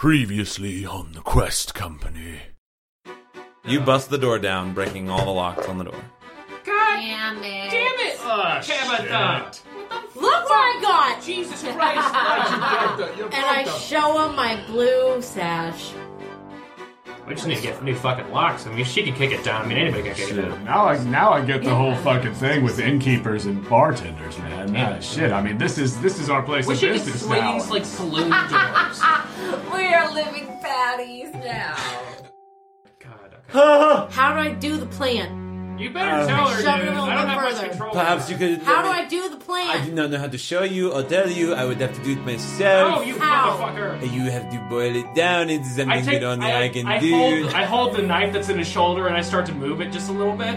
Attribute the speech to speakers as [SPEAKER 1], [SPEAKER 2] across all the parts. [SPEAKER 1] Previously on the Quest Company.
[SPEAKER 2] You bust the door down, breaking all the locks on the door.
[SPEAKER 3] God
[SPEAKER 4] Damn it.
[SPEAKER 3] damn it!
[SPEAKER 5] Oh,
[SPEAKER 3] Tabitha!
[SPEAKER 4] Look what I got!
[SPEAKER 3] Jesus Christ! why'd you do that? You
[SPEAKER 4] And I
[SPEAKER 3] broke them.
[SPEAKER 4] show him my blue sash.
[SPEAKER 5] We just need to get new fucking locks. I mean, she can kick it down. I mean, anybody can kick it down.
[SPEAKER 6] Now I now I get the whole fucking thing with innkeepers and bartenders, man. Nah, shit. I mean, this is this is our place
[SPEAKER 5] We
[SPEAKER 6] of
[SPEAKER 5] should get
[SPEAKER 6] business now.
[SPEAKER 5] swings like saloon doors.
[SPEAKER 4] We are living fatties now.
[SPEAKER 5] God, okay.
[SPEAKER 4] How do I do the plan?
[SPEAKER 5] You better tell her, dude.
[SPEAKER 4] Um, Shove it a little
[SPEAKER 5] I don't
[SPEAKER 4] bit
[SPEAKER 5] have much
[SPEAKER 4] further.
[SPEAKER 5] control.
[SPEAKER 2] Perhaps you could.
[SPEAKER 4] How do I do the
[SPEAKER 2] I do
[SPEAKER 4] plan?
[SPEAKER 2] not know how to show you or tell you. I would have to do it myself.
[SPEAKER 5] Oh, you
[SPEAKER 4] Ow.
[SPEAKER 5] motherfucker!
[SPEAKER 2] You have to boil it down. It's something
[SPEAKER 5] I take.
[SPEAKER 2] that only
[SPEAKER 5] I,
[SPEAKER 2] I, can
[SPEAKER 5] I
[SPEAKER 2] do.
[SPEAKER 5] Hold, I hold the knife that's in his shoulder and I start to move it just a little bit.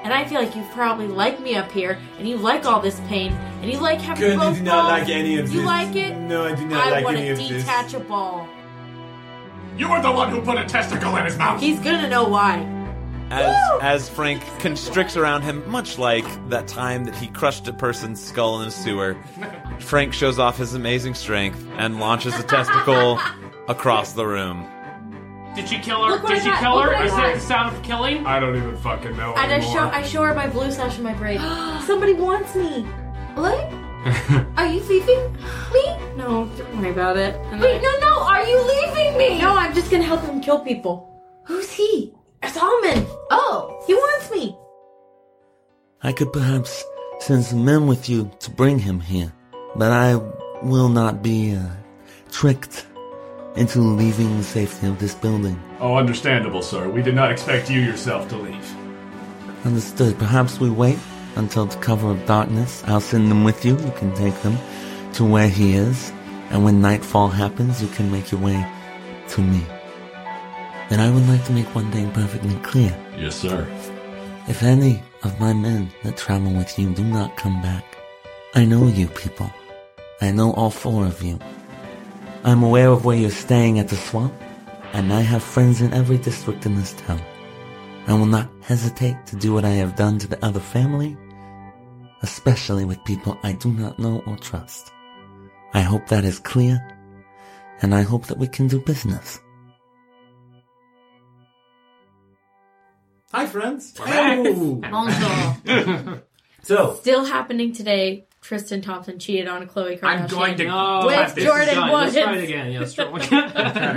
[SPEAKER 4] And I feel like you probably like me up here, and you like all this pain, and you like having
[SPEAKER 2] Good, I
[SPEAKER 4] both
[SPEAKER 2] do not
[SPEAKER 4] balls.
[SPEAKER 2] like any of
[SPEAKER 4] You
[SPEAKER 2] this.
[SPEAKER 4] like it?
[SPEAKER 2] No, I do not
[SPEAKER 4] I
[SPEAKER 2] like
[SPEAKER 4] want
[SPEAKER 2] any
[SPEAKER 4] to
[SPEAKER 2] of this.
[SPEAKER 4] detach a ball.
[SPEAKER 6] You were the one who put a testicle in his mouth.
[SPEAKER 4] He's gonna know why.
[SPEAKER 2] As as Frank constricts around him, much like that time that he crushed a person's skull in a sewer, Frank shows off his amazing strength and launches a testicle across the room.
[SPEAKER 5] Did she kill her?
[SPEAKER 4] Look what
[SPEAKER 5] Did
[SPEAKER 4] I
[SPEAKER 5] she
[SPEAKER 4] got.
[SPEAKER 5] kill
[SPEAKER 4] Look what
[SPEAKER 5] her?
[SPEAKER 4] I
[SPEAKER 5] Is that
[SPEAKER 4] got.
[SPEAKER 5] the sound of killing?
[SPEAKER 6] I don't even fucking know
[SPEAKER 4] And I
[SPEAKER 6] anymore.
[SPEAKER 4] show I show her my blue sash and my braid. Somebody wants me. What? Are you leaving me? No, don't worry about it. Wait, no, no. Are you leaving me? No, I'm just gonna help him kill people. Who's he? Solomon. Oh, he wants me.
[SPEAKER 7] I could perhaps send some men with you to bring him here, but I will not be uh, tricked into leaving the safety of this building.
[SPEAKER 6] Oh, understandable, sir. We did not expect you yourself to leave.
[SPEAKER 7] Understood. Perhaps we wait until the cover of darkness. I'll send them with you. You can take them to where he is, and when nightfall happens, you can make your way to me. And I would like to make one thing perfectly clear.
[SPEAKER 6] Yes, sir.
[SPEAKER 7] If any of my men that travel with you do not come back, I know you people. I know all four of you. I'm aware of where you're staying at the swamp, and I have friends in every district in this town. I will not hesitate to do what I have done to the other family, especially with people I do not know or trust. I hope that is clear, and I hope that we can do business.
[SPEAKER 2] Hi, friends.
[SPEAKER 4] Bonjour.
[SPEAKER 2] So,
[SPEAKER 4] Still happening today. Tristan Thompson cheated on Chloe Kardashian.
[SPEAKER 5] I'm going to.
[SPEAKER 4] No.
[SPEAKER 5] Wait,
[SPEAKER 4] With
[SPEAKER 5] this is
[SPEAKER 4] Jordan
[SPEAKER 5] done. Let's
[SPEAKER 4] Woods.
[SPEAKER 5] try it again. Yeah, let's try it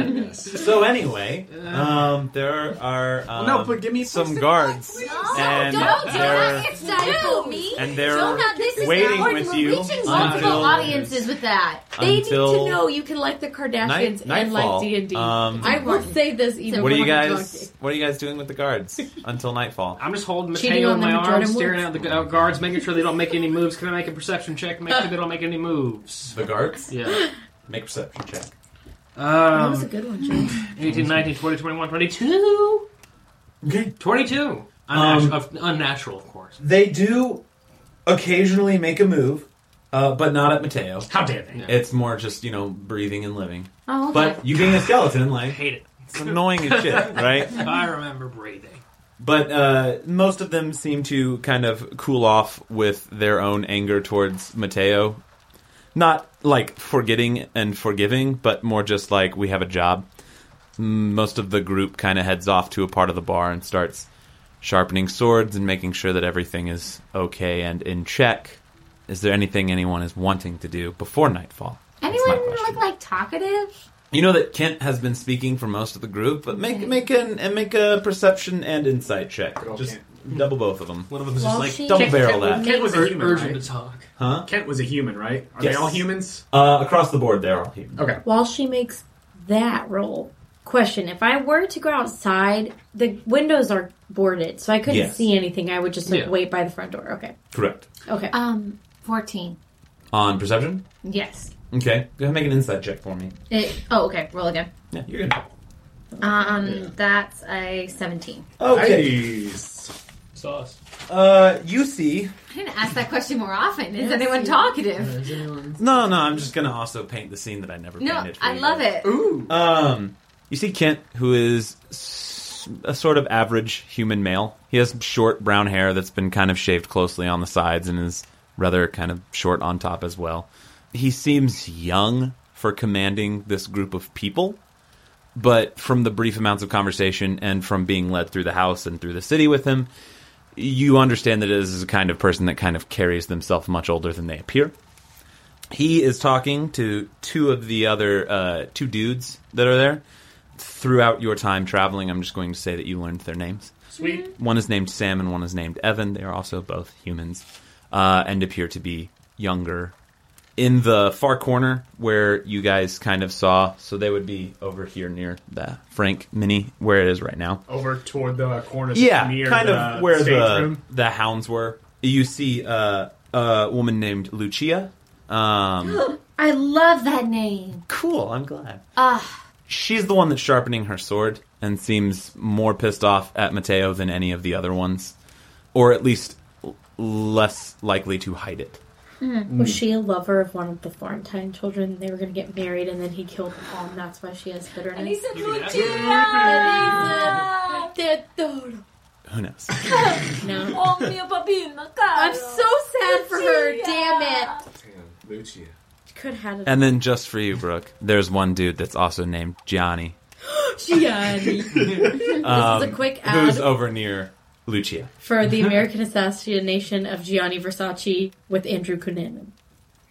[SPEAKER 5] again.
[SPEAKER 2] so anyway, um, there are um,
[SPEAKER 6] no, but give me
[SPEAKER 2] some guards, and
[SPEAKER 4] don't do
[SPEAKER 2] they're
[SPEAKER 4] that. It's not for me.
[SPEAKER 2] and they're
[SPEAKER 4] Now, this is
[SPEAKER 2] waiting
[SPEAKER 4] not-
[SPEAKER 2] with
[SPEAKER 4] we're
[SPEAKER 2] you
[SPEAKER 4] reaching
[SPEAKER 2] until-
[SPEAKER 4] multiple
[SPEAKER 3] audiences with that.
[SPEAKER 4] They
[SPEAKER 2] until
[SPEAKER 4] need to know you can like the Kardashians
[SPEAKER 2] night,
[SPEAKER 4] and
[SPEAKER 2] nightfall.
[SPEAKER 4] like D and D.
[SPEAKER 2] Um,
[SPEAKER 4] I will say this even
[SPEAKER 2] what are you
[SPEAKER 4] when I'm
[SPEAKER 2] guys?
[SPEAKER 4] talking.
[SPEAKER 2] What are you guys doing with the guards until nightfall?
[SPEAKER 5] I'm just holding
[SPEAKER 4] Cheating
[SPEAKER 5] Mateo
[SPEAKER 4] on
[SPEAKER 5] in
[SPEAKER 4] them
[SPEAKER 5] my
[SPEAKER 4] with Jordan
[SPEAKER 5] arms, staring
[SPEAKER 4] Woods.
[SPEAKER 5] at the gu- uh, guards, making sure they don't make any moves. Can I make a perception check? Make sure they don't make any moves.
[SPEAKER 2] The guards
[SPEAKER 5] Yeah.
[SPEAKER 2] make perception check.
[SPEAKER 4] That was a
[SPEAKER 5] Um,
[SPEAKER 4] good one, Jordan.
[SPEAKER 5] 18, 19, 20, 21, 22.
[SPEAKER 2] Okay.
[SPEAKER 5] 22. Unnatural,
[SPEAKER 2] Um,
[SPEAKER 5] of, unnatural, of course.
[SPEAKER 2] They do occasionally make a move, uh, but not at Mateo.
[SPEAKER 5] How dare they?
[SPEAKER 2] It's more just you know breathing and living.
[SPEAKER 4] Oh, okay.
[SPEAKER 2] But you being a skeleton,
[SPEAKER 5] I
[SPEAKER 2] like
[SPEAKER 5] hate it.
[SPEAKER 2] it's annoying as shit, right?
[SPEAKER 5] I remember breathing.
[SPEAKER 2] But uh, most of them seem to kind of cool off with their own anger towards Mateo. Not like forgetting and forgiving, but more just like we have a job. Mm, Most of the group kind of heads off to a part of the bar and starts sharpening swords and making sure that everything is okay and in check. Is there anything anyone is wanting to do before nightfall? That's my
[SPEAKER 3] Anyone
[SPEAKER 2] question.
[SPEAKER 3] look like talkative?
[SPEAKER 2] You know that Kent has been speaking for most of the group, but make make an and make a perception and insight check. Just double both of them.
[SPEAKER 5] One of them was
[SPEAKER 4] While she-
[SPEAKER 2] Double barrel
[SPEAKER 4] was-
[SPEAKER 2] that,
[SPEAKER 5] Kent was
[SPEAKER 4] Ur-
[SPEAKER 5] human, urgent to talk.
[SPEAKER 2] huh?
[SPEAKER 6] Kent was a human, right? Are
[SPEAKER 2] Yes.
[SPEAKER 6] they all humans?
[SPEAKER 2] Uh, across the board, they're all human.
[SPEAKER 6] Okay.
[SPEAKER 4] While she makes that roll, question: If I were to go outside, the windows are boarded, so I couldn't
[SPEAKER 2] Yes.
[SPEAKER 4] see anything. I would just like
[SPEAKER 5] Yeah.
[SPEAKER 4] wait by the front door. Okay,
[SPEAKER 2] Correct.
[SPEAKER 4] okay.
[SPEAKER 3] Um, 14.
[SPEAKER 2] On perception,
[SPEAKER 3] Yes.
[SPEAKER 2] okay. Go ahead and make an insight check for me.
[SPEAKER 3] It, oh, okay. Roll again.
[SPEAKER 2] Yeah, you're good.
[SPEAKER 3] Um, that's a 17.
[SPEAKER 2] Okay.
[SPEAKER 6] Nice.
[SPEAKER 5] Sauce.
[SPEAKER 2] Uh, you see.
[SPEAKER 3] I didn't ask that question more often. Is anyone talkative?
[SPEAKER 2] No, no. I'm just gonna also paint the scene that I never
[SPEAKER 3] No,
[SPEAKER 2] painted. for
[SPEAKER 3] I
[SPEAKER 2] you
[SPEAKER 3] love
[SPEAKER 2] guys.
[SPEAKER 3] it.
[SPEAKER 5] Ooh.
[SPEAKER 2] Um, you see Kent, who is s- a sort of average human male. He has short brown hair that's been kind of shaved closely on the sides and is rather kind of short on top as well. He seems young for commanding this group of people. But from the brief amounts of conversation and from being led through the house and through the city with him, you understand that this is a kind of person that kind of carries themselves much older than they appear. He is talking to two of the other uh, two dudes that are there. Throughout your time traveling, I'm just going to say that you learned their names.
[SPEAKER 4] Mm-hmm.
[SPEAKER 5] Sweet.
[SPEAKER 2] One is named Sam and one is named Evan. They are also both humans uh, and appear to be younger. In the far corner where you guys kind of saw, so they would be over here near the Frank Mini, where it is right now.
[SPEAKER 5] Over toward the corner.
[SPEAKER 2] Yeah,
[SPEAKER 5] near
[SPEAKER 2] kind
[SPEAKER 5] the
[SPEAKER 2] of where
[SPEAKER 5] stage
[SPEAKER 2] the
[SPEAKER 5] room.
[SPEAKER 2] the hounds were. You see uh, a woman named Lucia. Um,
[SPEAKER 3] I love that name.
[SPEAKER 2] cool. I'm glad.
[SPEAKER 3] Ah,
[SPEAKER 2] She's the one that's sharpening her sword and seems more pissed off at Mateo than any of the other ones, or at least l- less likely to hide it.
[SPEAKER 4] Was she a lover of one of the Florentine children? They were going to get married, and then he killed them all, and that's why she has bitterness.
[SPEAKER 3] and he said
[SPEAKER 4] Lucia!
[SPEAKER 3] Lucia.
[SPEAKER 2] Who knows?
[SPEAKER 4] no.
[SPEAKER 3] I'm
[SPEAKER 4] I'm so sad for her. Damn it.
[SPEAKER 8] Lucia.
[SPEAKER 4] Could have had a
[SPEAKER 2] and then just for you, Brooke, there's one dude that's also named Gianni,
[SPEAKER 4] Gianni. this is a quick ad
[SPEAKER 2] who's over near Lucia.
[SPEAKER 4] for the American assassination of Gianni Versace with Andrew Cunanan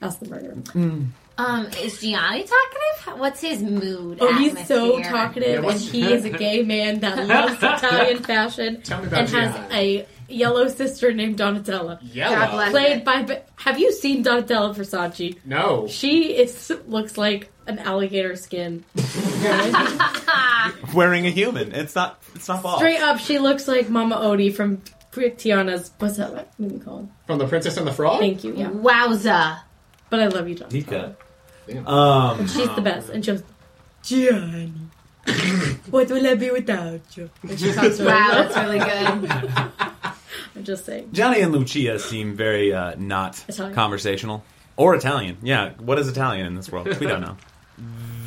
[SPEAKER 4] as the murderer.
[SPEAKER 3] Um, is Gianni talkative? What's his mood?
[SPEAKER 4] Oh, he's so
[SPEAKER 3] atmosphere?
[SPEAKER 4] talkative,
[SPEAKER 8] Yeah,
[SPEAKER 4] and
[SPEAKER 8] what's-
[SPEAKER 4] he is a gay man that loves Italian fashion
[SPEAKER 8] Tell me about
[SPEAKER 4] and has
[SPEAKER 8] Gianni.
[SPEAKER 4] a yellow sister named Donatella.
[SPEAKER 8] Yellow.
[SPEAKER 3] God bless.
[SPEAKER 4] Played by. Have you seen Donatella Versace?
[SPEAKER 8] No.
[SPEAKER 4] She is looks like an alligator skin.
[SPEAKER 2] Wearing a human. It's not. It's not false.
[SPEAKER 4] Straight up, she looks like Mama Odie from Tiana's. What's that movie called?
[SPEAKER 8] From the Princess and the Frog?
[SPEAKER 4] Thank you. Yeah,
[SPEAKER 3] Wowza.
[SPEAKER 4] but I love you, Donatella.
[SPEAKER 2] Nika.
[SPEAKER 8] Damn.
[SPEAKER 2] Um.
[SPEAKER 4] She's the best. And she goes, Gianni, what will I be without you? And she talks to
[SPEAKER 3] Wow,
[SPEAKER 4] her.
[SPEAKER 3] that's really good.
[SPEAKER 4] I'm just saying.
[SPEAKER 2] Johnny and Lucia seem very uh, not
[SPEAKER 4] Italian.
[SPEAKER 2] conversational or Italian. Yeah, what is Italian in this world? We don't know.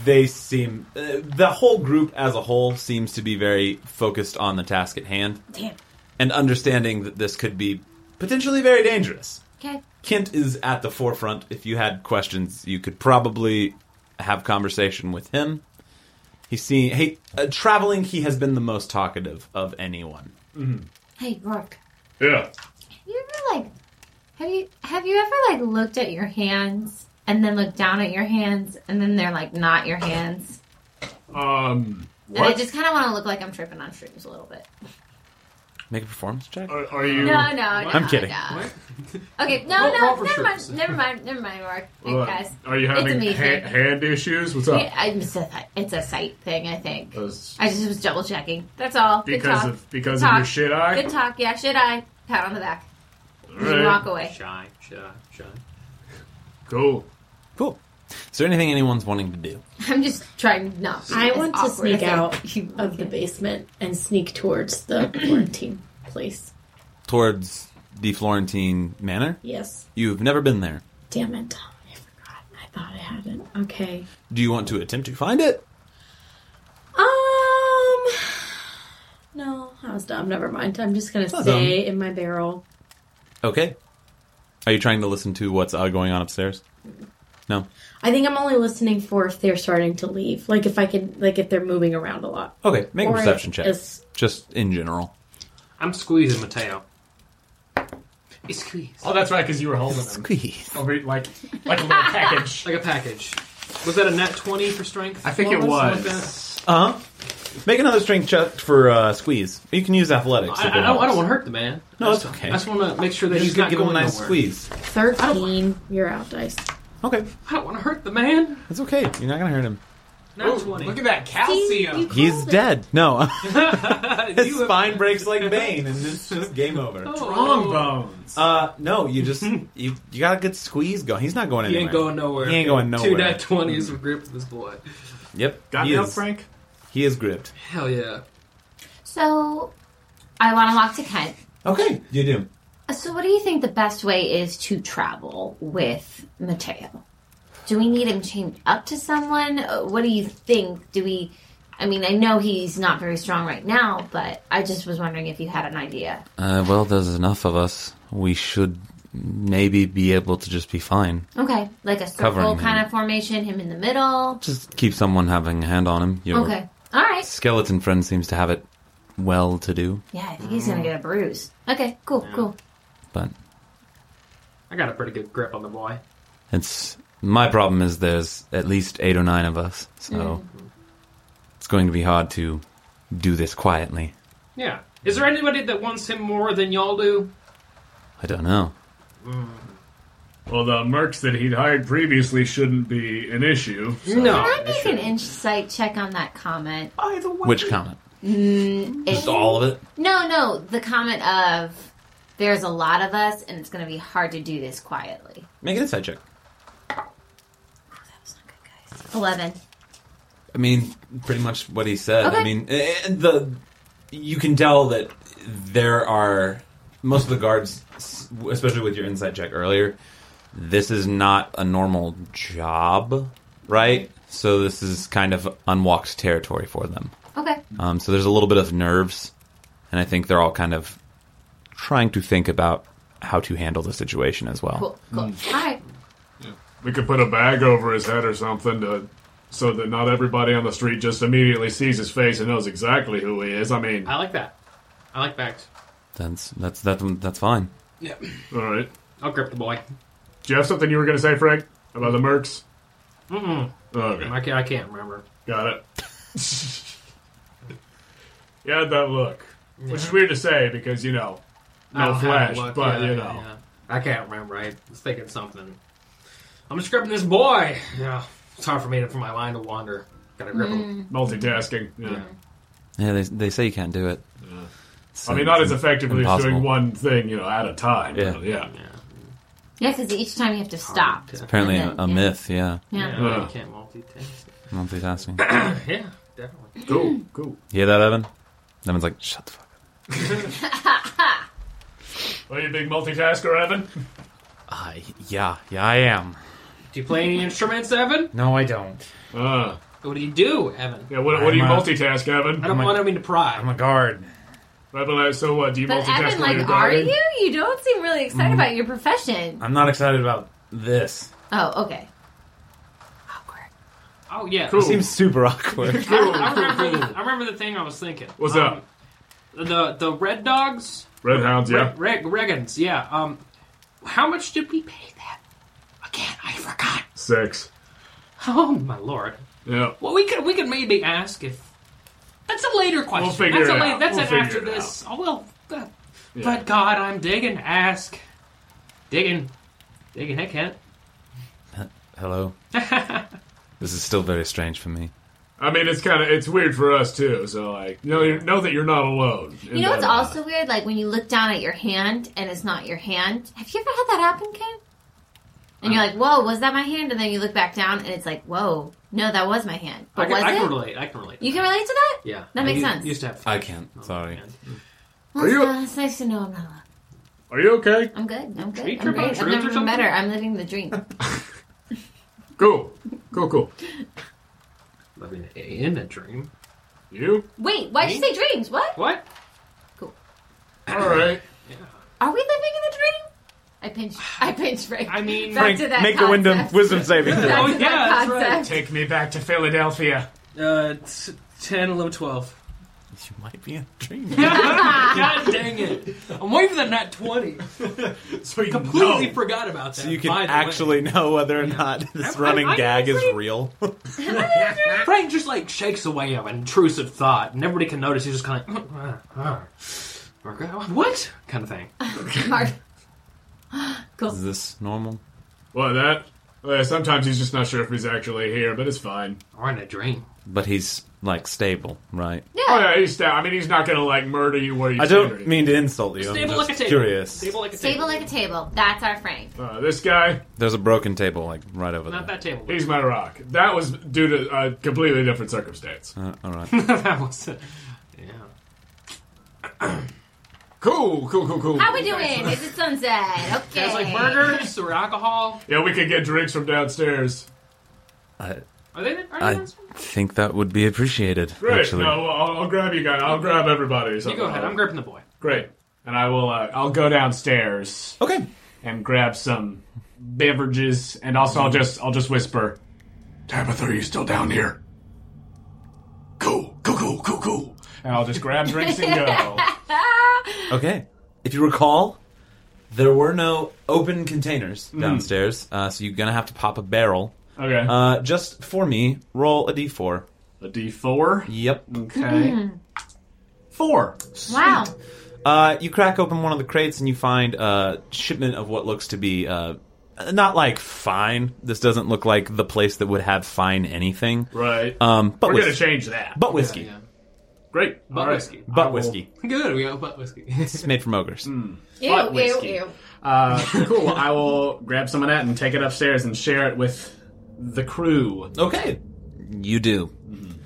[SPEAKER 2] They seem uh, the whole group as a whole seems to be very focused on the task at hand
[SPEAKER 3] Damn.
[SPEAKER 2] and understanding that this could be potentially very dangerous.
[SPEAKER 3] Okay.
[SPEAKER 2] Kent is at the forefront. If you had questions, you could probably have conversation with him. He's seen hey uh, traveling. He has been the most talkative of anyone.
[SPEAKER 3] Hey, Brooke.
[SPEAKER 8] Yeah.
[SPEAKER 3] You ever like have you have you ever like looked at your hands and then looked down at your hands and then they're like not your hands?
[SPEAKER 8] Um,
[SPEAKER 3] And I
[SPEAKER 8] what?
[SPEAKER 3] just kind of want to look like I'm tripping on streams a little bit.
[SPEAKER 2] Make a performance check.
[SPEAKER 8] Are, are you.
[SPEAKER 3] No, no, no.
[SPEAKER 2] I'm kidding.
[SPEAKER 3] No.
[SPEAKER 5] What?
[SPEAKER 3] Okay, no, no,
[SPEAKER 5] Roll- roll for
[SPEAKER 3] never mind,
[SPEAKER 5] streams.
[SPEAKER 3] never mind, never mind, Mark. Thanks,
[SPEAKER 8] what?
[SPEAKER 3] guys.
[SPEAKER 8] Are you having
[SPEAKER 3] me
[SPEAKER 8] ha-
[SPEAKER 3] thing.
[SPEAKER 8] hand issues? What's up?
[SPEAKER 3] Yeah, I- It's a, it's a sight thing, I think.
[SPEAKER 8] Because-
[SPEAKER 3] I just was double checking. That's all. Good
[SPEAKER 8] Uh, Because
[SPEAKER 3] talk.
[SPEAKER 8] of because
[SPEAKER 3] Good
[SPEAKER 8] of your
[SPEAKER 3] talk.
[SPEAKER 8] shit eye.
[SPEAKER 3] Good talk. Yeah, should I? Pat on the back.
[SPEAKER 8] All
[SPEAKER 3] And
[SPEAKER 8] right.
[SPEAKER 3] walk away.
[SPEAKER 5] Shy, shy, shy.
[SPEAKER 8] Cool.
[SPEAKER 2] Cool. Is there anything anyone's wanting to do?
[SPEAKER 3] I'm just trying not. be
[SPEAKER 4] I
[SPEAKER 3] as
[SPEAKER 4] want to
[SPEAKER 3] awkward
[SPEAKER 4] sneak
[SPEAKER 3] as I
[SPEAKER 4] out
[SPEAKER 3] humanly
[SPEAKER 4] of the
[SPEAKER 3] can.
[SPEAKER 4] basement and sneak towards the quarantine place.
[SPEAKER 2] Towards the Florentine Manor?
[SPEAKER 4] Yes.
[SPEAKER 2] You've never been there.
[SPEAKER 4] Damn it. I forgot. I thought I had it. Okay.
[SPEAKER 2] Do you want to attempt to find it?
[SPEAKER 4] Um. No, I was dumb. Never mind. I'm just gonna
[SPEAKER 2] not
[SPEAKER 4] stay in my barrel.
[SPEAKER 2] Okay. Are you trying to listen to what's uh, going on upstairs? No.
[SPEAKER 4] I think I'm only listening for if they're starting to leave. Like if I can, like if they're moving around a lot.
[SPEAKER 2] Okay, make a
[SPEAKER 4] Or
[SPEAKER 2] perception
[SPEAKER 4] if
[SPEAKER 2] check.
[SPEAKER 4] it's-
[SPEAKER 2] Just in general.
[SPEAKER 5] I'm squeezing Mateo. It's squeezed.
[SPEAKER 8] Oh, that's right, because you were holding them.
[SPEAKER 2] Squeeze.
[SPEAKER 8] Over, like, like a little package.
[SPEAKER 5] Like a package. Was that a net 20 for strength?
[SPEAKER 8] I think it
[SPEAKER 5] Flawless?
[SPEAKER 8] was.
[SPEAKER 2] Uh huh. Make another strength check for uh, squeeze. You can use athletics. if
[SPEAKER 5] I, I,
[SPEAKER 2] it
[SPEAKER 5] I don't,
[SPEAKER 2] helps.
[SPEAKER 5] want to hurt the man.
[SPEAKER 2] No,
[SPEAKER 5] I
[SPEAKER 2] it's
[SPEAKER 5] just-
[SPEAKER 2] okay.
[SPEAKER 5] I just want to make sure that
[SPEAKER 2] You're
[SPEAKER 5] he's
[SPEAKER 2] just gonna
[SPEAKER 5] not
[SPEAKER 2] give him
[SPEAKER 5] going
[SPEAKER 2] a nice
[SPEAKER 5] nowhere.
[SPEAKER 2] squeeze.
[SPEAKER 4] Thirteen. You're out, dice.
[SPEAKER 2] Okay,
[SPEAKER 5] I don't want to hurt the man.
[SPEAKER 2] that's okay. You're not gonna hurt him.
[SPEAKER 5] Not
[SPEAKER 8] Ooh,
[SPEAKER 5] 20.
[SPEAKER 8] Look at that calcium.
[SPEAKER 4] You called
[SPEAKER 2] He's
[SPEAKER 4] it.
[SPEAKER 2] dead. No,
[SPEAKER 5] You
[SPEAKER 2] his
[SPEAKER 5] have-
[SPEAKER 2] spine breaks like Bane, and it's just game over.
[SPEAKER 5] Oh.
[SPEAKER 8] Wrong bones.
[SPEAKER 2] Uh, no, you just you you got a good squeeze going. He's not going
[SPEAKER 5] He
[SPEAKER 2] anywhere.
[SPEAKER 5] ain't going nowhere.
[SPEAKER 2] He ain't going
[SPEAKER 5] Two
[SPEAKER 2] nowhere.
[SPEAKER 5] net 20s were gripped this boy.
[SPEAKER 2] Yep.
[SPEAKER 8] Got
[SPEAKER 2] he
[SPEAKER 8] me up,
[SPEAKER 2] is-
[SPEAKER 8] Frank?
[SPEAKER 2] He is gripped.
[SPEAKER 5] Hell yeah.
[SPEAKER 3] So, I want to walk to Kent.
[SPEAKER 2] Okay, you do.
[SPEAKER 3] Uh, So, what do you think the best way is to travel with Mateo? Do we need him chained up to someone? Uh, What do you think? Do we? I mean, I know he's not very strong right now, but I just was wondering if you had an idea.
[SPEAKER 2] Uh, well, there's enough of us. We should maybe be able to just be fine.
[SPEAKER 3] Okay, like a
[SPEAKER 2] Covering
[SPEAKER 3] circle
[SPEAKER 2] him.
[SPEAKER 3] kind of formation, him in the middle.
[SPEAKER 2] Just keep someone having a hand on him. Your
[SPEAKER 3] Okay, all right.
[SPEAKER 2] skeleton friend seems to have it well to do,
[SPEAKER 3] Yeah, I think he's gonna get a bruise. Okay, cool, cool.
[SPEAKER 2] but
[SPEAKER 5] I got a pretty good grip on the boy.
[SPEAKER 2] it's my problem is there's at least eight or nine of us, so it's going to be hard to do this quietly.
[SPEAKER 5] Yeah. Is there anybody that wants him more than y'all do?
[SPEAKER 2] I don't know.
[SPEAKER 8] Well, the mercs that he'd hired previously shouldn't be an issue.
[SPEAKER 5] No.
[SPEAKER 3] Can I make an insight check on that comment?
[SPEAKER 2] Which comment?
[SPEAKER 3] If-
[SPEAKER 2] of it?
[SPEAKER 3] no, no, the comment of there's a lot of us and it's gonna be hard to do this quietly.
[SPEAKER 2] Make an inside check.
[SPEAKER 3] Eleven.
[SPEAKER 2] I mean, pretty much what he said. I
[SPEAKER 3] Okay.
[SPEAKER 2] mean, eh, eh, the you can tell that there are most of the guards, s- especially with your insight check earlier. This is not a normal job, right? So this is kind of unwalked territory for them.
[SPEAKER 3] Okay.
[SPEAKER 2] Um, so there's a little bit of nerves, and I think they're all kind of trying to think about how to handle the situation as well.
[SPEAKER 3] Cool. Cool.
[SPEAKER 5] Hmm.
[SPEAKER 3] All right.
[SPEAKER 8] We could put a bag over his head or something to, so that not everybody on the street just immediately sees his face and knows exactly who he is. I mean,
[SPEAKER 5] I like that. I like bags.
[SPEAKER 2] That's that's that, that's fine.
[SPEAKER 8] all right.
[SPEAKER 5] I'll grip the boy.
[SPEAKER 8] Do you have something you were going to say, Frank, about the mercs?
[SPEAKER 5] Mm-mm.
[SPEAKER 8] Okay,
[SPEAKER 5] I can't, I can't remember.
[SPEAKER 8] got it. you had that look, which is weird to say because you know,
[SPEAKER 5] I
[SPEAKER 8] no
[SPEAKER 5] don't have
[SPEAKER 8] flesh,
[SPEAKER 5] a look.
[SPEAKER 8] but
[SPEAKER 5] Yeah,
[SPEAKER 8] you
[SPEAKER 5] yeah,
[SPEAKER 8] know,
[SPEAKER 5] yeah. I can't remember. I was thinking something. I'm just gripping this boy. Yeah. It's hard for me to, for my mind to wander. Gotta grip
[SPEAKER 8] Mm.
[SPEAKER 5] him.
[SPEAKER 8] multitasking. Yeah.
[SPEAKER 2] Yeah, they they say you can't do it. So
[SPEAKER 8] I mean, not
[SPEAKER 2] it's
[SPEAKER 8] as effectively as
[SPEAKER 2] impossible.
[SPEAKER 8] doing one thing, you know, at a time.
[SPEAKER 2] Yeah.
[SPEAKER 8] but yeah.
[SPEAKER 3] Yeah, because each time you have to stop.
[SPEAKER 5] Yeah.
[SPEAKER 2] Apparently,
[SPEAKER 3] And then-
[SPEAKER 2] a, a
[SPEAKER 3] yeah.
[SPEAKER 2] myth. Yeah,
[SPEAKER 3] Yeah.
[SPEAKER 5] Yeah,
[SPEAKER 8] Yeah.
[SPEAKER 5] you can't multitask.
[SPEAKER 2] multitasking.
[SPEAKER 5] yeah, definitely.
[SPEAKER 8] Cool, cool.
[SPEAKER 2] you hear that, Evan? Evan's like, shut the fuck up.
[SPEAKER 8] Are you a big multitasker, Evan?
[SPEAKER 2] Uh, yeah, yeah, I am.
[SPEAKER 5] Do you play any instruments, Evan?
[SPEAKER 2] No, I don't.
[SPEAKER 8] Uh,
[SPEAKER 5] What do you do, Evan?
[SPEAKER 8] yeah. What, what do you
[SPEAKER 2] I'm, uh,
[SPEAKER 8] multitask,
[SPEAKER 5] I
[SPEAKER 8] Evan?
[SPEAKER 5] don't want to mean to pry.
[SPEAKER 2] a guard.
[SPEAKER 8] Evan, so what? Do you
[SPEAKER 3] But
[SPEAKER 8] multitask?
[SPEAKER 3] Evan,
[SPEAKER 8] when
[SPEAKER 3] like,
[SPEAKER 8] you're
[SPEAKER 3] are
[SPEAKER 8] dying?
[SPEAKER 3] you? You don't seem really excited
[SPEAKER 5] Hmm.
[SPEAKER 3] about your profession.
[SPEAKER 2] I'm not excited about this.
[SPEAKER 3] Oh, okay.
[SPEAKER 5] oh yeah.
[SPEAKER 8] Cool.
[SPEAKER 2] Seems super awkward.
[SPEAKER 5] I remember, the, I remember the thing I was thinking.
[SPEAKER 8] What's
[SPEAKER 5] Um,
[SPEAKER 8] up?
[SPEAKER 5] The the red dogs,
[SPEAKER 8] Red hounds, yeah.
[SPEAKER 5] Reg, Regans, yeah. Um, how much did we pay that? Again, I forgot.
[SPEAKER 8] Six.
[SPEAKER 5] Oh my lord.
[SPEAKER 8] Yeah.
[SPEAKER 5] Well, we could we could maybe ask if that's a later question.
[SPEAKER 8] figure
[SPEAKER 5] that's
[SPEAKER 8] it
[SPEAKER 5] a la-
[SPEAKER 8] out.
[SPEAKER 5] That's
[SPEAKER 8] We'll
[SPEAKER 5] an
[SPEAKER 8] figure
[SPEAKER 5] after
[SPEAKER 8] it
[SPEAKER 5] this. Oh well. uh,
[SPEAKER 8] Yeah.
[SPEAKER 5] But God, I'm digging. Ask, digging, digging. Hey Kent.
[SPEAKER 2] Hello. this is still very strange for me.
[SPEAKER 8] I mean, it's kind of it's weird for us too. So like, know you know that you're not alone. in
[SPEAKER 3] You know what's
[SPEAKER 8] that, uh,
[SPEAKER 3] also weird? Like when you look down at your hand and it's not your hand. Have you ever had that happen, Ken? And
[SPEAKER 5] Uh.
[SPEAKER 3] you're like, "Whoa, was that my hand?" And then you look back down and it's like, "Whoa, no, that was my hand."
[SPEAKER 5] I
[SPEAKER 3] But
[SPEAKER 5] can,
[SPEAKER 3] was
[SPEAKER 5] I can
[SPEAKER 3] it?
[SPEAKER 5] relate. I can relate.
[SPEAKER 3] You can relate to that?
[SPEAKER 5] yeah,
[SPEAKER 3] That
[SPEAKER 5] I
[SPEAKER 3] makes
[SPEAKER 5] u-
[SPEAKER 3] sense.
[SPEAKER 5] Used to have.
[SPEAKER 2] I can't.
[SPEAKER 5] Oh,
[SPEAKER 2] Sorry.
[SPEAKER 3] Well, it's
[SPEAKER 8] you-
[SPEAKER 3] not- it's nice to know I'm not alone.
[SPEAKER 8] Are you okay?
[SPEAKER 3] I'm good. I'm good.
[SPEAKER 5] Treat
[SPEAKER 3] I'm
[SPEAKER 5] your
[SPEAKER 3] great.
[SPEAKER 5] own
[SPEAKER 3] I've
[SPEAKER 5] truth
[SPEAKER 3] never
[SPEAKER 5] or
[SPEAKER 3] been
[SPEAKER 5] something?
[SPEAKER 3] better. I'm living the dream.
[SPEAKER 8] Cool, cool, cool.
[SPEAKER 5] Living in a dream.
[SPEAKER 8] You
[SPEAKER 3] Wait, why'd you say dreams? What?
[SPEAKER 5] What?
[SPEAKER 8] all right?
[SPEAKER 3] Are we living in a dream? I pinch. I pinch Frank.
[SPEAKER 5] I mean-
[SPEAKER 3] back to that concept.
[SPEAKER 2] wisdom saving throw.
[SPEAKER 5] Oh,
[SPEAKER 3] Back to
[SPEAKER 5] yeah,
[SPEAKER 3] that
[SPEAKER 5] that's right.
[SPEAKER 3] concept.
[SPEAKER 8] Take me back to Philadelphia.
[SPEAKER 5] Uh, t- 10, 11, 12.
[SPEAKER 2] You might be in a dream.
[SPEAKER 5] God dang it. I'm waiting for the nat 20.
[SPEAKER 8] So you
[SPEAKER 5] Completely
[SPEAKER 8] know.
[SPEAKER 5] forgot about that.
[SPEAKER 2] You can
[SPEAKER 5] by the
[SPEAKER 2] actually know whether or not this
[SPEAKER 5] I'm-
[SPEAKER 2] running
[SPEAKER 5] I'm
[SPEAKER 2] gag is
[SPEAKER 5] actually-
[SPEAKER 2] real.
[SPEAKER 5] Way. Frank just like shakes away an intrusive thought, and everybody can notice he's just kind of like, "Uh, what? Kind of thing.
[SPEAKER 3] Mark.
[SPEAKER 2] is this normal?
[SPEAKER 8] What that? Oh, yeah, sometimes he's just not sure if he's actually here, but it's fine.
[SPEAKER 5] Or in a dream.
[SPEAKER 2] But he's like stable, right?
[SPEAKER 8] Oh yeah, he's. Sta- I mean, he's not gonna like murder you where you.
[SPEAKER 2] I
[SPEAKER 8] murdered.
[SPEAKER 2] don't mean to insult you.
[SPEAKER 5] Stable
[SPEAKER 2] I'm
[SPEAKER 5] like
[SPEAKER 2] just
[SPEAKER 5] a table.
[SPEAKER 2] curious.
[SPEAKER 5] Stable like a table.
[SPEAKER 3] Stable like a table. That's our Frank.
[SPEAKER 8] Uh, this guy,
[SPEAKER 2] There's a broken table like right over
[SPEAKER 5] Not
[SPEAKER 2] there.
[SPEAKER 5] that table.
[SPEAKER 8] he's my rock. That was due to a completely different circumstance.
[SPEAKER 2] Uh, all right.
[SPEAKER 5] that was. Yeah.
[SPEAKER 8] Cool, cool, cool, cool.
[SPEAKER 3] How we doing? Is it sunset? Okay.
[SPEAKER 5] It's like burgers or alcohol.
[SPEAKER 8] Yeah, we could get drinks from downstairs.
[SPEAKER 2] I,
[SPEAKER 5] Are they? Are they
[SPEAKER 2] I think that would be appreciated.
[SPEAKER 8] Great.
[SPEAKER 2] Actually,
[SPEAKER 8] No, well, I'll, I'll grab you guys. I'll grab everybody.
[SPEAKER 5] You go ahead. I'm gripping the boy.
[SPEAKER 8] Great. And I will. Uh, I'll go downstairs.
[SPEAKER 2] Okay.
[SPEAKER 8] and grab some beverages, and also I'll just I'll just whisper.
[SPEAKER 9] Tabitha, are you still down here? Go, go, go, go, go.
[SPEAKER 8] And I'll just grab drinks and go.
[SPEAKER 2] Okay. If you recall, there were no open containers downstairs, uh, so you're gonna have to pop a barrel.
[SPEAKER 8] Okay.
[SPEAKER 2] Uh, just for me, roll a d4.
[SPEAKER 8] a D4.
[SPEAKER 2] Yep.
[SPEAKER 8] Okay. Four.
[SPEAKER 3] Wow.
[SPEAKER 2] Uh, you crack open one of the crates and you find a shipment of what looks to be uh, not like fine. This doesn't look like the place that would have fine anything.
[SPEAKER 10] Right.
[SPEAKER 2] Um, but
[SPEAKER 10] We're gonna
[SPEAKER 2] whiskey.
[SPEAKER 10] change that.
[SPEAKER 2] But whiskey.
[SPEAKER 5] Yeah,
[SPEAKER 10] Great.
[SPEAKER 5] Butt
[SPEAKER 10] All right.
[SPEAKER 5] whiskey.
[SPEAKER 2] Butt
[SPEAKER 10] I will-
[SPEAKER 2] whiskey.
[SPEAKER 5] yeah. Good, we got butt whiskey.
[SPEAKER 2] It's made from ogres.
[SPEAKER 4] Ew, ew,
[SPEAKER 8] whiskey.
[SPEAKER 4] ew.
[SPEAKER 8] Uh, cool. I will grab some of that and take it upstairs and share it with the crew.
[SPEAKER 2] Okay. Mm-hmm. You do.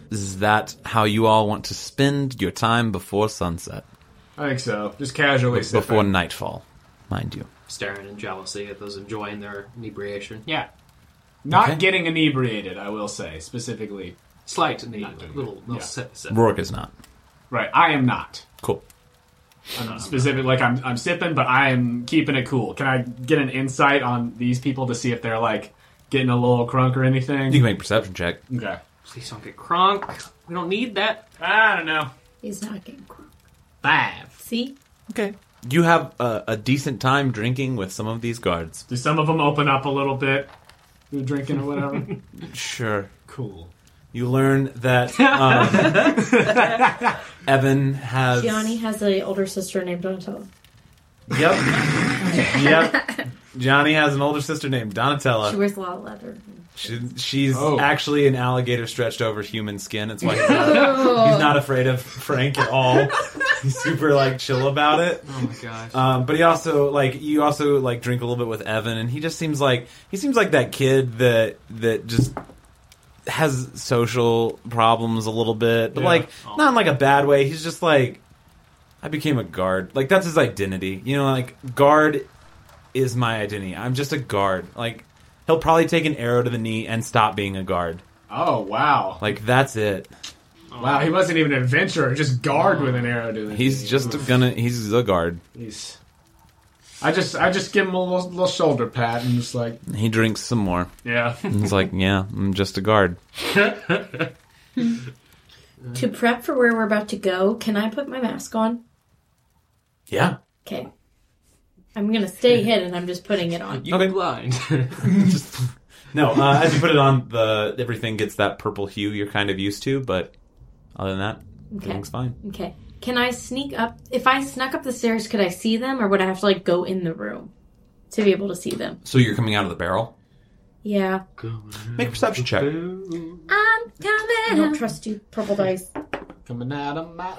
[SPEAKER 2] Is that how you all want to spend your time before sunset?
[SPEAKER 8] I think so. Just casually. sipping.
[SPEAKER 2] Before nightfall, mind you.
[SPEAKER 5] Staring in jealousy at those enjoying their inebriation. Yeah,
[SPEAKER 8] Not
[SPEAKER 2] Okay.
[SPEAKER 8] getting inebriated, I will say specifically.
[SPEAKER 5] slight need,
[SPEAKER 8] doing
[SPEAKER 5] little, little
[SPEAKER 8] Yeah.
[SPEAKER 5] sip, sip.
[SPEAKER 2] Rourke is not.
[SPEAKER 8] Right. I am not.
[SPEAKER 2] Cool.
[SPEAKER 8] I'm not specific. Like I'm, I'm sipping, but I am keeping it cool. Can I get an insight on these people to see if they're like getting a little crunk or anything?
[SPEAKER 2] You can make a perception check.
[SPEAKER 8] okay.
[SPEAKER 5] Please don't get crunk. We don't need that.
[SPEAKER 8] I don't know.
[SPEAKER 4] He's not getting crunk.
[SPEAKER 8] Five.
[SPEAKER 4] See?
[SPEAKER 2] Okay. You have a, a decent time drinking with some of these guards.
[SPEAKER 8] Do some of them open up a little bit? They're drinking or whatever.
[SPEAKER 2] Sure.
[SPEAKER 8] cool.
[SPEAKER 2] You learn that um, Evan has.
[SPEAKER 4] Gianni has an older sister named Donatella.
[SPEAKER 2] Yep. yep. Johnny has an older sister named Donatella.
[SPEAKER 4] She wears a lot of leather.
[SPEAKER 2] She, she's
[SPEAKER 10] Oh.
[SPEAKER 2] actually an alligator stretched over human skin. It's why he's not, he's not afraid of Frank at all. He's super like chill about it.
[SPEAKER 5] Oh my gosh.
[SPEAKER 2] Um, but he also like you also like drink a little bit with Evan, and he just seems like he seems like that kid that that just has social problems a little bit, but
[SPEAKER 8] Yeah.
[SPEAKER 2] like not in like a bad way. He's just like I became a guard. Like that's his identity. You know, like guard is my identity. I'm just a guard. Like he'll probably take an arrow to the knee and stop being a guard.
[SPEAKER 8] Oh wow!
[SPEAKER 2] Like that's it.
[SPEAKER 8] Wow, he wasn't even an adventurer, just guard with an arrow to the
[SPEAKER 2] He's
[SPEAKER 8] knee.
[SPEAKER 2] just gonna he's a guard.
[SPEAKER 8] He's- I just, I just give him a little, little shoulder pat and just like,
[SPEAKER 2] He drinks some more.
[SPEAKER 8] yeah.
[SPEAKER 2] He's like, "Yeah, I'm just a guard." Mm-hmm.
[SPEAKER 4] To prep for where we're about to go, can I put my mask on?
[SPEAKER 2] Yeah.
[SPEAKER 4] Okay. I'm gonna stay hidden. I'm just putting it on.
[SPEAKER 5] you
[SPEAKER 2] okay.
[SPEAKER 5] blind.
[SPEAKER 2] just no. Uh, as you put it on, the everything gets that purple hue you're kind of used to. But other than that, everything's fine.
[SPEAKER 4] Okay. Can I sneak up? If I snuck up the stairs, could I see them, or would I have to like go in the room to be able to see them?
[SPEAKER 2] So you're coming out of the barrel.
[SPEAKER 4] Yeah.
[SPEAKER 2] Make a perception check.
[SPEAKER 3] I'm
[SPEAKER 4] I
[SPEAKER 3] coming.
[SPEAKER 4] don't trust you, purple dice.
[SPEAKER 8] Coming out of my.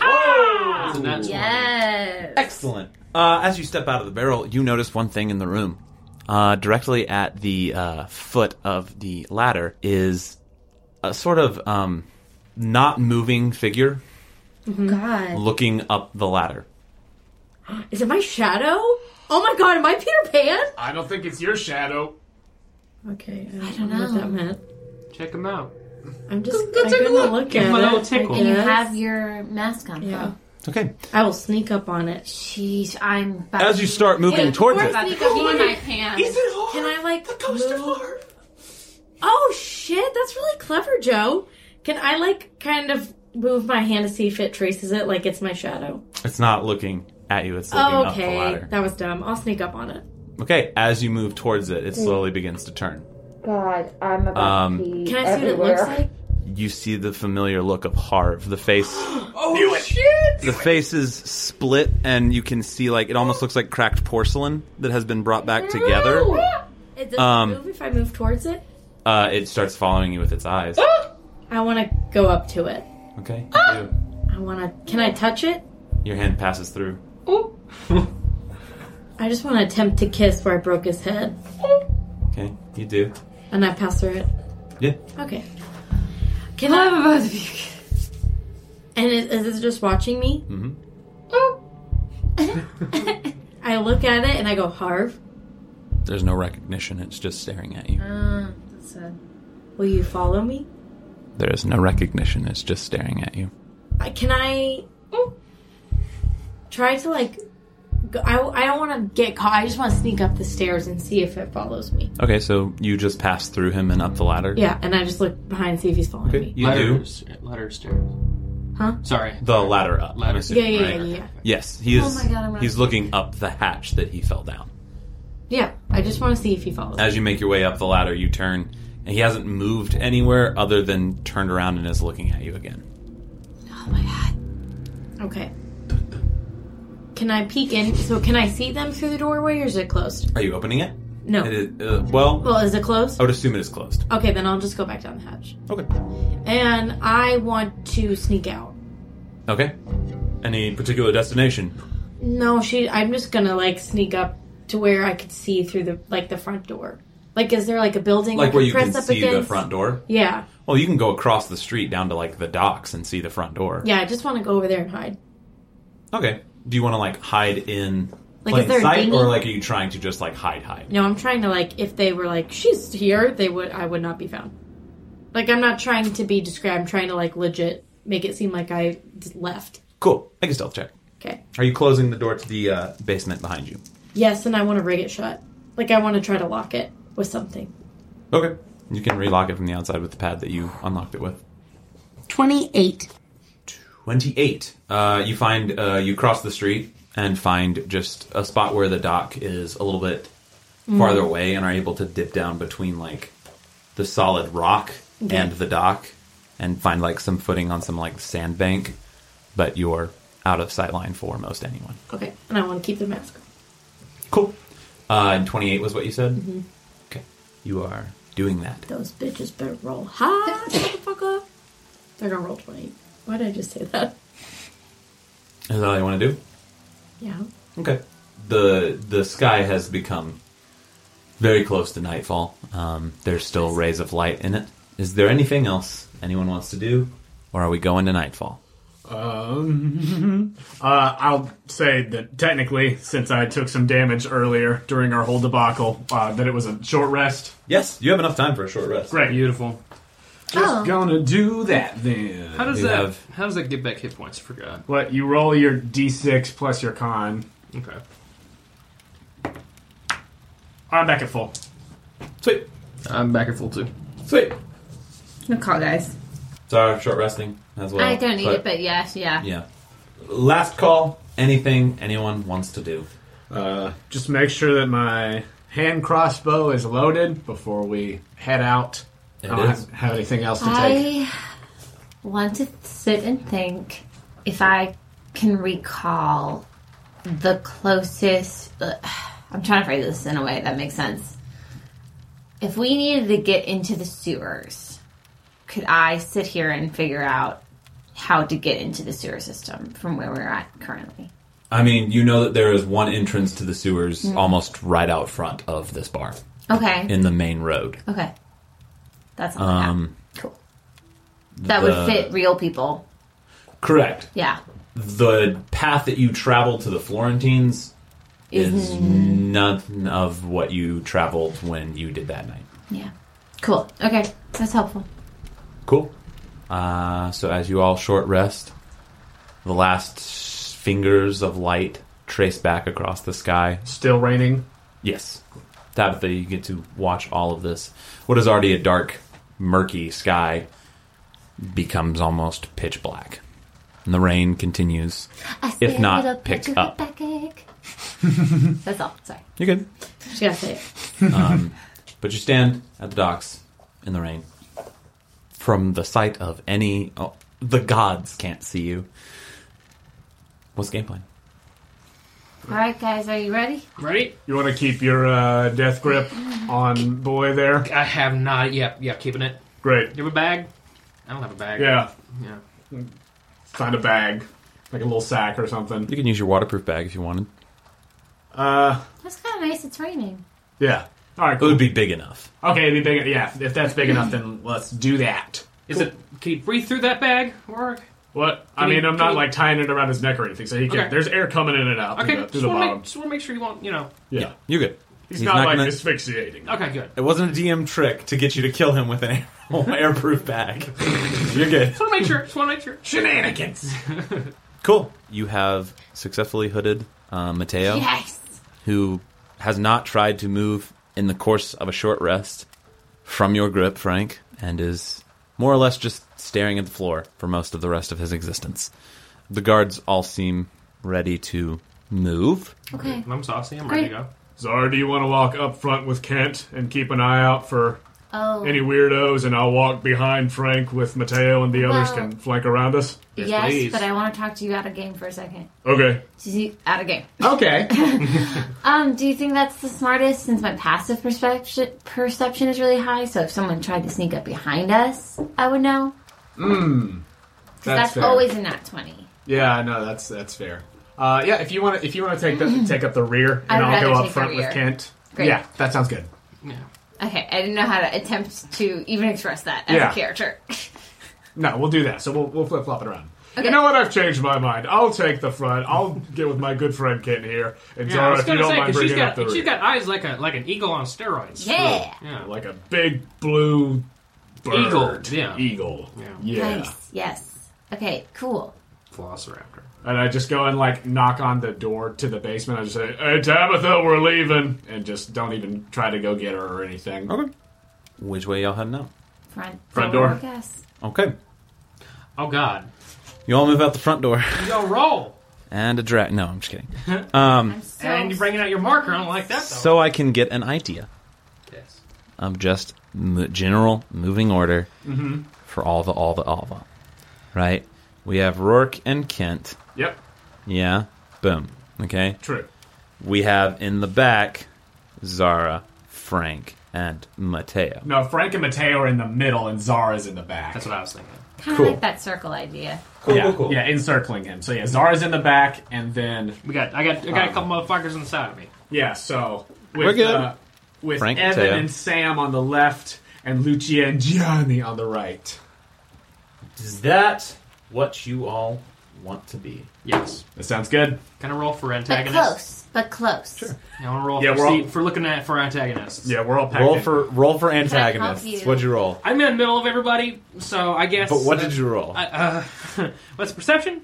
[SPEAKER 5] That's a nat 20.
[SPEAKER 3] Ah! Yes.
[SPEAKER 2] Excellent. Uh, as you step out of the barrel, you notice one thing in the room. Uh, directly at the uh, foot of the ladder is a sort of um, not moving figure
[SPEAKER 4] Oh, God.
[SPEAKER 2] looking up the ladder.
[SPEAKER 4] Is it my shadow? Oh my god, am I Peter Pan?
[SPEAKER 8] I don't think it's your shadow.
[SPEAKER 4] Okay, I don't,
[SPEAKER 3] know what that
[SPEAKER 4] meant.
[SPEAKER 5] Check him out.
[SPEAKER 4] I'm just
[SPEAKER 5] Go- go
[SPEAKER 4] I'm
[SPEAKER 5] take a
[SPEAKER 4] gonna
[SPEAKER 5] look.
[SPEAKER 4] look,
[SPEAKER 5] Give
[SPEAKER 4] at
[SPEAKER 5] him a
[SPEAKER 4] it.
[SPEAKER 5] little tickle.
[SPEAKER 4] I
[SPEAKER 3] And you
[SPEAKER 4] guess.
[SPEAKER 3] have your mask on. Oh,
[SPEAKER 4] Yeah.
[SPEAKER 2] It's okay.
[SPEAKER 4] I will sneak up on it.
[SPEAKER 3] Sheesh, I'm about
[SPEAKER 2] As
[SPEAKER 3] to
[SPEAKER 2] you start Oh moving
[SPEAKER 3] Wait,
[SPEAKER 2] towards it,
[SPEAKER 3] about to pee my pants.
[SPEAKER 4] Can I like the coaster Oh shit, that's really clever, Joe. Can I like kind of move my hand to see if it traces it like it's my shadow?
[SPEAKER 2] it's not looking at you. It's looking
[SPEAKER 4] Oh,
[SPEAKER 2] up the
[SPEAKER 4] okay.
[SPEAKER 2] ladder.
[SPEAKER 4] That was dumb. I'll sneak up on it.
[SPEAKER 2] Okay, as you move towards it, it slowly begins to turn.
[SPEAKER 11] God, I'm about
[SPEAKER 2] Um,
[SPEAKER 11] to pee
[SPEAKER 4] Can I see
[SPEAKER 11] everywhere.
[SPEAKER 4] what it looks like?
[SPEAKER 2] You see the familiar look of Harv. The face. oh shit! The face is split, and you can see like it almost looks like cracked porcelain that has been brought back together.
[SPEAKER 4] It doesn't
[SPEAKER 2] Um,
[SPEAKER 4] move if I move towards it.
[SPEAKER 2] Uh, it starts following you with its eyes.
[SPEAKER 4] I wanna go up to it.
[SPEAKER 2] Okay. you-
[SPEAKER 4] I wanna can I touch it?
[SPEAKER 2] Your hand passes through.
[SPEAKER 4] I just wanna attempt to kiss where I broke his head.
[SPEAKER 2] Okay, you do.
[SPEAKER 4] And I pass through it.
[SPEAKER 2] Yeah.
[SPEAKER 4] Okay. Can I? am about to be. And is, is it just watching me?
[SPEAKER 2] Mhm.
[SPEAKER 4] I look at it and I go, Harv,
[SPEAKER 2] There's no recognition. It's just staring at you.
[SPEAKER 3] Uh, that's a-
[SPEAKER 4] will you follow me?
[SPEAKER 2] There is no recognition. It's just staring at you.
[SPEAKER 4] I- Can I try to like go- I, I don't want to get caught. I just want to sneak up the stairs and see if it follows me.
[SPEAKER 2] Okay, so you just pass through him and up the ladder.
[SPEAKER 4] Yeah, and I just look behind and see if he's following
[SPEAKER 2] Okay,
[SPEAKER 4] me.
[SPEAKER 2] you
[SPEAKER 5] ladder,
[SPEAKER 2] do
[SPEAKER 5] ladder stairs.
[SPEAKER 4] Huh?
[SPEAKER 5] Sorry.
[SPEAKER 2] the ladder up. I'm
[SPEAKER 5] Ladder.
[SPEAKER 4] Yeah,
[SPEAKER 2] assuming,
[SPEAKER 4] yeah,
[SPEAKER 2] right?
[SPEAKER 4] yeah, Oh yeah, yeah.
[SPEAKER 2] Yes, he is.
[SPEAKER 3] my God, I'm
[SPEAKER 2] he's looking up the hatch that he fell down.
[SPEAKER 4] Yeah, I just want to see if he follows.
[SPEAKER 2] As you make your way up the ladder, you turn, and he hasn't moved anywhere other than turned around and is looking at you again.
[SPEAKER 4] Oh my god. Okay. Can I peek in? So can I see them through the doorway, or is it closed?
[SPEAKER 2] Are you opening it?
[SPEAKER 4] No.
[SPEAKER 2] It is, Oh. uh, well,
[SPEAKER 4] Well, is it closed?
[SPEAKER 2] I would assume it is closed.
[SPEAKER 4] Okay, then I'll just go back down the hatch.
[SPEAKER 2] Okay.
[SPEAKER 4] And I want to sneak out.
[SPEAKER 2] Okay. Any particular destination?
[SPEAKER 4] No, she. I'm just gonna like sneak up to where I could see through the like the front door. Like, is there like a building I
[SPEAKER 2] Like
[SPEAKER 4] could
[SPEAKER 2] where you
[SPEAKER 4] press
[SPEAKER 2] can
[SPEAKER 4] up
[SPEAKER 2] see the
[SPEAKER 4] against?
[SPEAKER 2] front door?
[SPEAKER 4] Yeah,
[SPEAKER 2] Well, you can go across the street down to like the docks and see the front door.
[SPEAKER 4] yeah. I just want to go over there and hide.
[SPEAKER 2] Okay. Do you want to like hide in
[SPEAKER 4] Like, is
[SPEAKER 2] plain
[SPEAKER 4] there a
[SPEAKER 2] sight,
[SPEAKER 4] dinghy?
[SPEAKER 2] or like are you trying to just like hide, hide?
[SPEAKER 4] No, I'm trying to like if they were like she's here, they would I would not be found. Like I'm not trying to be discreet. I'm trying to like legit make it seem like I just left.
[SPEAKER 2] Cool. Make a stealth check.
[SPEAKER 4] Okay.
[SPEAKER 2] Are you closing the door to the uh, basement behind you?
[SPEAKER 4] Yes, and I want to rig it shut. Like I want to try to lock it with something.
[SPEAKER 2] Okay. You can relock it from the outside with the pad that you unlocked it with.
[SPEAKER 12] 28.
[SPEAKER 2] 28. Uh, you find uh, you cross the street and find just a spot where the dock is a little bit farther away and are able to dip down between like the solid rock and the dock and find like some footing on some like sandbank, but you're out of sight line for most anyone.
[SPEAKER 4] Okay. And I want to keep the mask. on.
[SPEAKER 2] Cool. Uh, and 28 was what you said?
[SPEAKER 3] Mm-hmm.
[SPEAKER 2] Okay. You are doing that.
[SPEAKER 4] Those bitches better roll high, motherfucker. They're gonna roll twenty. Why did I just say that?
[SPEAKER 2] Is that all you want to do?
[SPEAKER 4] Yeah.
[SPEAKER 2] Okay. The the sky has become very close to nightfall. Um, there's still rays of light in it. Is there anything else anyone wants to do, or are we going to nightfall?
[SPEAKER 8] Uh, I'll say that technically, since I took some damage earlier during our whole debacle, uh, that it was a short rest.
[SPEAKER 2] Yes, you have enough time for a short rest.
[SPEAKER 8] Great.
[SPEAKER 5] Beautiful.
[SPEAKER 3] Oh.
[SPEAKER 8] Gonna do that then.
[SPEAKER 5] How does
[SPEAKER 2] You
[SPEAKER 5] that?
[SPEAKER 2] have-
[SPEAKER 5] How does that get back hit points? I forgot.
[SPEAKER 8] What you roll your d6 plus your con.
[SPEAKER 5] Okay.
[SPEAKER 8] I'm back at full.
[SPEAKER 2] Sweet,
[SPEAKER 5] I'm back at full too.
[SPEAKER 2] sweet.
[SPEAKER 12] No call, guys.
[SPEAKER 2] Sorry, short resting as well.
[SPEAKER 3] I don't need it, but yes, yeah.
[SPEAKER 2] yeah. Last call. Anything anyone wants to do?
[SPEAKER 8] Uh, just make sure that my hand crossbow is loaded before we head out.
[SPEAKER 2] It
[SPEAKER 8] I
[SPEAKER 2] is.
[SPEAKER 8] don't have, have anything else to take.
[SPEAKER 3] I want to sit and think if I can recall the closest. ugh, I'm trying to phrase this in a way that makes sense. If we needed to get into the sewers, could I sit here and figure out how to get into the sewer system from where we're at currently?
[SPEAKER 2] I mean, you know that there is one entrance to the sewers
[SPEAKER 3] Mm.
[SPEAKER 2] almost right out front of this bar
[SPEAKER 3] Okay.
[SPEAKER 2] in the main road.
[SPEAKER 3] okay. That's all I have.
[SPEAKER 2] Um,
[SPEAKER 3] Cool. That would
[SPEAKER 2] the-
[SPEAKER 3] fit real people.
[SPEAKER 2] Correct.
[SPEAKER 3] Yeah.
[SPEAKER 2] the path that you traveled to the Florentines is none of what you traveled when you did that night.
[SPEAKER 3] Yeah. Cool. Okay. That's helpful.
[SPEAKER 2] Cool. Uh, so as you all short rest, the last fingers of light trace back across the sky.
[SPEAKER 8] Still raining.
[SPEAKER 2] Yes, Tabitha, you get to watch all of this. What is already a dark, murky sky becomes almost pitch black, and the rain continues. If not, pick up.
[SPEAKER 3] That's all. Sorry.
[SPEAKER 2] You good?
[SPEAKER 4] She gotta say it.
[SPEAKER 2] But you stand at the docks in the rain. From the sight of any. Oh, the gods can't see you. What's the game plan?
[SPEAKER 3] All right, guys, are you ready?
[SPEAKER 5] Ready?
[SPEAKER 8] You want to keep your uh, death grip on boy there?
[SPEAKER 5] I have not. Yeah, yeah. Keeping it.
[SPEAKER 8] Great.
[SPEAKER 5] You have a bag? I don't have a bag.
[SPEAKER 8] Yeah.
[SPEAKER 5] Yeah.
[SPEAKER 8] Find a bag, like a little sack or something.
[SPEAKER 2] You can use your waterproof bag if you wanted.
[SPEAKER 8] Uh,
[SPEAKER 3] That's kind of nice. It's raining.
[SPEAKER 8] yeah. All right.
[SPEAKER 2] It
[SPEAKER 8] Cool.
[SPEAKER 2] would be big enough.
[SPEAKER 8] Okay, it'd be big. Yeah, if that's big enough, then let's do that.
[SPEAKER 5] Is it? Can you breathe through that bag? Or
[SPEAKER 8] What? I
[SPEAKER 5] Can
[SPEAKER 8] mean,
[SPEAKER 5] we-
[SPEAKER 8] I'm
[SPEAKER 5] can
[SPEAKER 8] not
[SPEAKER 5] we-
[SPEAKER 8] like tying it around his neck or anything, so he can.
[SPEAKER 5] Okay.
[SPEAKER 8] There's air coming in and out
[SPEAKER 5] okay,
[SPEAKER 8] through the, through
[SPEAKER 5] just
[SPEAKER 8] the
[SPEAKER 5] want to
[SPEAKER 8] bottom.
[SPEAKER 5] make, just wanna make sure you won't. You know.
[SPEAKER 8] yeah.
[SPEAKER 2] You're good.
[SPEAKER 8] He's, not, like
[SPEAKER 2] gonna-
[SPEAKER 8] asphyxiating.
[SPEAKER 5] Okay, good.
[SPEAKER 2] It wasn't a DM trick to get you to kill him with an air- airproof bag. You're good.
[SPEAKER 5] Just want to make sure. Just want to make sure.
[SPEAKER 8] Shenanigans.
[SPEAKER 2] Cool. You have successfully hooded uh, Mateo,
[SPEAKER 3] Yes.
[SPEAKER 2] who has not tried to move in the course of a short rest from your grip, Frank, and is more or less just staring at the floor for most of the rest of his existence. The guards all seem ready to move.
[SPEAKER 3] Okay.
[SPEAKER 5] I'm saucy. I'm ready to
[SPEAKER 3] Great.
[SPEAKER 5] go.
[SPEAKER 6] Zara, do you want to walk up front with Kent and keep an eye out for
[SPEAKER 3] Oh.
[SPEAKER 6] any weirdos? And I'll walk behind Frank with Mateo, and the others
[SPEAKER 3] Wow.
[SPEAKER 6] can flank around us.
[SPEAKER 3] yes,
[SPEAKER 5] please.
[SPEAKER 3] but I want to talk to you out of game for a second.
[SPEAKER 6] Okay.
[SPEAKER 3] Do you- Out of game.
[SPEAKER 8] Okay.
[SPEAKER 3] Um, do you think that's the smartest since my passive perception perception is really high? So if someone tried to sneak up behind us, I would know.
[SPEAKER 8] That's,
[SPEAKER 3] Hmm. That's,
[SPEAKER 8] fair.
[SPEAKER 3] always a nat twenty.
[SPEAKER 8] Yeah, no, that's that's fair. Uh, yeah, if you want to, if you want to take the, take up the rear, and
[SPEAKER 3] I'd
[SPEAKER 8] I'll go
[SPEAKER 3] rather
[SPEAKER 8] up
[SPEAKER 3] take
[SPEAKER 8] front
[SPEAKER 3] the
[SPEAKER 8] with
[SPEAKER 3] rear.
[SPEAKER 8] Kent.
[SPEAKER 3] Great.
[SPEAKER 8] Yeah, that sounds good.
[SPEAKER 3] Okay, I didn't know how to attempt to even express that as
[SPEAKER 8] Yeah.
[SPEAKER 3] a character.
[SPEAKER 8] No, we'll do that. So we'll we'll flip flop it around.
[SPEAKER 6] You know what? I've changed my mind. I'll take the front. I'll get with my good friend Kent here. And
[SPEAKER 5] Yeah, I
[SPEAKER 6] Zara,
[SPEAKER 5] was
[SPEAKER 6] if you
[SPEAKER 5] gonna
[SPEAKER 6] don't
[SPEAKER 5] say
[SPEAKER 6] mind
[SPEAKER 5] because she's
[SPEAKER 6] bringing
[SPEAKER 5] got
[SPEAKER 6] up the
[SPEAKER 5] she's
[SPEAKER 6] rear.
[SPEAKER 5] got eyes like a like an eagle on steroids.
[SPEAKER 3] yeah.
[SPEAKER 5] Yeah, like
[SPEAKER 6] like a big blue bird.
[SPEAKER 5] Eagle, yeah.
[SPEAKER 6] Eagle.
[SPEAKER 5] Yeah.
[SPEAKER 6] Yeah.
[SPEAKER 3] Nice. Yes. Okay. Cool.
[SPEAKER 5] Velociraptor.
[SPEAKER 6] And I just go and like knock on the door to the basement. I just say, "Hey Tabitha, we're leaving," and just don't even try to go get her or anything.
[SPEAKER 2] Okay. Which way y'all heading out?
[SPEAKER 3] Front
[SPEAKER 6] Front door.
[SPEAKER 3] I guess.
[SPEAKER 2] Okay.
[SPEAKER 5] Oh God,
[SPEAKER 2] You all move out the front door
[SPEAKER 5] you go roll,
[SPEAKER 2] and a drag. No, I'm just kidding.
[SPEAKER 3] I'm so
[SPEAKER 5] and you're bringing out your marker. I don't like that though.
[SPEAKER 2] So I can get an idea
[SPEAKER 5] Yes.
[SPEAKER 2] of just m- general moving order for all the all the all the. Right? We have Rourke and Kent.
[SPEAKER 6] Yep,
[SPEAKER 2] Yeah. Boom. Okay.
[SPEAKER 6] true.
[SPEAKER 2] We have in the back Zara, Frank, and Mateo.
[SPEAKER 8] No, Frank and Mateo are in the middle, and Zara's in the back.
[SPEAKER 5] That's what I was thinking.
[SPEAKER 3] kind of
[SPEAKER 2] Cool.
[SPEAKER 3] like that circle idea.
[SPEAKER 8] yeah, yeah, encircling him. So yeah, Zara's in the back, and then
[SPEAKER 5] We got I got I got a couple motherfuckers inside of me.
[SPEAKER 8] yeah, so with,
[SPEAKER 2] We're good.
[SPEAKER 8] Uh, with
[SPEAKER 2] Frank,
[SPEAKER 8] Evan
[SPEAKER 2] Mateo.
[SPEAKER 8] and Sam on the left, and Lucia and Gianni on the right.
[SPEAKER 13] Is that what you all want to be?
[SPEAKER 5] Yes.
[SPEAKER 8] That sounds good.
[SPEAKER 5] Can I roll for
[SPEAKER 3] But
[SPEAKER 5] antagonists?
[SPEAKER 3] close. But close. Sure.
[SPEAKER 5] Yeah, I want to roll
[SPEAKER 6] Yeah,
[SPEAKER 5] for,
[SPEAKER 6] we're all-
[SPEAKER 5] see- for looking at for antagonists.
[SPEAKER 6] Yeah, we're all packed.
[SPEAKER 2] Roll
[SPEAKER 6] in.
[SPEAKER 2] for roll for
[SPEAKER 3] help
[SPEAKER 2] antagonists.
[SPEAKER 3] you?
[SPEAKER 2] What'd you roll?
[SPEAKER 5] I'm in the middle of everybody, so I guess.
[SPEAKER 2] But what did you roll?
[SPEAKER 5] I, uh, what's perception?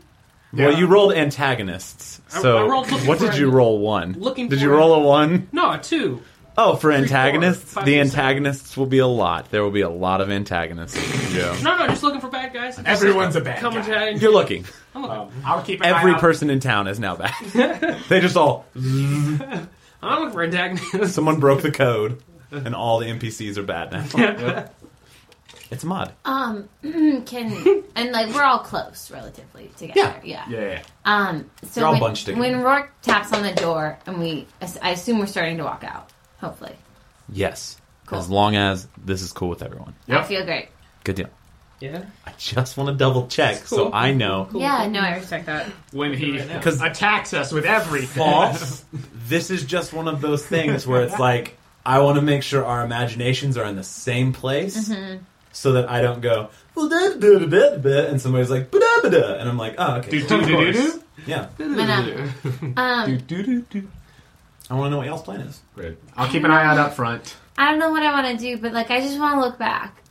[SPEAKER 2] Well, you rolled antagonists.
[SPEAKER 5] I-
[SPEAKER 2] So
[SPEAKER 5] I rolled looking
[SPEAKER 2] what
[SPEAKER 5] for
[SPEAKER 2] did you
[SPEAKER 5] an-
[SPEAKER 2] roll? One.
[SPEAKER 5] looking
[SPEAKER 2] Did
[SPEAKER 5] for
[SPEAKER 2] you
[SPEAKER 5] an-
[SPEAKER 2] roll a one?
[SPEAKER 5] No, a two.
[SPEAKER 2] Oh, for
[SPEAKER 5] four,
[SPEAKER 2] antagonists,
[SPEAKER 5] five,
[SPEAKER 2] the
[SPEAKER 5] six, seven.
[SPEAKER 2] antagonists will be a lot. There will be a lot of antagonists. yeah.
[SPEAKER 5] No, no, just looking for bad guys.
[SPEAKER 8] Everyone's a bad
[SPEAKER 5] Come
[SPEAKER 8] guy.
[SPEAKER 5] attack.
[SPEAKER 2] You're looking.
[SPEAKER 5] I'm looking.
[SPEAKER 8] Um, I'll keep an
[SPEAKER 2] Every
[SPEAKER 8] eye out.
[SPEAKER 2] person in town is now back. they just all
[SPEAKER 5] I'm looking for antagonists.
[SPEAKER 2] someone broke the code, and all the NPCs are bad now. It's a mod.
[SPEAKER 3] Um, can and like we're all close relatively together. Yeah.
[SPEAKER 8] Yeah, yeah.
[SPEAKER 3] Um. So
[SPEAKER 2] You're all
[SPEAKER 3] when,
[SPEAKER 2] bunched together.
[SPEAKER 3] when Rourke taps on the door and we, I assume we're starting to walk out. Hopefully,
[SPEAKER 2] Yes.
[SPEAKER 3] Cool.
[SPEAKER 2] As long as this is cool with everyone.
[SPEAKER 3] I feel great.
[SPEAKER 2] Good deal.
[SPEAKER 5] yeah.
[SPEAKER 2] I just want to double check so I know.
[SPEAKER 3] yeah. No, I respect that.
[SPEAKER 8] When he
[SPEAKER 2] Because
[SPEAKER 8] attacks us with everything.
[SPEAKER 2] false, this is just one of those things where it's like, I want to make sure our imaginations are in the same place
[SPEAKER 3] Mm-hmm.
[SPEAKER 2] so that I don't go, "Well, da- da- da- da- da," and somebody's like, "Ba- da- ba- da," and I'm like, oh, okay.
[SPEAKER 6] Do, do, do, do, do.
[SPEAKER 2] Yeah.
[SPEAKER 3] But, um, um,
[SPEAKER 2] I want to know what y'all's plan is.
[SPEAKER 8] Great. I'll keep an eye out up front.
[SPEAKER 3] I don't know what I want to do, but like I just want to look back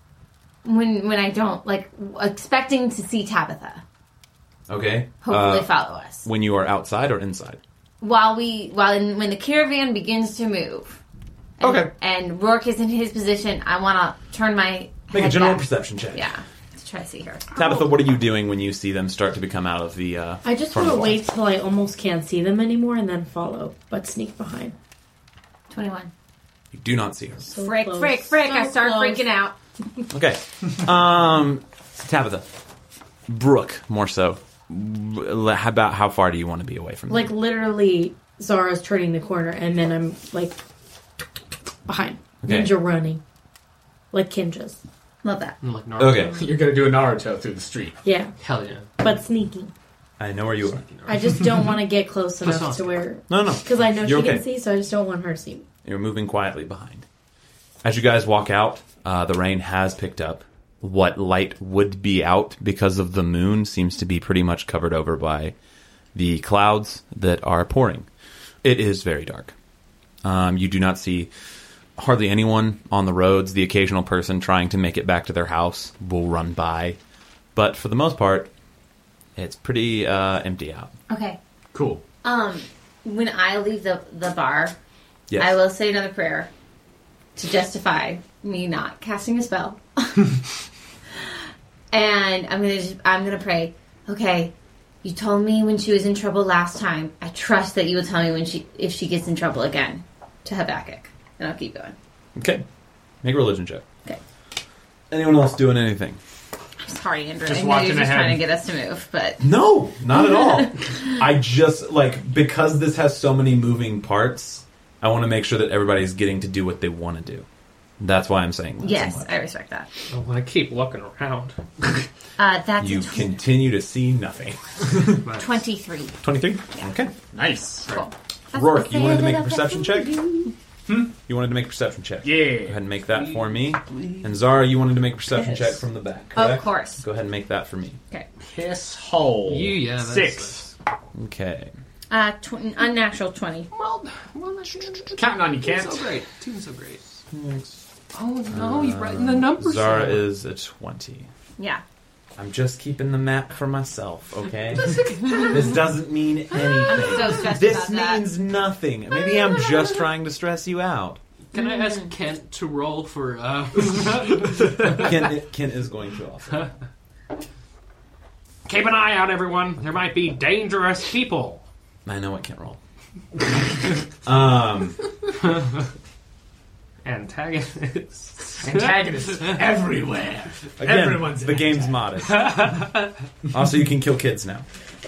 [SPEAKER 3] when when I don't like w- expecting to see Tabitha.
[SPEAKER 2] Okay.
[SPEAKER 3] Hopefully,
[SPEAKER 2] Uh,
[SPEAKER 3] follow us
[SPEAKER 2] when you are outside or inside?
[SPEAKER 3] while we while in, when the caravan begins to move. And,
[SPEAKER 2] Okay.
[SPEAKER 3] And Rourke is in his position. I want to turn my
[SPEAKER 2] Make a
[SPEAKER 3] head
[SPEAKER 2] general
[SPEAKER 3] back.
[SPEAKER 2] perception check.
[SPEAKER 3] Yeah. To try to see her.
[SPEAKER 2] Tabitha, what are you doing when you see them start to become out of the? Uh,
[SPEAKER 4] I just
[SPEAKER 2] front
[SPEAKER 4] want to
[SPEAKER 2] wall?
[SPEAKER 4] wait till I almost can't see them anymore and then follow, but sneak behind.
[SPEAKER 3] Twenty one.
[SPEAKER 2] You do not see her.
[SPEAKER 4] So
[SPEAKER 3] Frick,
[SPEAKER 4] close.
[SPEAKER 3] frick, frick!
[SPEAKER 4] So
[SPEAKER 3] I start
[SPEAKER 4] close.
[SPEAKER 3] freaking out.
[SPEAKER 2] Okay. Um, Tabitha, Brooke, more so. L- How about how far do you want to be away from?
[SPEAKER 4] Like
[SPEAKER 2] them?
[SPEAKER 4] literally, Zara's turning the corner, and then I'm like behind
[SPEAKER 2] Okay.
[SPEAKER 4] ninja running, like Kinjas.
[SPEAKER 3] Love that.
[SPEAKER 5] I'm like Naruto.
[SPEAKER 2] Okay.
[SPEAKER 8] You're gonna do a Naruto through the street.
[SPEAKER 4] Yeah,
[SPEAKER 5] Hell yeah.
[SPEAKER 4] but sneaking.
[SPEAKER 2] I know where you are.
[SPEAKER 4] I just don't want to get close enough
[SPEAKER 5] sounds
[SPEAKER 4] to where
[SPEAKER 2] No, no,
[SPEAKER 4] because I know
[SPEAKER 2] You're
[SPEAKER 4] she
[SPEAKER 2] okay.
[SPEAKER 4] can see, so I just don't want her to see me.
[SPEAKER 2] You're moving quietly behind. As you guys walk out, uh, the rain has picked up. What light would be out because of the moon seems to be pretty much covered over by the clouds that are pouring. It is very dark. Um, you do not see hardly anyone on the roads. The occasional person trying to make it back to their house will run by. But for the most part, it's pretty uh, empty out.
[SPEAKER 3] Okay.
[SPEAKER 8] Cool.
[SPEAKER 3] Um, when I leave the the bar,
[SPEAKER 2] Yes.
[SPEAKER 3] I will say another prayer to justify me not casting a spell. and I'm gonna just, I'm gonna pray. Okay, you told me when she was in trouble last time. I trust that you will tell me when she if she gets in trouble again to Habakkuk, and I'll keep going.
[SPEAKER 2] Okay. Make a religion check.
[SPEAKER 3] Okay.
[SPEAKER 2] Anyone else doing anything?
[SPEAKER 3] I'm sorry, Andrew.
[SPEAKER 2] Just
[SPEAKER 3] I know
[SPEAKER 2] watching
[SPEAKER 3] you're just
[SPEAKER 2] ahead.
[SPEAKER 3] trying to get us to move, but
[SPEAKER 2] No, not at all. I just like because this has so many moving parts. I want to make sure that everybody's getting to do what they want to do. That's why I'm saying that.
[SPEAKER 3] yes, I respect that.
[SPEAKER 5] I want to keep looking around.
[SPEAKER 3] Uh, that's
[SPEAKER 2] you
[SPEAKER 3] a tw-
[SPEAKER 2] continue to see nothing.
[SPEAKER 3] twenty-three.
[SPEAKER 2] 23? Okay. Nice.
[SPEAKER 3] That's
[SPEAKER 2] Rourke,
[SPEAKER 3] the
[SPEAKER 2] you wanted to
[SPEAKER 3] side
[SPEAKER 2] make a
[SPEAKER 3] of the
[SPEAKER 2] perception check? You wanted to make a perception check. Yeah. Go ahead and make that for me. And Zara, you wanted to make a perception
[SPEAKER 3] Yes.
[SPEAKER 2] check from the back.
[SPEAKER 3] Of
[SPEAKER 2] correct?
[SPEAKER 3] course.
[SPEAKER 2] Go ahead and make that for me.
[SPEAKER 3] Okay.
[SPEAKER 8] Piss hole.
[SPEAKER 5] You, yeah, that's-
[SPEAKER 8] Six.
[SPEAKER 2] Okay.
[SPEAKER 3] Uh, tw- unnatural twenty.
[SPEAKER 5] Well,
[SPEAKER 8] Counting on you, Kent.
[SPEAKER 5] So great. Doing so great. Oh no, you're writing the numbers.
[SPEAKER 2] Zara
[SPEAKER 5] down.
[SPEAKER 2] is a 20.
[SPEAKER 3] Yeah.
[SPEAKER 2] I'm just keeping the map for myself, okay? this doesn't mean anything.
[SPEAKER 3] so stressed
[SPEAKER 2] this
[SPEAKER 3] about that.
[SPEAKER 2] means nothing. Maybe I'm just trying to stress you out.
[SPEAKER 5] Can I ask Kent to roll for? Uh...
[SPEAKER 2] Kent, Kent is going to also.
[SPEAKER 5] Keep an eye out, everyone. There might be dangerous people.
[SPEAKER 2] I know it can't roll. um,
[SPEAKER 5] Antagonists.
[SPEAKER 8] Antagonists everywhere.
[SPEAKER 2] again,
[SPEAKER 8] Everyone's
[SPEAKER 2] the game's modest. also, you can kill kids now.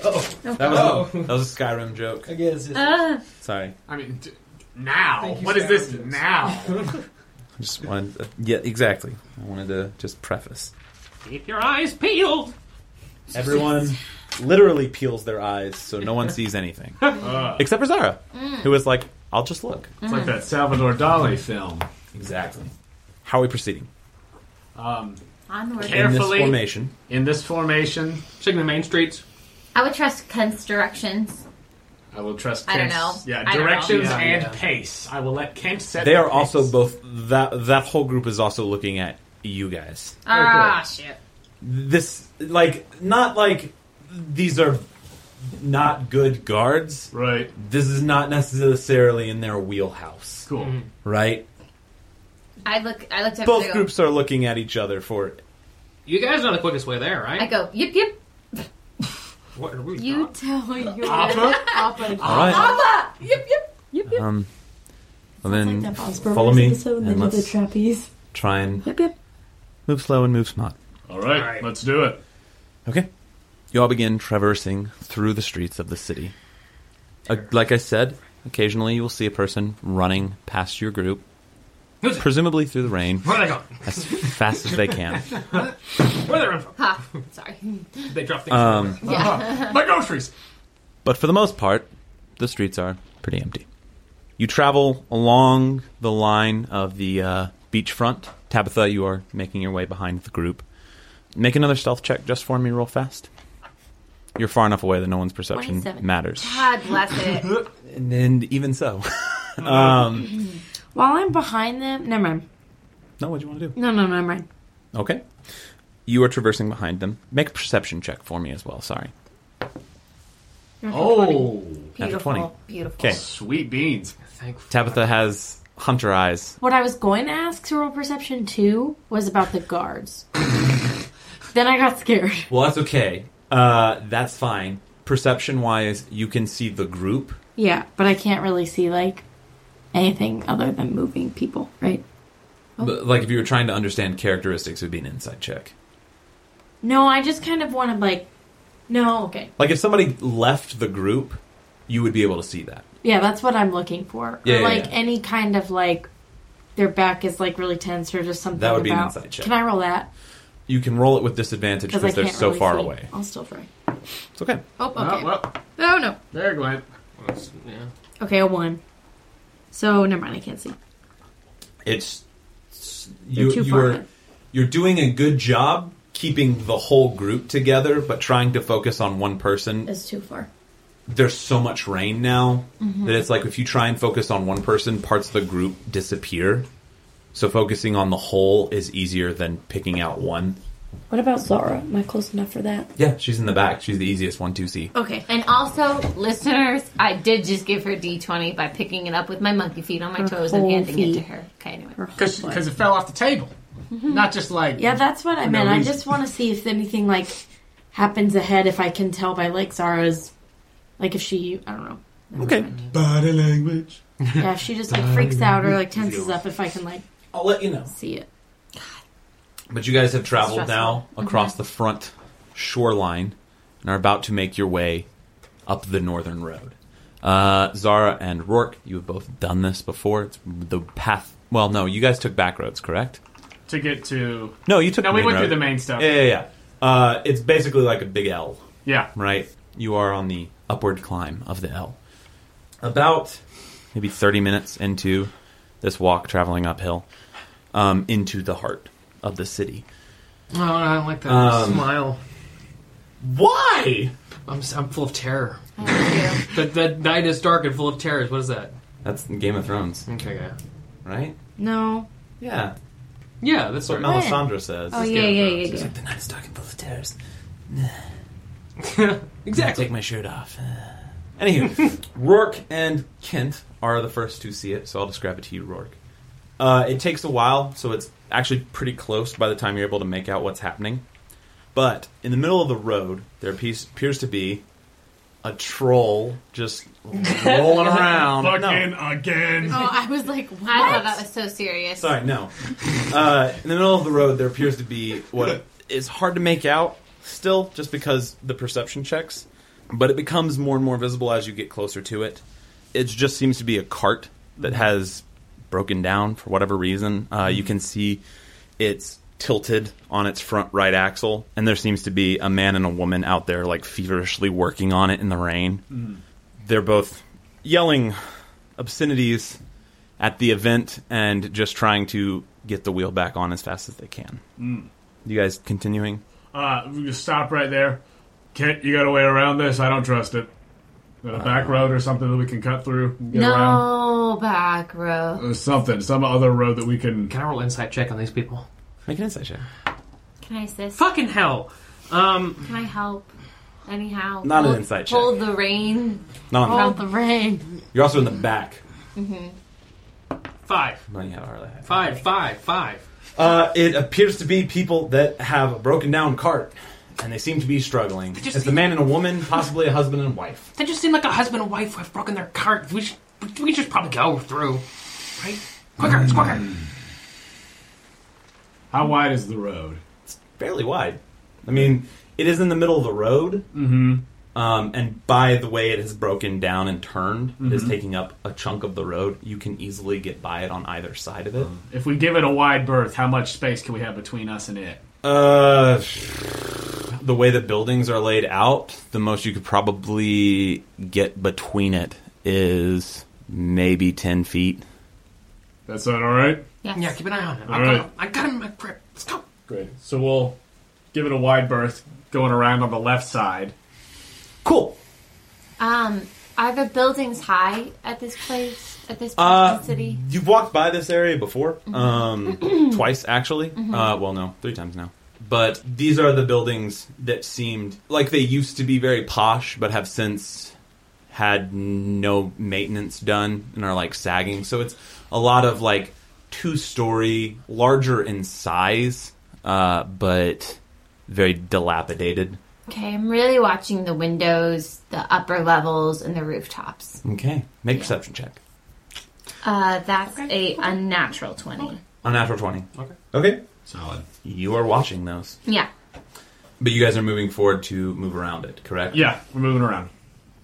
[SPEAKER 8] Oh.
[SPEAKER 2] That was
[SPEAKER 8] Oh.
[SPEAKER 2] a, that was a Skyrim joke.
[SPEAKER 8] I guess.
[SPEAKER 3] Ah.
[SPEAKER 2] Sorry,
[SPEAKER 8] I mean, d- now.
[SPEAKER 5] Thank you,
[SPEAKER 8] What is this
[SPEAKER 5] Skyrim.
[SPEAKER 8] now?
[SPEAKER 2] I just wanted. uh, yeah, exactly. I wanted to just preface.
[SPEAKER 5] Keep your eyes peeled.
[SPEAKER 2] Everyone literally peels their eyes so no one sees anything
[SPEAKER 8] Uh,
[SPEAKER 2] except for Zara, who is like, "I'll just look."
[SPEAKER 8] it's
[SPEAKER 3] Mm-hmm.
[SPEAKER 8] like that Salvador Dali film.
[SPEAKER 2] Exactly. How are we proceeding?
[SPEAKER 8] Um,
[SPEAKER 3] Onward.
[SPEAKER 2] In this
[SPEAKER 8] Carefully.
[SPEAKER 2] formation.
[SPEAKER 8] in this formation,
[SPEAKER 5] Checking the main streets.
[SPEAKER 3] I would trust Kent's directions.
[SPEAKER 8] I will trust
[SPEAKER 3] I
[SPEAKER 8] Kent.
[SPEAKER 3] don't know. I
[SPEAKER 8] Yeah,
[SPEAKER 3] don't know.
[SPEAKER 8] directions
[SPEAKER 5] Yeah,
[SPEAKER 8] and
[SPEAKER 5] yeah.
[SPEAKER 8] pace. I will let Kent set.
[SPEAKER 2] They
[SPEAKER 8] the
[SPEAKER 2] are
[SPEAKER 8] pace.
[SPEAKER 2] also both that that whole group is also looking at you guys.
[SPEAKER 3] Ah, shit.
[SPEAKER 2] This like not like these are not good guards.
[SPEAKER 8] right.
[SPEAKER 2] This is not necessarily in their wheelhouse,
[SPEAKER 8] Cool.
[SPEAKER 5] Mm-hmm.
[SPEAKER 2] right?
[SPEAKER 3] I look. I looked up. I
[SPEAKER 2] Both
[SPEAKER 3] go,
[SPEAKER 2] groups are looking at each other for
[SPEAKER 5] You guys know the quickest way there, right?
[SPEAKER 3] I go. Yip yip.
[SPEAKER 5] What are we
[SPEAKER 14] You
[SPEAKER 5] not?
[SPEAKER 14] tell your
[SPEAKER 8] Opera?
[SPEAKER 14] Oppa.
[SPEAKER 2] All right.
[SPEAKER 3] Papa. Yip yip.
[SPEAKER 2] Um well
[SPEAKER 4] Like
[SPEAKER 2] then
[SPEAKER 4] that Bob's Burgers
[SPEAKER 2] follow me
[SPEAKER 4] episode
[SPEAKER 2] and
[SPEAKER 4] and then did the
[SPEAKER 2] let's
[SPEAKER 4] trapeze.
[SPEAKER 2] try and
[SPEAKER 4] Yep, yep.
[SPEAKER 2] move slow and move smart.
[SPEAKER 6] All right,
[SPEAKER 5] All right.
[SPEAKER 6] let's do it.
[SPEAKER 2] Okay. You all begin traversing through the streets of the city. Uh, like I said, occasionally you will see a person running past your group,
[SPEAKER 5] Who's it?
[SPEAKER 2] presumably through the rain,
[SPEAKER 5] Where they go?
[SPEAKER 2] as fast as they can.
[SPEAKER 5] Where they run from?
[SPEAKER 3] Ha. Sorry.
[SPEAKER 5] They drop things.
[SPEAKER 2] Um,
[SPEAKER 8] My groceries.
[SPEAKER 2] but for the most part, the streets are pretty empty. You travel along the line of the uh, beachfront. Tabitha, you are making your way behind the group. Make another stealth check just for me, real fast. You're far enough away that no one's perception
[SPEAKER 14] 27.
[SPEAKER 2] matters.
[SPEAKER 3] God bless it.
[SPEAKER 2] And, and even so.
[SPEAKER 4] While I'm behind them, never mind.
[SPEAKER 2] No, what do you want to do?
[SPEAKER 4] No, no, never mind.
[SPEAKER 2] Okay. You are traversing behind them. Make a perception check for me as well. Sorry.
[SPEAKER 8] Oh,
[SPEAKER 2] After 20.
[SPEAKER 3] Beautiful.
[SPEAKER 2] Okay.
[SPEAKER 8] sweet beans.
[SPEAKER 5] Thankful.
[SPEAKER 2] Tabitha has hunter eyes.
[SPEAKER 4] What I was going to ask to roll perception two was about the guards. then I got scared.
[SPEAKER 2] Well, that's okay. Uh, that's fine. Perception wise, you can see the group.
[SPEAKER 4] Yeah, but I can't really see like anything other than moving people, right? Oh.
[SPEAKER 2] But, like, if you were trying to understand characteristics, it would be an insight check.
[SPEAKER 4] No, I just kind of want to like. No, okay.
[SPEAKER 2] Like, if somebody left the group, you would be able to see that.
[SPEAKER 4] Yeah, that's what I'm looking for.
[SPEAKER 2] Yeah,
[SPEAKER 4] or
[SPEAKER 2] yeah,
[SPEAKER 4] like
[SPEAKER 2] yeah.
[SPEAKER 4] any kind of like their back is like really tense or just something.
[SPEAKER 2] That would be an
[SPEAKER 4] about-
[SPEAKER 2] insight check.
[SPEAKER 4] Can I roll that?
[SPEAKER 2] You can roll it with disadvantage
[SPEAKER 4] Because I
[SPEAKER 2] because
[SPEAKER 4] can't
[SPEAKER 2] they're so
[SPEAKER 4] really
[SPEAKER 2] far
[SPEAKER 4] see.
[SPEAKER 2] away.
[SPEAKER 4] I'll still try.
[SPEAKER 2] It's okay.
[SPEAKER 4] Oh, okay.
[SPEAKER 8] Oh, well,
[SPEAKER 4] Oh no.
[SPEAKER 8] there, Gwen.
[SPEAKER 5] Yeah.
[SPEAKER 4] Okay, a one. So never mind. I can't see.
[SPEAKER 2] It's. You,
[SPEAKER 4] too
[SPEAKER 2] you
[SPEAKER 4] far
[SPEAKER 2] are
[SPEAKER 4] ahead.
[SPEAKER 2] you're doing a good job keeping the whole group together, but trying to focus on one person
[SPEAKER 4] It's too far.
[SPEAKER 2] there's so much rain now that it's like if you try and focus on one person, parts of the group disappear. So focusing on the whole is easier than picking out one.
[SPEAKER 14] What about Zara? Am I close enough for that?
[SPEAKER 2] Yeah, she's in the back. She's the easiest one to see.
[SPEAKER 14] Okay.
[SPEAKER 3] And also, listeners, I did just give her D20 by picking it up with my monkey feet on my
[SPEAKER 14] Her
[SPEAKER 3] toes and
[SPEAKER 14] whole
[SPEAKER 3] handing it to
[SPEAKER 14] feet.
[SPEAKER 3] her. Okay, anyway.
[SPEAKER 5] Because it fell off the table.
[SPEAKER 3] Mm-hmm.
[SPEAKER 5] Not just like.
[SPEAKER 4] Yeah, that's what I
[SPEAKER 5] for no
[SPEAKER 4] meant. I
[SPEAKER 5] reason.
[SPEAKER 4] just want to see if anything like happens ahead. If I can tell by like Zara's, like if she, I don't know.
[SPEAKER 2] Okay.
[SPEAKER 6] Body language.
[SPEAKER 4] Yeah, if she just like freaks out or like tenses up, if I can like
[SPEAKER 13] I'll let you know.
[SPEAKER 4] see it.
[SPEAKER 2] But you guys have traveled
[SPEAKER 4] Stressful.
[SPEAKER 2] now across the front shoreline and are about to make your way up the northern road. Uh, Zara and Rourke, you have both done this before. It's the path. Well, no, you guys took back roads, correct?
[SPEAKER 8] to get to.
[SPEAKER 2] No, you took.
[SPEAKER 8] No,
[SPEAKER 2] the
[SPEAKER 8] we
[SPEAKER 2] main
[SPEAKER 8] went through
[SPEAKER 2] road.
[SPEAKER 8] the main stuff.
[SPEAKER 2] Yeah, yeah, yeah. Uh, it's basically like a big L.
[SPEAKER 8] Yeah.
[SPEAKER 2] Right. You are on the upward climb of the L. About maybe thirty minutes into this walk, traveling uphill, um, into the heart of the city.
[SPEAKER 5] Oh, I don't like that
[SPEAKER 2] Um,
[SPEAKER 5] smile.
[SPEAKER 2] Why?
[SPEAKER 5] I'm, s- I'm full of terror. that, that night is dark and full of terrors. What is that?
[SPEAKER 2] That's Game of Thrones,
[SPEAKER 5] Okay, yeah.
[SPEAKER 2] right?
[SPEAKER 4] No.
[SPEAKER 2] Yeah.
[SPEAKER 5] Yeah, that's
[SPEAKER 2] That's what
[SPEAKER 5] right.
[SPEAKER 2] Melisandre says.
[SPEAKER 4] Oh yeah, yeah, yeah,
[SPEAKER 2] She's
[SPEAKER 4] yeah.
[SPEAKER 2] like, the night's dark and full of terrors.
[SPEAKER 5] Exactly.
[SPEAKER 2] Take my shirt off. Anywho, Rourke and Kent are the first to see it, so I'll describe it to you, Rourke. Uh, it takes a while, so it's actually pretty close by the time you're able to make out what's happening. But in the middle of the road, there appears, appears to be a troll just rolling around.
[SPEAKER 6] Fucking
[SPEAKER 2] No.
[SPEAKER 6] again.
[SPEAKER 4] Oh, I was like, what?
[SPEAKER 3] I thought that was so serious.
[SPEAKER 2] Sorry, no. Uh, in the middle of the road, there appears to be what is hard to make out still, just because the perception checks, but it becomes more and more visible as you get closer to it. It just seems to be a cart that has broken down for whatever reason. Uh, you can see it's tilted on its front right axle, and there seems to be a man and a woman out there, like feverishly working on it in the rain. They're both yelling obscenities at the event and just trying to get the wheel back on as fast as they can. You guys continuing?
[SPEAKER 6] Uh, we just stop right there. Kent, you got a way around this? I don't trust it. Got a
[SPEAKER 2] Uh.
[SPEAKER 6] back road or something that we can cut through? and Get around?
[SPEAKER 3] No, back row.
[SPEAKER 6] Uh, something, some other road that we can.
[SPEAKER 5] Can I roll insight check on these people?
[SPEAKER 2] Make an insight check.
[SPEAKER 3] Can I assist?
[SPEAKER 5] Fucking hell. Um,
[SPEAKER 3] Can I help? Anyhow.
[SPEAKER 2] Not an
[SPEAKER 3] Hold-
[SPEAKER 2] insight check.
[SPEAKER 3] Hold the rein.
[SPEAKER 2] No, no,
[SPEAKER 4] Oh, the rain.
[SPEAKER 2] you're also in the back.
[SPEAKER 5] five.
[SPEAKER 2] No, you have hardly have.
[SPEAKER 5] Five, five, five.
[SPEAKER 2] Uh, it appears to be people that have a broken down cart, and they seem to be struggling.
[SPEAKER 5] just-
[SPEAKER 2] it's a man and a woman, possibly a husband and wife.
[SPEAKER 5] That just seemed like a husband and wife who have broken their cart. We should, we should probably go through. Right? Quicker, it's quicker.
[SPEAKER 6] How wide is the road?
[SPEAKER 2] fairly wide. I mean, it is in the middle of the road, mm-hmm. um, and by the way it has broken down and turned, it is taking up a chunk of the road. You can easily get by it on either side of it.
[SPEAKER 8] If we give it a wide berth, how much space can we have between us and it?
[SPEAKER 2] Uh, the way the buildings are laid out, the most you could probably get between it is maybe ten feet.
[SPEAKER 6] That sound all right?
[SPEAKER 3] Yes.
[SPEAKER 5] Yeah, keep an eye on him. I
[SPEAKER 6] All
[SPEAKER 5] got
[SPEAKER 6] right.
[SPEAKER 5] him. I got him in my grip. Let's go.
[SPEAKER 8] Great. So we'll give it a wide berth, going around on the left side.
[SPEAKER 2] Cool.
[SPEAKER 3] Um, are the buildings high at this place? At this place
[SPEAKER 2] Uh,
[SPEAKER 3] in the city?
[SPEAKER 2] You've walked by this area before, um, twice actually. Uh, well, no, three times now. But these are the buildings that seemed like they used to be very posh, but have since had no maintenance done and are like sagging. So it's a lot of like two story, larger in size, uh, but very dilapidated.
[SPEAKER 3] Okay, I'm really watching the windows, the upper levels, and the rooftops.
[SPEAKER 2] Okay, make a perception check.
[SPEAKER 3] Uh, that's a unnatural 20.
[SPEAKER 2] Unnatural twenty.
[SPEAKER 5] Okay.
[SPEAKER 2] Okay.
[SPEAKER 6] Solid.
[SPEAKER 2] You are watching those,
[SPEAKER 3] Yeah.
[SPEAKER 2] but you guys are moving forward to move around it, correct?
[SPEAKER 8] Yeah, we're moving around.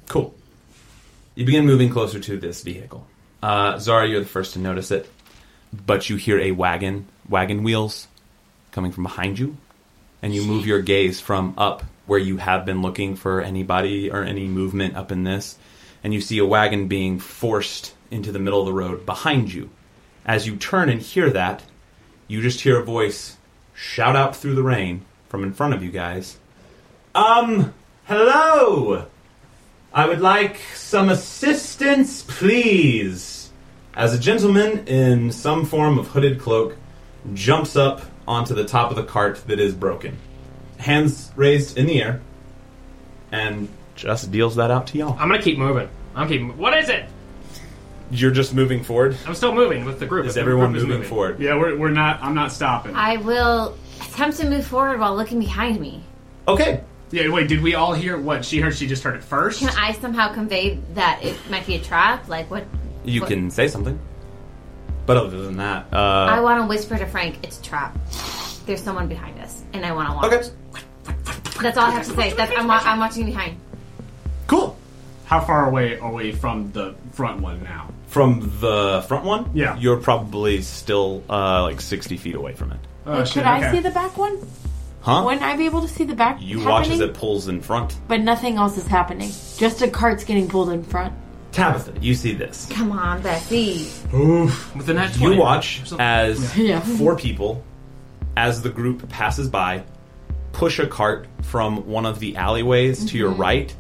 [SPEAKER 2] Cool. You begin moving closer to this vehicle. Uh, Zara, you're the first to notice it, but you hear a wagon, wagon wheels, coming from behind you, and you move your gaze from up where you have been looking for anybody or any movement up in this, and you see a wagon being forced into the middle of the road behind you. As you turn and hear that, you just hear a voice shout out through the rain from in front of you guys. Um, hello! I would like some assistance, please. As a gentleman in some form of hooded cloak jumps up onto the top of the cart that is broken. Hands raised in the air, and just deals that out to y'all.
[SPEAKER 5] I'm gonna keep moving. I'm keeping. What is it?
[SPEAKER 2] You're just moving forward.
[SPEAKER 5] I'm still moving with the group.
[SPEAKER 2] Is
[SPEAKER 5] The
[SPEAKER 2] everyone
[SPEAKER 5] group
[SPEAKER 2] moving, forward?
[SPEAKER 8] Yeah, we're, we're not. I'm not stopping.
[SPEAKER 3] I will attempt to move forward while looking behind me.
[SPEAKER 2] Okay.
[SPEAKER 8] Yeah, wait. Did we all hear what she heard? She just heard it first.
[SPEAKER 3] Can I somehow convey that it might be a trap? Like what?
[SPEAKER 2] You
[SPEAKER 3] what-
[SPEAKER 2] can say something. But other than that,
[SPEAKER 3] I
[SPEAKER 2] uh,
[SPEAKER 3] want to whisper to Frank, it's a trap. There's someone behind us, and I want to watch.
[SPEAKER 2] okay,
[SPEAKER 3] That's all I have to say. That's, I'm, wa- I'm watching behind.
[SPEAKER 2] cool.
[SPEAKER 8] How far away are we from the front one now?
[SPEAKER 2] From the front one,
[SPEAKER 8] Yeah.
[SPEAKER 2] you're probably still uh, like sixty feet away from it,
[SPEAKER 8] Oh
[SPEAKER 4] Like,
[SPEAKER 8] shit!
[SPEAKER 4] could I
[SPEAKER 8] okay.
[SPEAKER 4] see the back one?
[SPEAKER 2] huh?
[SPEAKER 4] Wouldn't I be able to see the back?
[SPEAKER 2] you
[SPEAKER 4] happening?
[SPEAKER 2] watch as it pulls in front.
[SPEAKER 4] But nothing else is happening. Just a cart's getting pulled in front.
[SPEAKER 2] Tabitha, you see this.
[SPEAKER 3] Come on, Bessie.
[SPEAKER 5] moving. With the net
[SPEAKER 2] You
[SPEAKER 5] 20.
[SPEAKER 2] watch as
[SPEAKER 4] Yeah.
[SPEAKER 2] four people, as the group passes by, push a cart from one of the alleyways to your
[SPEAKER 4] Mm-hmm.
[SPEAKER 2] right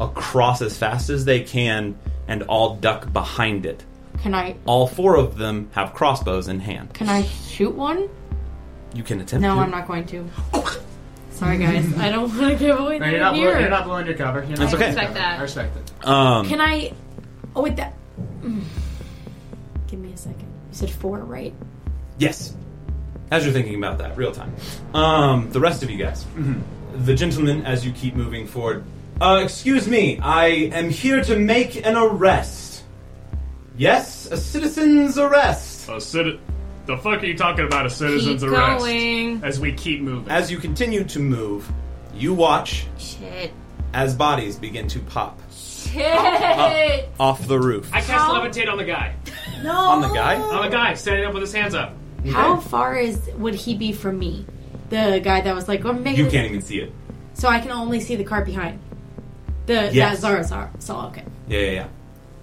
[SPEAKER 2] across as fast as they can and all duck behind it.
[SPEAKER 4] Can I?
[SPEAKER 2] All four of them have crossbows in hand.
[SPEAKER 4] Can I shoot one?
[SPEAKER 2] You can attempt
[SPEAKER 4] No,
[SPEAKER 2] to.
[SPEAKER 4] I'm not going to.
[SPEAKER 5] Oh,
[SPEAKER 4] Sorry, guys. I don't want to give away
[SPEAKER 5] No,
[SPEAKER 4] the
[SPEAKER 5] you're, not blowing,
[SPEAKER 4] mirror.
[SPEAKER 5] you're not blowing your cover. You're
[SPEAKER 2] That's
[SPEAKER 5] not blowing
[SPEAKER 2] okay.
[SPEAKER 5] your
[SPEAKER 3] Respect
[SPEAKER 5] cover.
[SPEAKER 3] that.
[SPEAKER 5] I respect it.
[SPEAKER 2] Um,
[SPEAKER 4] Can I? Oh wait, that. mm. Give me a second. You said four, right?
[SPEAKER 2] Yes. As you're thinking about that, real time. Um, the rest of you guys. The gentleman, as you keep moving forward. Uh, excuse me, I am here to make an arrest. Yes, a citizen's arrest.
[SPEAKER 6] A citi- the fuck are you talking about? A
[SPEAKER 3] Keep
[SPEAKER 6] citizen's arrest?
[SPEAKER 3] going.
[SPEAKER 8] As we keep moving.
[SPEAKER 2] As you continue to move, you watch
[SPEAKER 3] Shit.
[SPEAKER 2] as bodies begin to pop
[SPEAKER 3] Shit.
[SPEAKER 2] off the roof.
[SPEAKER 5] I cast levitate on the guy.
[SPEAKER 4] No.
[SPEAKER 2] On the guy?
[SPEAKER 5] On the guy standing up with his hands up.
[SPEAKER 4] How
[SPEAKER 2] Okay.
[SPEAKER 4] far is would he be from me? The guy that was like, "I'm making."
[SPEAKER 2] You
[SPEAKER 4] this-
[SPEAKER 2] can't even see it.
[SPEAKER 4] So I can only see the car behind. The
[SPEAKER 2] Yes.
[SPEAKER 4] that Zara saw. saw, Okay.
[SPEAKER 2] Yeah, yeah, yeah.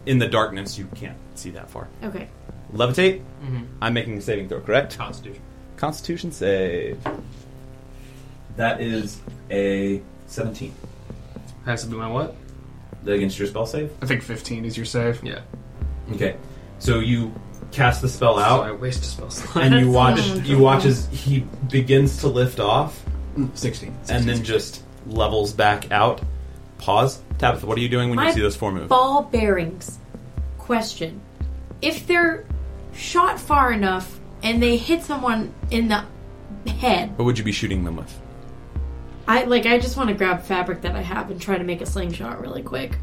[SPEAKER 2] In the darkness, you can't see that far.
[SPEAKER 4] Okay.
[SPEAKER 2] Levitate? I'm making a saving throw, correct?
[SPEAKER 5] Constitution.
[SPEAKER 2] Constitution save. That is a 17.
[SPEAKER 5] Has to be my what?
[SPEAKER 2] Against your spell save?
[SPEAKER 8] I think 15 is your save.
[SPEAKER 5] Yeah.
[SPEAKER 2] Okay. So you cast the spell
[SPEAKER 5] So I
[SPEAKER 2] out,
[SPEAKER 5] waste a spell slot.
[SPEAKER 2] and you watch you watch as he begins to lift off,
[SPEAKER 8] 16.
[SPEAKER 2] and then just levels back out. Pause. Tabitha, what are you doing when
[SPEAKER 4] My
[SPEAKER 2] you see those four move?
[SPEAKER 4] Ball bearings. Question: If they're shot far enough and they hit someone in the head,
[SPEAKER 2] what would you be shooting them with?
[SPEAKER 4] I like. I just want to grab fabric that I have and try to make a slingshot really quick.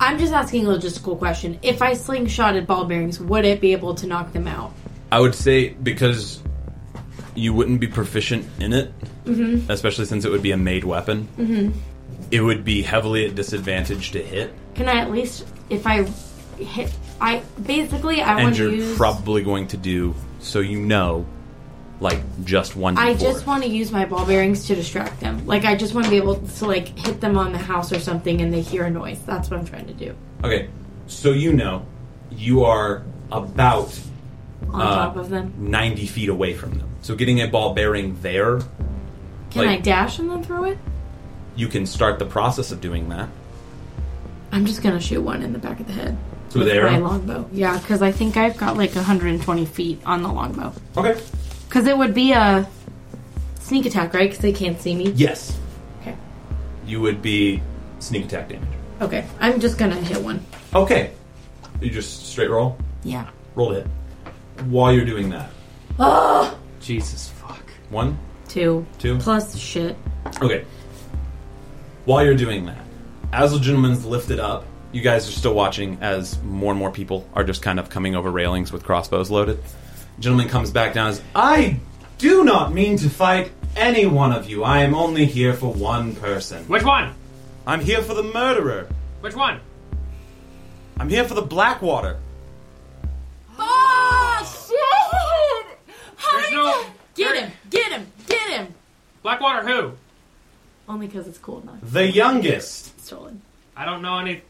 [SPEAKER 4] I'm just asking a logistical question. If I slingshotted ball bearings, would it be able to knock them out?
[SPEAKER 2] I would say because you wouldn't be proficient in it,
[SPEAKER 4] Mm-hmm.
[SPEAKER 2] especially since it would be a made weapon, mm-hmm. it would be heavily at disadvantage to hit.
[SPEAKER 4] Can I at least, if I hit, I basically I
[SPEAKER 2] and
[SPEAKER 4] want
[SPEAKER 2] you're
[SPEAKER 4] to use.
[SPEAKER 2] probably going to do so you know like just one
[SPEAKER 4] I
[SPEAKER 2] d4.
[SPEAKER 4] just want to use my ball bearings to distract them. Like I just want to be able to like hit them on the house or something, and they hear a noise. That's what I'm trying to do.
[SPEAKER 2] okay so you know you are about
[SPEAKER 4] On
[SPEAKER 2] Uh,
[SPEAKER 4] top of them,
[SPEAKER 2] 90 feet away from them so getting a ball bearing there
[SPEAKER 4] can
[SPEAKER 2] like-
[SPEAKER 4] I dash and then throw it?
[SPEAKER 2] you can start the process of doing that
[SPEAKER 4] I'm just gonna shoot one in the back of the head.
[SPEAKER 2] so
[SPEAKER 4] with
[SPEAKER 2] there
[SPEAKER 4] My longbow, yeah, because I think I've got like 120 feet on the longbow.
[SPEAKER 2] okay
[SPEAKER 4] Because it would be a sneak attack, right? Because they can't see me.
[SPEAKER 2] yes
[SPEAKER 4] Okay.
[SPEAKER 2] you would be sneak attack damage
[SPEAKER 4] Okay, I'm just gonna hit one.
[SPEAKER 2] okay you just straight roll
[SPEAKER 4] Yeah.
[SPEAKER 2] roll it while you're doing that
[SPEAKER 4] Oh,
[SPEAKER 5] Jesus fuck.
[SPEAKER 2] one
[SPEAKER 4] two
[SPEAKER 2] two
[SPEAKER 4] plus shit.
[SPEAKER 2] Okay. While you're doing that, as the gentleman's lifted up, you guys are still watching as more and more people are just kind of coming over railings with crossbows loaded. Gentleman comes back down as I do not mean to fight any one of you. I am only here for one person.
[SPEAKER 5] Which one?
[SPEAKER 2] I'm here for the murderer.
[SPEAKER 5] Which one?
[SPEAKER 2] I'm here for the Blackwater.
[SPEAKER 4] Oh shit!
[SPEAKER 5] There's no.
[SPEAKER 4] Get him! Get him! Get him!
[SPEAKER 5] Blackwater who?
[SPEAKER 4] Only because it's cool, not
[SPEAKER 2] The youngest.
[SPEAKER 4] stolen.
[SPEAKER 5] I don't know any.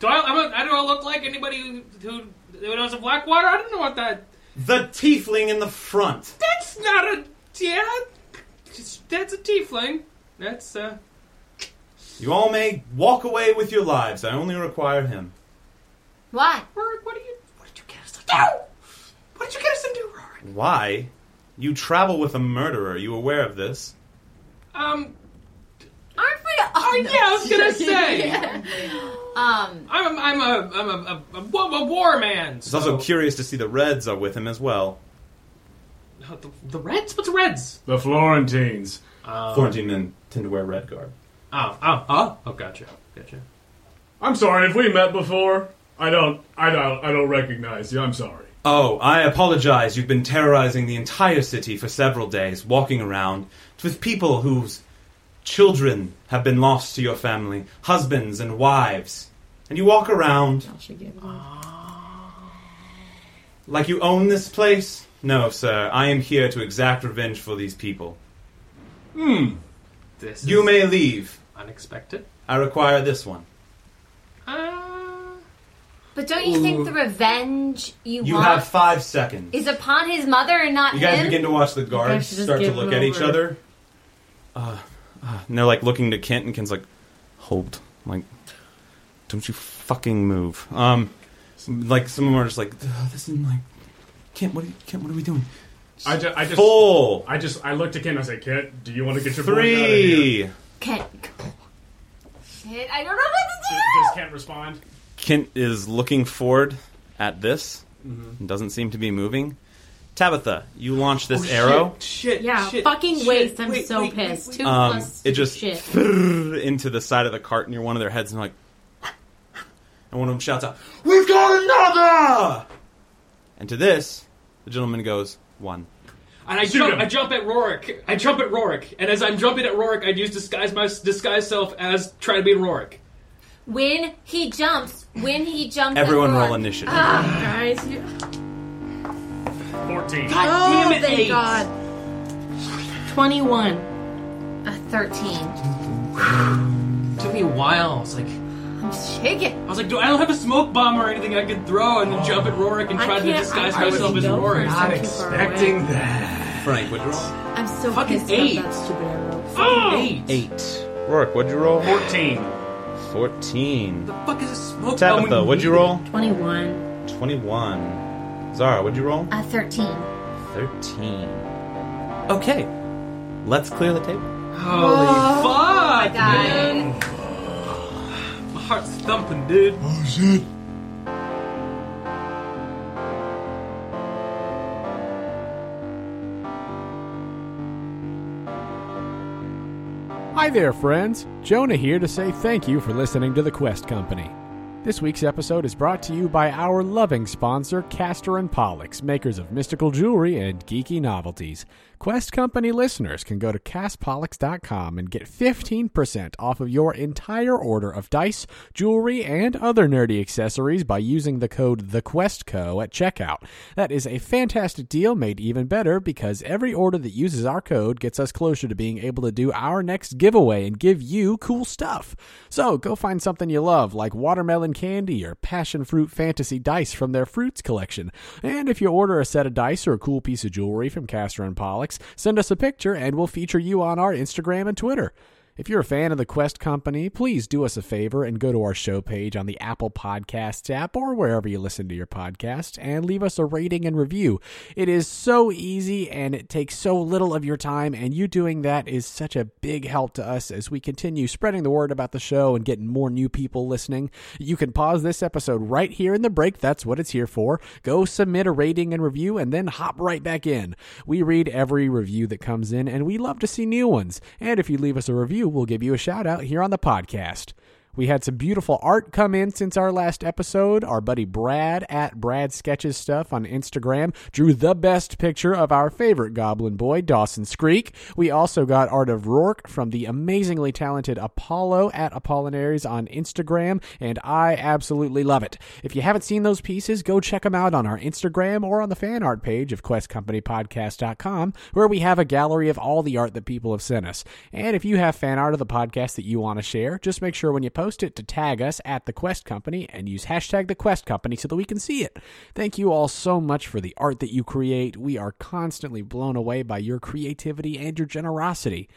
[SPEAKER 5] Do I, I'm a, I don't look like anybody who, who, who knows a Blackwater? I don't know what that.
[SPEAKER 2] The tiefling in the front.
[SPEAKER 5] That's not a. Yeah. just- That's a tiefling. That's, uh.
[SPEAKER 2] You all may walk away with your lives. I only require him.
[SPEAKER 3] What?
[SPEAKER 5] Rorik, what, do you, what did you get us to do? What did you get us to do, Rorik?
[SPEAKER 2] Why You travel with a murderer. Are you aware of this?
[SPEAKER 5] Um,
[SPEAKER 3] aren't we? Oh,
[SPEAKER 5] yeah, I was gonna say.
[SPEAKER 3] Um,
[SPEAKER 5] I'm a, I'm a I'm a, a, a, a war man.
[SPEAKER 2] It's also curious to see the Reds are with him as well.
[SPEAKER 5] No, uh, the, the Reds? What's Reds?
[SPEAKER 6] The Florentines.
[SPEAKER 5] Um,
[SPEAKER 2] Florentine men tend to wear red garb.
[SPEAKER 5] Oh, oh, oh, oh, gotcha, gotcha.
[SPEAKER 6] I'm sorry if we met before. I don't, I don't, I don't recognize you. I'm sorry.
[SPEAKER 2] Oh, I apologize. You've been terrorizing the entire city for several days, walking around with people whose children have been lost to your family, husbands and wives. And you walk around like you own this place? No, sir. I am here to exact revenge for these people.
[SPEAKER 6] Hmm.
[SPEAKER 5] This
[SPEAKER 2] You
[SPEAKER 5] is
[SPEAKER 2] may leave.
[SPEAKER 5] unexpected.
[SPEAKER 2] I require this one.
[SPEAKER 5] Uh,
[SPEAKER 3] but don't you think the revenge you,
[SPEAKER 2] You
[SPEAKER 3] want
[SPEAKER 2] have five seconds.
[SPEAKER 3] is upon his mother and not
[SPEAKER 2] You guys
[SPEAKER 3] him?
[SPEAKER 2] begin to watch the guards
[SPEAKER 4] should just
[SPEAKER 2] start to
[SPEAKER 4] give
[SPEAKER 2] look
[SPEAKER 4] him
[SPEAKER 2] at each
[SPEAKER 4] over.
[SPEAKER 2] other. Uh, uh, and they're like looking to Kent, and Kent's like, "Hold, I'm like, don't you fucking move." Um, some- like some of them are just like, "Ugh, "This is like, Kent, what are you, Kent, what are we doing?"
[SPEAKER 6] I, ju- I just,
[SPEAKER 2] Full
[SPEAKER 6] I just, I looked at Ken. I said, "Kit, do you want to get your boy out of here?"
[SPEAKER 2] three.
[SPEAKER 3] Can't. Shit, I don't know what
[SPEAKER 6] Does,
[SPEAKER 3] to do.
[SPEAKER 6] does Kent respond?
[SPEAKER 2] Kent is looking forward at this. and Doesn't seem to be moving. Tabitha, you launch this arrow.
[SPEAKER 5] Shit.
[SPEAKER 4] Yeah,
[SPEAKER 5] shit,
[SPEAKER 4] fucking
[SPEAKER 5] shit.
[SPEAKER 4] waste. I'm
[SPEAKER 5] Wait,
[SPEAKER 4] so
[SPEAKER 5] wait, wait,
[SPEAKER 4] pissed.
[SPEAKER 5] wait.
[SPEAKER 4] Two
[SPEAKER 2] Um,
[SPEAKER 4] plus
[SPEAKER 2] it just
[SPEAKER 4] shit.
[SPEAKER 2] into the side of the cart near one of their heads, and like, and one of them shouts out, "We've got another!" And to this, the gentleman goes, "One."
[SPEAKER 5] And I
[SPEAKER 6] Shoot
[SPEAKER 5] jump,
[SPEAKER 6] him.
[SPEAKER 5] I jump at Rorik. I jump at Rorik, and as I'm jumping at Rorik, I'd use disguise my disguise self as try to be Rorik.
[SPEAKER 3] When he jumps, when he jumps, at
[SPEAKER 2] Everyone roll
[SPEAKER 3] Rorik.
[SPEAKER 2] initiative.
[SPEAKER 4] Ah. Guys, you-
[SPEAKER 6] Fourteen.
[SPEAKER 4] oh,
[SPEAKER 5] damn it,
[SPEAKER 4] thank
[SPEAKER 5] eight.
[SPEAKER 4] God. 21.
[SPEAKER 3] A thirteen.
[SPEAKER 5] took me a while. I was like,
[SPEAKER 3] I'm shaking.
[SPEAKER 5] I was like, do I don't have a smoke bomb or anything I could throw and then jump at Rorik and
[SPEAKER 4] I
[SPEAKER 5] try to
[SPEAKER 4] can't-
[SPEAKER 5] disguise
[SPEAKER 4] I- I would
[SPEAKER 5] myself as
[SPEAKER 4] go for
[SPEAKER 5] Rorik?
[SPEAKER 4] that.
[SPEAKER 6] that.
[SPEAKER 2] Frank, what'd you roll?
[SPEAKER 4] I'm so
[SPEAKER 5] Fucking
[SPEAKER 4] pissed
[SPEAKER 5] eight.
[SPEAKER 4] about that stupid arrow.
[SPEAKER 5] Oh, eight.
[SPEAKER 2] Eight. Rourke, what'd you roll?
[SPEAKER 8] Fourteen.
[SPEAKER 2] Fourteen.
[SPEAKER 5] The fuck is a smoke bomb?
[SPEAKER 2] Tabitha,
[SPEAKER 5] when
[SPEAKER 2] what'd you
[SPEAKER 5] you need
[SPEAKER 2] roll?
[SPEAKER 4] 21.
[SPEAKER 2] Twenty-one. Zara, what'd you roll?
[SPEAKER 4] Uh,
[SPEAKER 3] A thirteen.
[SPEAKER 2] Thirteen. Okay, let's clear the table.
[SPEAKER 5] it? Holy Oh, fuck!
[SPEAKER 3] God.
[SPEAKER 5] My heart's thumping, dude.
[SPEAKER 1] Oh shit.
[SPEAKER 15] Hi there, friends. Jonah here to say thank you for listening to The Quest Company. This week's episode is brought to you by our loving sponsor, Castor and Pollux, makers of mystical jewelry and geeky novelties. Quest Company listeners can go to castpollux.com and get 15% off of your entire order of dice, jewelry, and other nerdy accessories by using the code TheQuestCo at checkout. That is a fantastic deal made even better because every order that uses our code gets us closer to being able to do our next giveaway and give you cool stuff. So go find something you love like watermelon candy or passion fruit fantasy dice from their fruits collection. And if you order a set of dice or a cool piece of jewelry from Castor and Pollux, send us a picture and we'll feature you on our Instagram and Twitter. If you're a fan of the Quest Company, please do us a favor and go to our show page on the Apple Podcasts app or wherever you listen to your podcast and leave us a rating and review. It is so easy and it takes so little of your time, and you doing that is such a big help to us as we continue spreading the word about the show and getting more new people listening. You can pause this episode right here in the break. That's what it's here for. Go submit a rating and review and then hop right back in. We read every review that comes in and we love to see new ones. And if you leave us a review, we'll give you a shout out here on the podcast. We had some beautiful art come in since our last episode. Our buddy Brad at Brad Sketches Stuff on Instagram drew the best picture of our favorite goblin boy, Dawson Creek. We also got art of Rourke from the amazingly talented Apollo at Apollinaries on Instagram, and I absolutely love it. If you haven't seen those pieces, go check them out on our Instagram or on the fan art page of questcompanypodcast.com, where we have a gallery of all the art that people have sent us. And if you have fan art of the podcast that you want to share, just make sure when you post it to tag us at the Quest Company and use hashtag the Quest Company so that we can see it. Thank you all so much for the art that you create. We are constantly blown away by your creativity and your generosity.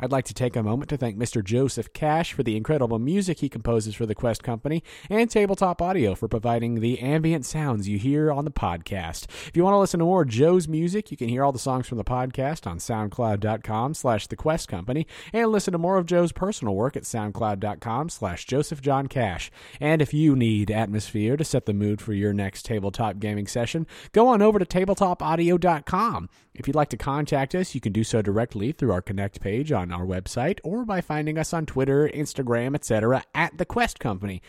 [SPEAKER 15] I'd like to take a moment to thank Mr. Joseph Cash for the incredible music he composes for the Quest Company and Tabletop Audio for providing the ambient sounds you hear on the podcast. If you want to listen to more Joe's music, you can hear all the songs from the podcast on soundcloud.com slash the Quest Company and listen to more of Joe's personal work at soundcloud.com slash Joseph John Cash. And if you need atmosphere to set the mood for your next tabletop gaming session, go on over to tabletopaudio.com. If you'd like to contact us, you can do so directly through our Connect page on our website or by finding us on Twitter, Instagram, etc. at The Quest Company.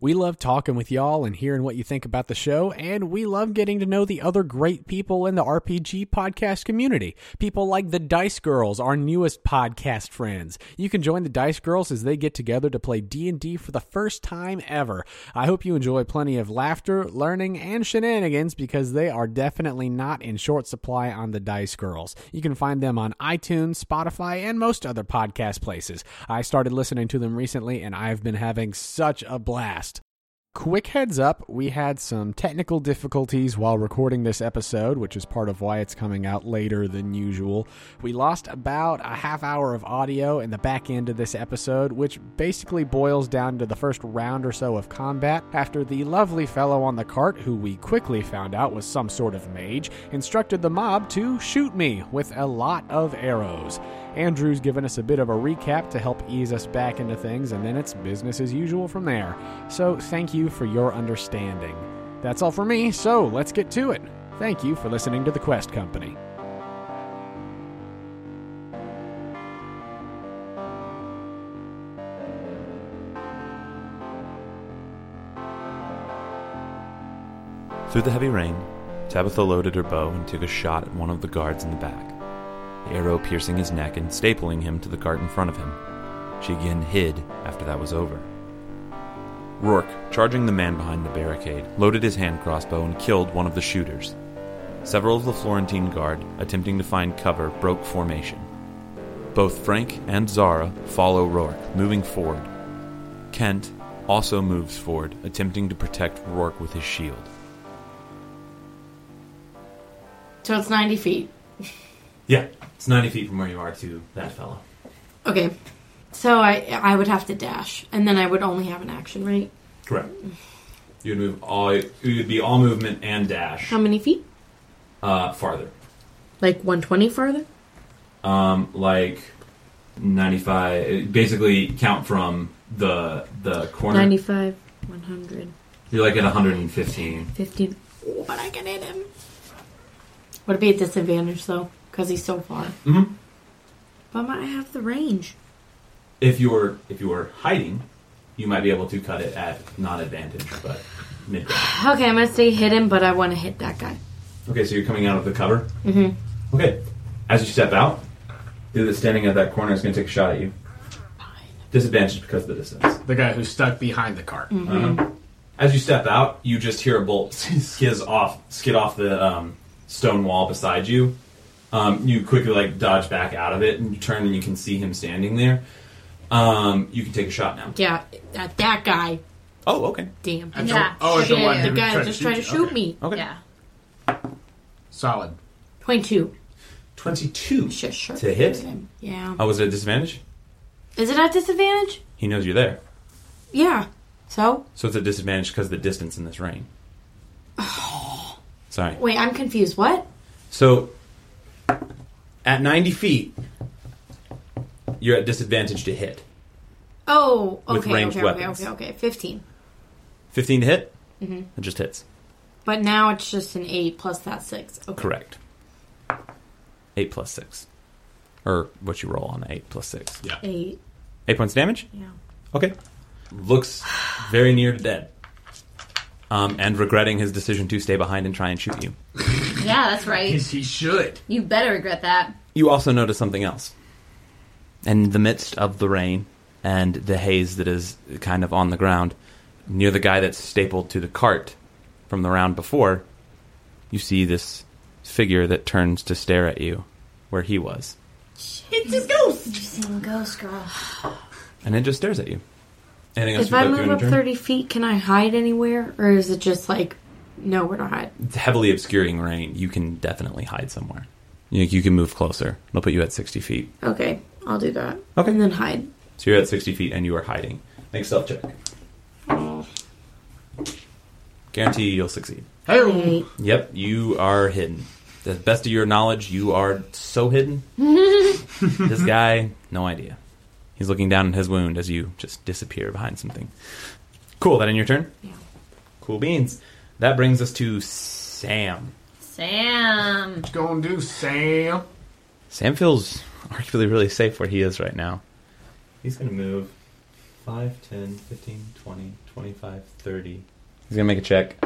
[SPEAKER 15] We love talking with y'all and hearing what you think about the show, and we love getting to know the other great people in the RPG podcast community. People like the Dice Girls, our newest podcast friends. You can join the Dice Girls as they get together to play D&D for the first time ever. I hope you enjoy plenty of laughter, learning, and shenanigans because they are definitely not in short supply on the Dice Girls. You can find them on iTunes, Spotify, and most other podcast places. I started listening to them recently and I've been having such a blast. Quick heads up, we had some technical difficulties while recording this episode, which is part of why it's coming out later than usual. We lost about a half hour of audio in the back end of this episode, which basically boils down to the first round or so of combat after the lovely fellow on the cart, who we quickly found out was some sort of mage, instructed the mob to shoot me with a lot of arrows. Andrew's given us a bit of a recap to help ease us back into things, and then it's business as usual from there. So thank you for your understanding. That's all for me, so let's get to it. Thank you for listening to The Quest Company.
[SPEAKER 2] Through the heavy rain, Tabitha loaded her bow and took a shot at one of the guards in the back, the arrow piercing his neck and stapling him to the cart in front of him. She again hid after that was over. Rourke, charging the man behind the barricade, loaded his hand crossbow and killed one of the shooters. Several of the Florentine guard, attempting to find cover, broke formation. Both Frank and Zara follow Rourke, moving forward. Kent also moves forward, attempting to protect Rourke with his shield.
[SPEAKER 4] So it's 90 feet.
[SPEAKER 13] Yeah, it's 90 feet from where you are to that fellow.
[SPEAKER 4] Okay. So I I would have to dash, and then I would only have an action, right?
[SPEAKER 13] Correct. You would move all. It would be all movement and dash
[SPEAKER 4] How many feet?
[SPEAKER 13] uh, farther,
[SPEAKER 4] Like 120 further?
[SPEAKER 13] um, like 95. Basically, count from the the corner.
[SPEAKER 4] 95, 100,
[SPEAKER 13] You're like at 115.
[SPEAKER 4] 15. Oh, but I can hit him. Would it be a disadvantage, though? Because he's so far.
[SPEAKER 8] Mm-hmm.
[SPEAKER 13] Mhm.
[SPEAKER 4] But I have the range.
[SPEAKER 13] If you're if you were hiding, you might be able to cut it at not advantage, but mid.
[SPEAKER 4] Okay, I'm going to stay hidden, but I want to hit that guy.
[SPEAKER 13] Okay, so you're coming out of the cover.
[SPEAKER 4] Mm hmm.
[SPEAKER 13] Okay. As you step out, the dude that's standing at that corner is going to take a shot at you. Disadvantage because of the distance.
[SPEAKER 8] The guy who's stuck behind the cart.
[SPEAKER 13] Uh-huh. As you step out, you just hear a bolt skiz off, skid off the um, stone wall beside you. Um, you quickly like dodge back out of it, and you turn, and you can see him standing there. Um, you can take a shot now.
[SPEAKER 4] Yeah, at that guy.
[SPEAKER 2] Oh, okay.
[SPEAKER 4] Damn.
[SPEAKER 8] At the- Yeah. oh, at the one
[SPEAKER 4] The
[SPEAKER 8] who
[SPEAKER 4] guy
[SPEAKER 8] tried to
[SPEAKER 4] just
[SPEAKER 8] shoot
[SPEAKER 4] tried to
[SPEAKER 8] you.
[SPEAKER 4] shoot
[SPEAKER 8] Okay.
[SPEAKER 4] me.
[SPEAKER 2] Okay.
[SPEAKER 4] Yeah.
[SPEAKER 8] Solid.
[SPEAKER 4] 22.
[SPEAKER 13] 22
[SPEAKER 4] Shit, sure.
[SPEAKER 2] To hit?
[SPEAKER 4] Yeah.
[SPEAKER 2] Oh, was it a disadvantage?
[SPEAKER 4] Is it at disadvantage?
[SPEAKER 2] He knows you're there.
[SPEAKER 4] Yeah. So?
[SPEAKER 2] So it's a disadvantage because of the distance in this rain. Sorry.
[SPEAKER 4] Wait, I'm confused. What?
[SPEAKER 2] So, at 90 feet, you're at disadvantage to hit.
[SPEAKER 4] Oh, okay,
[SPEAKER 2] With ranged
[SPEAKER 4] okay, okay,
[SPEAKER 2] weapons.
[SPEAKER 4] okay, okay. 15.
[SPEAKER 2] 15 to hit?
[SPEAKER 4] hmm
[SPEAKER 2] It just hits.
[SPEAKER 4] But now it's just an 8 plus that 6. Okay.
[SPEAKER 2] Correct. 8 plus 6. Or what you roll on 8 plus 6. Yeah.
[SPEAKER 4] 8.
[SPEAKER 2] 8 points damage?
[SPEAKER 4] Yeah.
[SPEAKER 2] Okay. Looks very near to dead. Um, and regretting his decision to stay behind and try and shoot you.
[SPEAKER 3] Yeah, that's right.
[SPEAKER 2] he should.
[SPEAKER 3] You better regret that.
[SPEAKER 2] You also notice something else. In the midst of the rain and the haze that is kind of on the ground, near the guy that's stapled to the cart from the round before, you see this figure that turns to stare at you where he was.
[SPEAKER 4] It's his ghost!
[SPEAKER 3] You seen ghost girl.
[SPEAKER 2] And it just stares at you. Anything else
[SPEAKER 4] If I
[SPEAKER 2] about
[SPEAKER 4] move
[SPEAKER 2] your
[SPEAKER 4] up
[SPEAKER 2] turn?
[SPEAKER 4] 30 feet, can I hide anywhere? Or is it just like nowhere to hide?
[SPEAKER 2] It's heavily obscuring rain. You can definitely hide somewhere. You, you can move closer. It'll put you at 60 feet.
[SPEAKER 4] Okay. I'll do that. Okay. And then hide.
[SPEAKER 2] So you're at 60 feet and you are hiding. Make a stealth check. Guarantee you'll succeed.
[SPEAKER 5] Hey.
[SPEAKER 2] Yep, you are hidden. To the best of your knowledge, you are so hidden. this guy, no idea. He's looking down at his wound as you just disappear behind something. Cool, that in your turn? Yeah. Cool beans. That brings us to Sam.
[SPEAKER 3] Sam. What's
[SPEAKER 6] going to do, Sam?
[SPEAKER 2] Sam feels arguably really safe where he is right now.
[SPEAKER 13] He's going to move 5, 10, 15, 20, 25, 30.
[SPEAKER 2] He's going to make a check.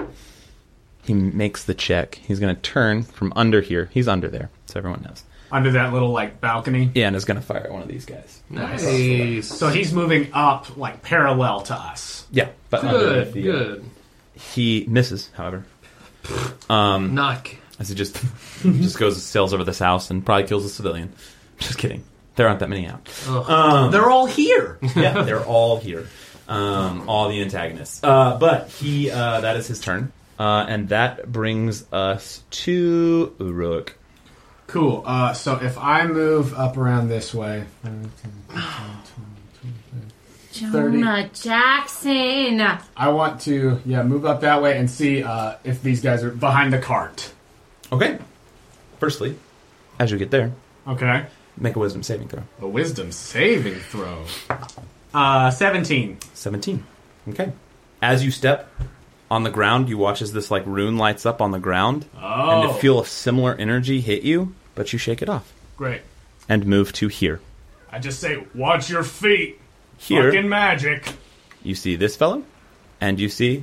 [SPEAKER 2] He makes the check. He's going to turn from under here. He's under there, so everyone knows.
[SPEAKER 8] under that little like balcony.
[SPEAKER 2] Yeah, and is going to fire at one of these guys.
[SPEAKER 5] Nice.
[SPEAKER 8] So he's moving up like parallel to us.
[SPEAKER 2] Yeah, but under
[SPEAKER 8] Good,
[SPEAKER 2] the-
[SPEAKER 8] good.
[SPEAKER 2] He misses, however. Um,
[SPEAKER 5] Knock.
[SPEAKER 2] As he just just goes and sails over this house and probably kills a civilian. Just kidding. There aren't that many out.
[SPEAKER 5] Ugh.
[SPEAKER 2] Um,
[SPEAKER 13] They're all here.
[SPEAKER 2] yeah, they're all here. Um, all the antagonists. Uh, but he uh, that is his turn, uh, and that brings us to Uruk.
[SPEAKER 8] Cool. Uh, so if I move up around this way,
[SPEAKER 3] Jonah Jackson.
[SPEAKER 8] I want to yeah move up that way and see uh, if these guys are behind the cart.
[SPEAKER 2] Okay. Firstly, as you get there,
[SPEAKER 8] Okay.
[SPEAKER 2] make a wisdom saving throw.
[SPEAKER 8] A wisdom saving throw. Uh, seventeen.
[SPEAKER 2] 17. Okay. As you step on the ground, you watch as this like rune lights up on the ground,
[SPEAKER 8] Oh.
[SPEAKER 2] and to feel a similar energy hit you, but you shake it off
[SPEAKER 8] Great.
[SPEAKER 2] and move to here.
[SPEAKER 8] I just say, watch your feet.
[SPEAKER 2] Here.
[SPEAKER 8] Fucking magic.
[SPEAKER 2] You see this fellow, and you see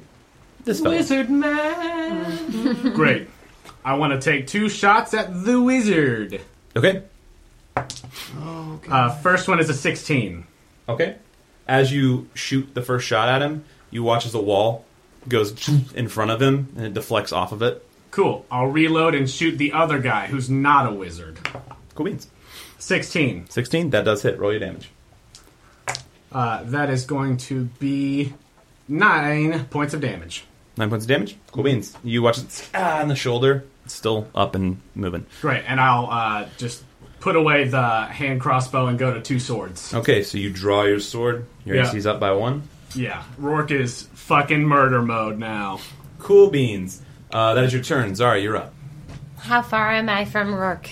[SPEAKER 2] this fellow.
[SPEAKER 8] Wizard man. Great. I want to take two shots at the wizard.
[SPEAKER 2] Okay.
[SPEAKER 8] Uh, first one is a 16.
[SPEAKER 2] Okay. As you shoot the first shot at him, you watch as the wall goes in front of him and it deflects off of it.
[SPEAKER 8] Cool. I'll reload and shoot the other guy who's not a wizard.
[SPEAKER 2] Cool beans.
[SPEAKER 8] 16.
[SPEAKER 2] 16, that does hit. Roll your damage.
[SPEAKER 8] Uh, that is going to be nine points of damage.
[SPEAKER 2] Nine points of damage. Cool beans. You watch it ah, in the shoulder. It's still up and moving.
[SPEAKER 8] Great. And I'll uh, just put away the hand crossbow and go to two swords.
[SPEAKER 2] Okay, so you draw your sword. Your
[SPEAKER 8] Yeah.
[SPEAKER 2] AC's up by one.
[SPEAKER 8] Yeah. Rourke is fucking murder mode now.
[SPEAKER 2] Cool beans. Uh, that is your turn. Zara, you're up.
[SPEAKER 3] How far am I from Rourke?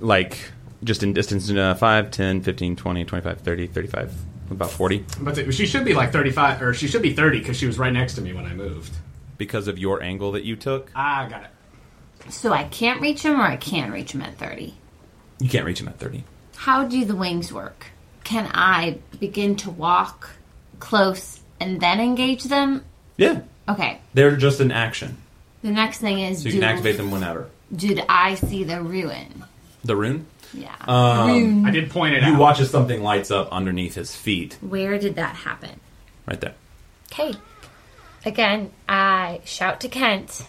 [SPEAKER 2] Like, just in distance uh, 5, 10, 15, 20, 25, 30, 35, about 40.
[SPEAKER 8] But th- she should be like 35, or she should be 30 because she was right next to me when I moved.
[SPEAKER 2] Because of your angle that you took,
[SPEAKER 8] Ah, got it.
[SPEAKER 3] So I can't reach him, or I can reach him at thirty.
[SPEAKER 2] you can't reach him at 30.
[SPEAKER 3] How do the wings work? Can I begin to walk close and then engage them?
[SPEAKER 2] Yeah.
[SPEAKER 3] Okay.
[SPEAKER 2] They're just an action.
[SPEAKER 3] The next thing is,
[SPEAKER 2] So you can activate them whenever.
[SPEAKER 3] Did I see the ruin?
[SPEAKER 2] The rune?
[SPEAKER 3] Yeah.
[SPEAKER 2] Um,
[SPEAKER 8] I did point it
[SPEAKER 2] You
[SPEAKER 8] out.
[SPEAKER 2] watch as something lights up underneath his feet.
[SPEAKER 3] Where did that happen?
[SPEAKER 2] Right there.
[SPEAKER 3] Okay. Again, I shout to Kent,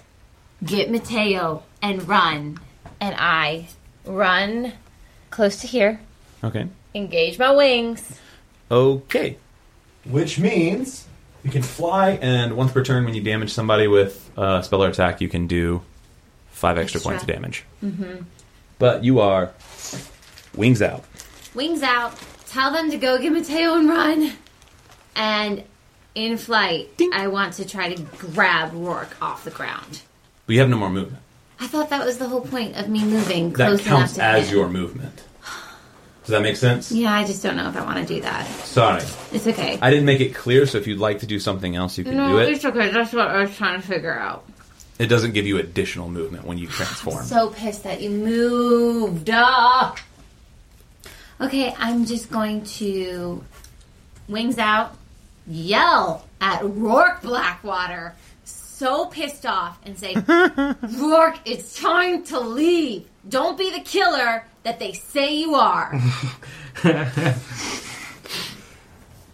[SPEAKER 3] get Mateo and run. And I run close to here,
[SPEAKER 2] Okay.
[SPEAKER 3] engage my wings.
[SPEAKER 2] Okay. Which means you can fly, and once per turn, when you damage somebody with a spell or attack, you can do five extra points of damage.
[SPEAKER 3] Mm-hmm.
[SPEAKER 2] But you are wings out.
[SPEAKER 3] Wings out. Tell them to go get Mateo and run. And in flight, I want to try to grab Rourke off the ground.
[SPEAKER 2] But you have no more movement.
[SPEAKER 3] I thought that was the whole point of me moving
[SPEAKER 2] That
[SPEAKER 3] close enough
[SPEAKER 2] counts
[SPEAKER 3] to
[SPEAKER 2] as
[SPEAKER 3] him.
[SPEAKER 2] your movement. Does that make sense?
[SPEAKER 3] Yeah, I just don't know if I want to do that.
[SPEAKER 2] Sorry.
[SPEAKER 3] It's okay.
[SPEAKER 2] I didn't make it clear, so if you'd like to do something else, you can
[SPEAKER 3] no,
[SPEAKER 2] do it.
[SPEAKER 3] it's okay. That's what I was trying to figure out.
[SPEAKER 2] It doesn't give you additional movement when you transform.
[SPEAKER 3] So pissed that you moved. Ah. Okay, I'm just going to wings out, yell at Rourke Blackwater, so pissed off, and say, Rourke, it's time to leave. Don't be the killer that they say you are.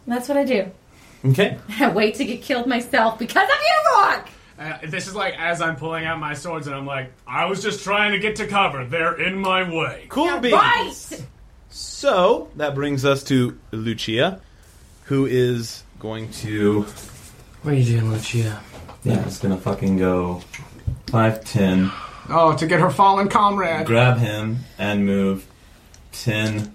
[SPEAKER 3] That's what I do.
[SPEAKER 2] Okay.
[SPEAKER 3] I wait to get killed myself because of you, Rourke.
[SPEAKER 8] Uh, this is like as I'm pulling out my swords and I'm like, I was just trying to get to cover. They're in my way.
[SPEAKER 2] Cool beans. So that brings us to Lucia, who is going to.
[SPEAKER 5] What are you doing, Lucia?
[SPEAKER 13] Yeah, it's gonna fucking go 5, 10,
[SPEAKER 8] Oh, to get her fallen comrade.
[SPEAKER 13] grab him, and move 10,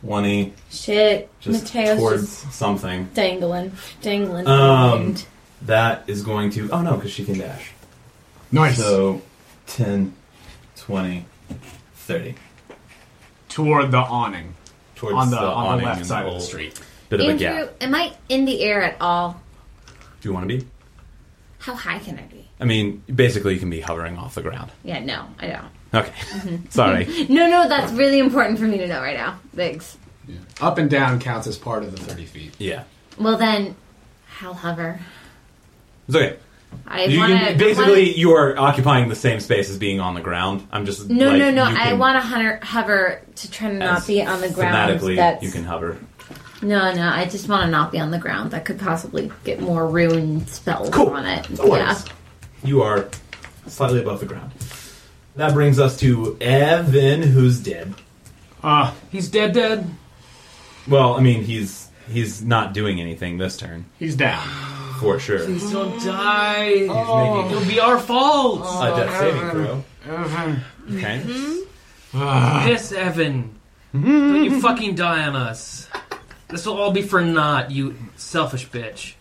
[SPEAKER 2] twenty.
[SPEAKER 16] Shit.
[SPEAKER 2] Just
[SPEAKER 16] Mateo's
[SPEAKER 2] towards something.
[SPEAKER 16] Dangling. Dangling.
[SPEAKER 2] Um, that is going to. Oh no, because she can dash.
[SPEAKER 17] Nice.
[SPEAKER 2] So 10, 20, 30.
[SPEAKER 8] Toward the awning.
[SPEAKER 2] Towards
[SPEAKER 8] on the,
[SPEAKER 2] the
[SPEAKER 8] on
[SPEAKER 2] awning
[SPEAKER 8] the left
[SPEAKER 2] and the
[SPEAKER 8] side of the
[SPEAKER 2] whole
[SPEAKER 8] street.
[SPEAKER 2] Bit of a
[SPEAKER 3] Andrew,
[SPEAKER 2] gap.
[SPEAKER 3] am I in the air at all?
[SPEAKER 2] Do you want to be?
[SPEAKER 3] How high can I be?
[SPEAKER 2] I mean, basically, you can be hovering off the ground.
[SPEAKER 3] Yeah, no, I don't.
[SPEAKER 2] Okay.
[SPEAKER 3] Mhm.
[SPEAKER 2] Sorry.
[SPEAKER 3] no, no, that's really important for me to know right now. Thanks.
[SPEAKER 15] Up and down counts as part of the 30 feet.
[SPEAKER 2] Yeah.
[SPEAKER 3] Well then, I'll hover.
[SPEAKER 2] It's okay.
[SPEAKER 3] I
[SPEAKER 2] You
[SPEAKER 3] want
[SPEAKER 2] can-
[SPEAKER 3] to
[SPEAKER 2] basically, you are occupying the same space as being on the ground. I'm just
[SPEAKER 3] No,
[SPEAKER 2] like,
[SPEAKER 3] no, no.
[SPEAKER 2] you
[SPEAKER 3] I
[SPEAKER 2] can-
[SPEAKER 3] want to hover to try to not
[SPEAKER 2] as
[SPEAKER 3] be on the ground.
[SPEAKER 2] Thematically,
[SPEAKER 3] That's
[SPEAKER 2] you can hover.
[SPEAKER 3] no, no. I just want to not be on the ground. That could possibly get more ruin spells on it.
[SPEAKER 2] No worries.
[SPEAKER 3] yeah.
[SPEAKER 2] You are slightly above the ground. That brings us to Evan, who's dead.
[SPEAKER 8] Ah, he's dead, dead.
[SPEAKER 2] Well, I mean, he's he's not doing anything this turn
[SPEAKER 8] He's down.
[SPEAKER 2] for sure.
[SPEAKER 5] Please don't die. He's
[SPEAKER 2] making-
[SPEAKER 5] It'll be our fault.
[SPEAKER 2] A death saving throw.
[SPEAKER 5] Evan.
[SPEAKER 2] Okay.
[SPEAKER 5] Yes, Evan. Don't you fucking die on us. This will all be for naught, you selfish bitch.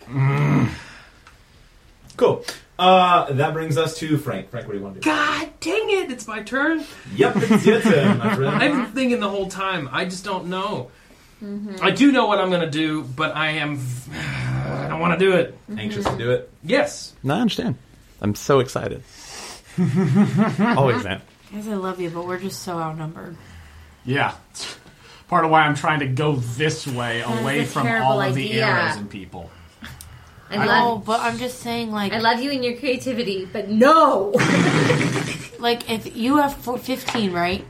[SPEAKER 2] Cool. Uh, that brings us to Frank. Frank, what do you want to do?
[SPEAKER 5] God dang it, it's my turn.
[SPEAKER 2] Yep, it's your turn, my friend.
[SPEAKER 5] I've been thinking the whole time. I just don't know. I do know what I'm going to do, but I am. I don't want to do it.
[SPEAKER 2] Anxious to do it?
[SPEAKER 5] Yes.
[SPEAKER 18] No, I understand. I'm so excited. Always am.
[SPEAKER 4] Guys, I love you, but we're just so outnumbered.
[SPEAKER 8] Yeah. Part of why I'm trying to go this way,
[SPEAKER 4] That is
[SPEAKER 8] away
[SPEAKER 4] a
[SPEAKER 8] from
[SPEAKER 4] terrible
[SPEAKER 8] all of the
[SPEAKER 4] idea.
[SPEAKER 8] arrows and people.
[SPEAKER 4] I know, Oh, but I'm just saying, like,
[SPEAKER 3] I love you and your creativity, but no.
[SPEAKER 4] like if you have four, 15, right?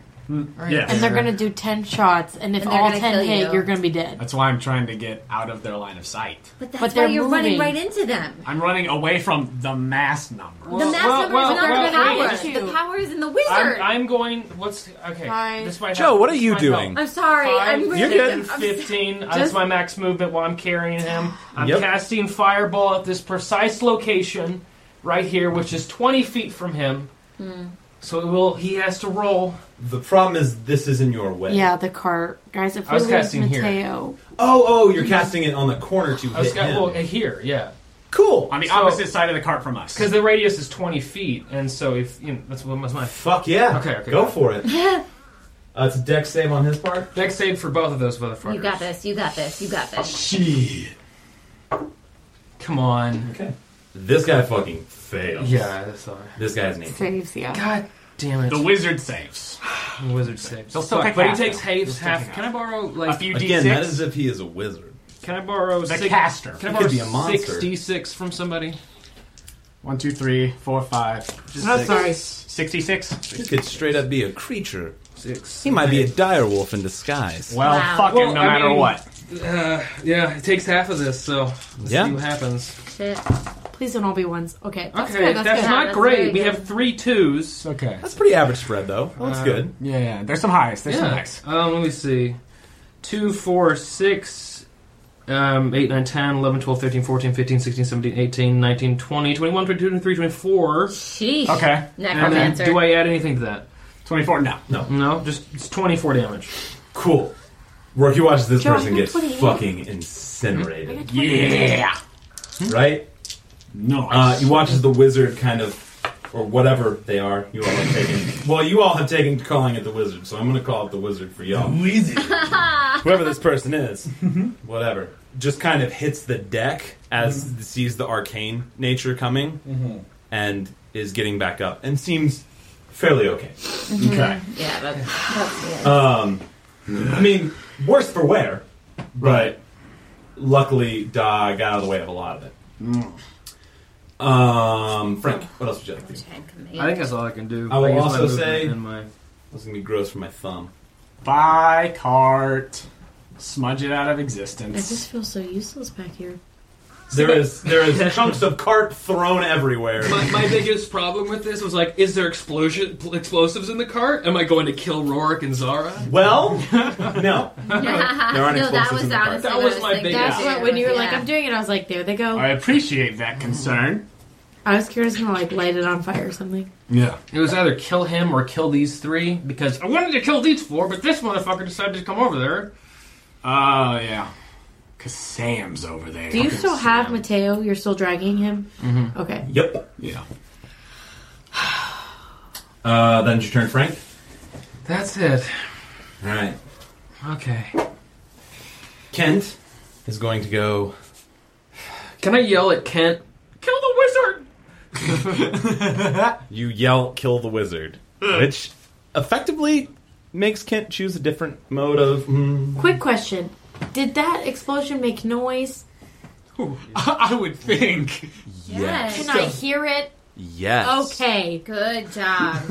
[SPEAKER 8] yes.
[SPEAKER 4] And they're gonna do 10 shots, and if
[SPEAKER 3] And they're
[SPEAKER 4] all
[SPEAKER 3] gonna
[SPEAKER 4] 10
[SPEAKER 3] kill
[SPEAKER 4] hit,
[SPEAKER 3] you.
[SPEAKER 4] you. are gonna be dead.
[SPEAKER 8] That's why I'm trying to get out of their line of sight.
[SPEAKER 3] But
[SPEAKER 4] that's why you're running right
[SPEAKER 3] into them.
[SPEAKER 8] I'm running away from the mass number.
[SPEAKER 3] the mass number is not the power. the power is in the wizard.
[SPEAKER 5] I'm, I'm going. What's okay?
[SPEAKER 3] Hi.
[SPEAKER 5] This might
[SPEAKER 18] Joe,
[SPEAKER 5] help.
[SPEAKER 18] what are
[SPEAKER 5] This
[SPEAKER 18] you
[SPEAKER 5] might
[SPEAKER 18] doing?
[SPEAKER 5] help.
[SPEAKER 3] I'm sorry,
[SPEAKER 5] Five,
[SPEAKER 3] I'm really-
[SPEAKER 18] You're good.
[SPEAKER 5] ten, Fifteen. That's
[SPEAKER 18] Just-
[SPEAKER 5] my max movement while I'm carrying him. I'm
[SPEAKER 18] Yep.
[SPEAKER 5] casting fireball at this precise location, right here, which is twenty feet from him.
[SPEAKER 3] Hmm.
[SPEAKER 5] So it will. He has to roll.
[SPEAKER 2] The problem is this is in your way.
[SPEAKER 4] Yeah, the cart. Guys, if we
[SPEAKER 5] I was
[SPEAKER 4] lose
[SPEAKER 5] casting here.
[SPEAKER 4] Mateo.
[SPEAKER 2] Oh, oh, you're casting it on the corner to
[SPEAKER 5] I was
[SPEAKER 2] hit
[SPEAKER 5] got-
[SPEAKER 2] him.
[SPEAKER 5] well, uh, here, yeah.
[SPEAKER 2] Cool.
[SPEAKER 8] On the
[SPEAKER 5] So-
[SPEAKER 8] opposite side of the cart from us.
[SPEAKER 5] Because the radius is twenty feet, and so if you know, that's what was my
[SPEAKER 2] Fuck yeah.
[SPEAKER 5] Okay, okay.
[SPEAKER 2] Go for it. Uh, it's a deck save on his part.
[SPEAKER 5] Dex save for both of those motherfuckers.
[SPEAKER 3] You got this. You got this. You got this.
[SPEAKER 2] She.
[SPEAKER 5] Come on.
[SPEAKER 2] Okay. This guy fucking fails.
[SPEAKER 5] Yeah, that's all right.
[SPEAKER 2] This guy's name.
[SPEAKER 4] Saves, yeah.
[SPEAKER 5] God damn it.
[SPEAKER 8] The wizard saves.
[SPEAKER 5] Wizard saves.
[SPEAKER 8] They'll still
[SPEAKER 5] Fuck,
[SPEAKER 8] kick
[SPEAKER 5] but he
[SPEAKER 8] ass,
[SPEAKER 5] takes
[SPEAKER 8] though.
[SPEAKER 5] half.
[SPEAKER 8] They'll
[SPEAKER 5] half
[SPEAKER 8] still kick
[SPEAKER 5] can I borrow
[SPEAKER 8] A
[SPEAKER 5] like?
[SPEAKER 8] few
[SPEAKER 2] Again,
[SPEAKER 8] d6.
[SPEAKER 2] that is if he is a wizard.
[SPEAKER 5] Can I borrow
[SPEAKER 8] the
[SPEAKER 5] six,
[SPEAKER 8] caster.
[SPEAKER 5] Can I
[SPEAKER 2] He
[SPEAKER 5] borrow
[SPEAKER 2] could be a monster.
[SPEAKER 5] six d six from somebody?
[SPEAKER 8] One, two, three, four, five.
[SPEAKER 4] No, sorry.
[SPEAKER 18] He
[SPEAKER 8] Sixty-six.
[SPEAKER 18] could straight up be a creature.
[SPEAKER 5] Six.
[SPEAKER 18] He might be a dire wolf in disguise.
[SPEAKER 8] Well,
[SPEAKER 3] Wow.
[SPEAKER 8] fucking
[SPEAKER 5] Well,
[SPEAKER 8] no
[SPEAKER 5] I
[SPEAKER 8] matter
[SPEAKER 5] mean-
[SPEAKER 8] what.
[SPEAKER 5] Uh, yeah, it takes half of this, so let's
[SPEAKER 18] Yeah.
[SPEAKER 5] see what happens.
[SPEAKER 3] Shit.
[SPEAKER 4] Please don't all be ones. Okay, that's
[SPEAKER 5] okay,
[SPEAKER 4] good. That's,
[SPEAKER 5] that's,
[SPEAKER 4] good.
[SPEAKER 5] not
[SPEAKER 3] That's
[SPEAKER 5] great.
[SPEAKER 3] very
[SPEAKER 5] we
[SPEAKER 3] good.
[SPEAKER 5] have three twos.
[SPEAKER 8] Okay.
[SPEAKER 18] That's pretty average spread, though. That looks
[SPEAKER 2] Uh,
[SPEAKER 18] good.
[SPEAKER 8] Yeah, yeah. There's some highs. There's
[SPEAKER 5] yeah.
[SPEAKER 8] some highs.
[SPEAKER 5] Um, let me see. Two, four, six, um, eight, nine, 10, 11, 12, 13, 14, 15, 16, 17, 18, 19, 20, 21, 22, 23, 24.
[SPEAKER 3] Sheesh.
[SPEAKER 8] Okay.
[SPEAKER 5] And then
[SPEAKER 3] Necromancer.
[SPEAKER 5] do I add anything to that?
[SPEAKER 8] Twenty-four. No.
[SPEAKER 5] No, just it's 24 damage.
[SPEAKER 2] Cool. Rourke, you watch this
[SPEAKER 4] Joe,
[SPEAKER 2] person
[SPEAKER 4] I'm
[SPEAKER 2] get
[SPEAKER 4] 28.
[SPEAKER 2] fucking incinerated,
[SPEAKER 8] Yeah.
[SPEAKER 2] right?
[SPEAKER 8] No.
[SPEAKER 2] Uh, you watch as the wizard kind of, or whatever they are, you all have taken. Well, you all have taken to calling it the wizard, so I'm going to call it the wizard for y'all.
[SPEAKER 8] Wizard.
[SPEAKER 2] Whoever this person is, whatever, just kind of hits the deck as sees the arcane nature coming, and is getting back up and seems fairly okay.
[SPEAKER 8] Okay.
[SPEAKER 3] Yeah, that's, that's it.
[SPEAKER 2] Um, I mean, worse for wear, but luckily Da got out of the way of a lot of it. Um, Frank, what else would you like to do?
[SPEAKER 5] I think that's all I can do.
[SPEAKER 2] I will
[SPEAKER 5] use my
[SPEAKER 2] also
[SPEAKER 5] movement
[SPEAKER 2] say-
[SPEAKER 5] and my-
[SPEAKER 2] This is gonna be gross for my thumb.
[SPEAKER 8] Buy cart. Smudge it out of
[SPEAKER 4] I just
[SPEAKER 8] existence.
[SPEAKER 4] feel so useless back here.
[SPEAKER 2] There is there is chunks of cart thrown everywhere.
[SPEAKER 5] My, my biggest problem with this was like, is there explosion pl- explosives in the cart? Am I going to kill Rorik and Zara?
[SPEAKER 2] Well, no. aren't
[SPEAKER 3] no, that
[SPEAKER 2] explosives
[SPEAKER 3] was
[SPEAKER 2] in the
[SPEAKER 3] honestly
[SPEAKER 2] cart.
[SPEAKER 5] That
[SPEAKER 3] what
[SPEAKER 5] was
[SPEAKER 3] I
[SPEAKER 5] my
[SPEAKER 3] thinking
[SPEAKER 5] biggest-
[SPEAKER 4] That's
[SPEAKER 5] Yeah.
[SPEAKER 3] too.
[SPEAKER 4] what, when you were like,
[SPEAKER 3] Yeah.
[SPEAKER 4] I'm doing it, I was like, there they go.
[SPEAKER 8] I appreciate that concern.
[SPEAKER 4] I was curious to like light it on fire or something.
[SPEAKER 5] Yeah. It was either kill him or kill these three because I wanted to kill these four, but this motherfucker decided to come over there.
[SPEAKER 6] Oh, yeah. Because Sam's over there.
[SPEAKER 4] Do you still have Mateo? You're still dragging him.
[SPEAKER 6] Mhm.
[SPEAKER 4] Okay.
[SPEAKER 13] Yep.
[SPEAKER 6] Yeah.
[SPEAKER 13] Uh, then it's your turn, Frank.
[SPEAKER 5] That's it.
[SPEAKER 13] All right.
[SPEAKER 5] Okay.
[SPEAKER 13] Kent is going to go.
[SPEAKER 5] Can I yell at Kent? Kill the wizard!
[SPEAKER 2] You yell, kill the wizard, which effectively makes Kent choose a different mode of. mm,
[SPEAKER 4] Quick question: Did that explosion make noise?
[SPEAKER 6] I would think.
[SPEAKER 2] Yes.
[SPEAKER 4] Can I hear it?
[SPEAKER 2] Yes.
[SPEAKER 4] Okay.
[SPEAKER 3] Good job.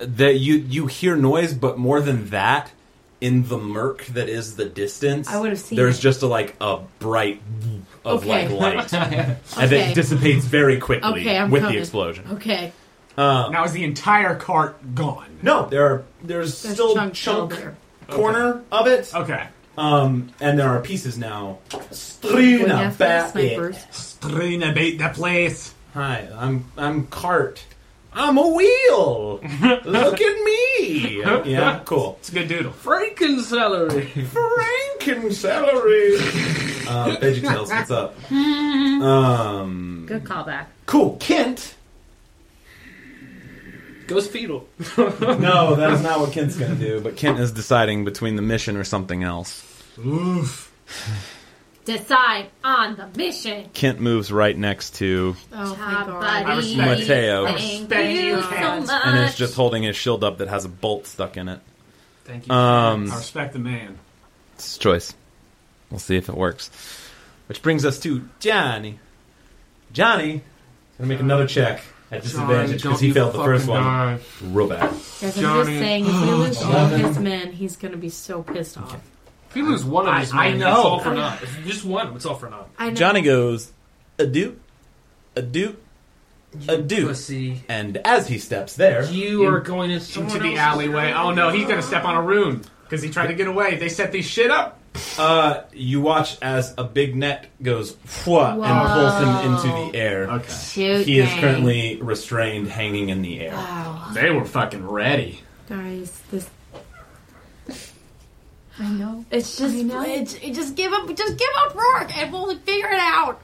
[SPEAKER 2] That you you hear noise, but more than that, in the murk that is the distance,
[SPEAKER 4] I would've seen
[SPEAKER 2] There's
[SPEAKER 4] it.
[SPEAKER 2] just a like a bright of
[SPEAKER 4] Okay.
[SPEAKER 2] like light, and
[SPEAKER 4] Okay.
[SPEAKER 2] it dissipates very quickly
[SPEAKER 4] Okay, I'm
[SPEAKER 2] with
[SPEAKER 4] coming.
[SPEAKER 2] the explosion.
[SPEAKER 4] Okay.
[SPEAKER 2] Um,
[SPEAKER 6] now is the entire cart gone?
[SPEAKER 2] No, there are there's,
[SPEAKER 4] There's
[SPEAKER 2] still
[SPEAKER 4] chunk
[SPEAKER 2] chunk,
[SPEAKER 4] still there.
[SPEAKER 2] corner of it.
[SPEAKER 6] Okay.
[SPEAKER 2] Um, and there are pieces now.
[SPEAKER 6] Going
[SPEAKER 2] Strina
[SPEAKER 6] after the
[SPEAKER 2] bat
[SPEAKER 6] snipers.
[SPEAKER 2] it.
[SPEAKER 6] Strina bait the place.
[SPEAKER 2] Hi, I'm I'm cart. I'm a wheel. Look at me. Yeah, cool.
[SPEAKER 6] It's a good doodle.
[SPEAKER 5] Franken celery.
[SPEAKER 2] Franken celery. Uh, Veggie Tales, what's up? Um,
[SPEAKER 3] Good callback.
[SPEAKER 2] cool. Kent.
[SPEAKER 5] Goes fetal.
[SPEAKER 2] No, that is not what Kent's gonna do. But Kent is deciding between the mission or something else.
[SPEAKER 6] Oof.
[SPEAKER 3] Decide on the mission.
[SPEAKER 2] Kent moves right next to
[SPEAKER 4] Oh
[SPEAKER 3] my god.
[SPEAKER 2] I respect- Mateo. I
[SPEAKER 3] Thank
[SPEAKER 2] respect
[SPEAKER 3] you
[SPEAKER 2] you,
[SPEAKER 3] so much.
[SPEAKER 2] and is just holding his shield up that has a bolt stuck in it.
[SPEAKER 5] Thank
[SPEAKER 6] you.
[SPEAKER 2] Um,
[SPEAKER 6] I respect the man.
[SPEAKER 2] It's a choice. We'll see if it works. Which brings us to Johnny. Johnny is gonna make another check at disadvantage
[SPEAKER 5] Johnny,
[SPEAKER 2] because he
[SPEAKER 5] don't
[SPEAKER 2] failed
[SPEAKER 5] you
[SPEAKER 2] the first
[SPEAKER 5] fucking
[SPEAKER 2] one.
[SPEAKER 5] die.
[SPEAKER 2] Real bad.
[SPEAKER 4] Guys, I'm just saying, if we lose one of
[SPEAKER 2] Eleven.
[SPEAKER 4] his men, he's gonna be so pissed off.
[SPEAKER 5] If you lose one of
[SPEAKER 4] I-
[SPEAKER 5] these,
[SPEAKER 4] I
[SPEAKER 5] men,
[SPEAKER 4] know.
[SPEAKER 5] It's all for
[SPEAKER 4] I-
[SPEAKER 5] naught. If you Just one. It's all for naught.
[SPEAKER 4] I know.
[SPEAKER 2] Johnny goes, a doop, a doop, a doop. And as he steps there,
[SPEAKER 5] You are going to
[SPEAKER 6] Into the alleyway. Oh no, he's gonna step on a rune because he tried to get away. They set this shit up.
[SPEAKER 2] Uh, you watch as a big net goes "Fwa," and pulls him into the air. Okay.
[SPEAKER 4] Shoot,
[SPEAKER 2] he is
[SPEAKER 4] dang.
[SPEAKER 2] currently restrained, hanging in the air.
[SPEAKER 4] Wow.
[SPEAKER 2] They were fucking ready.
[SPEAKER 4] Guys, this. I know. It's just. It's, it just give up. Just give up, Rourke, and we'll figure it out.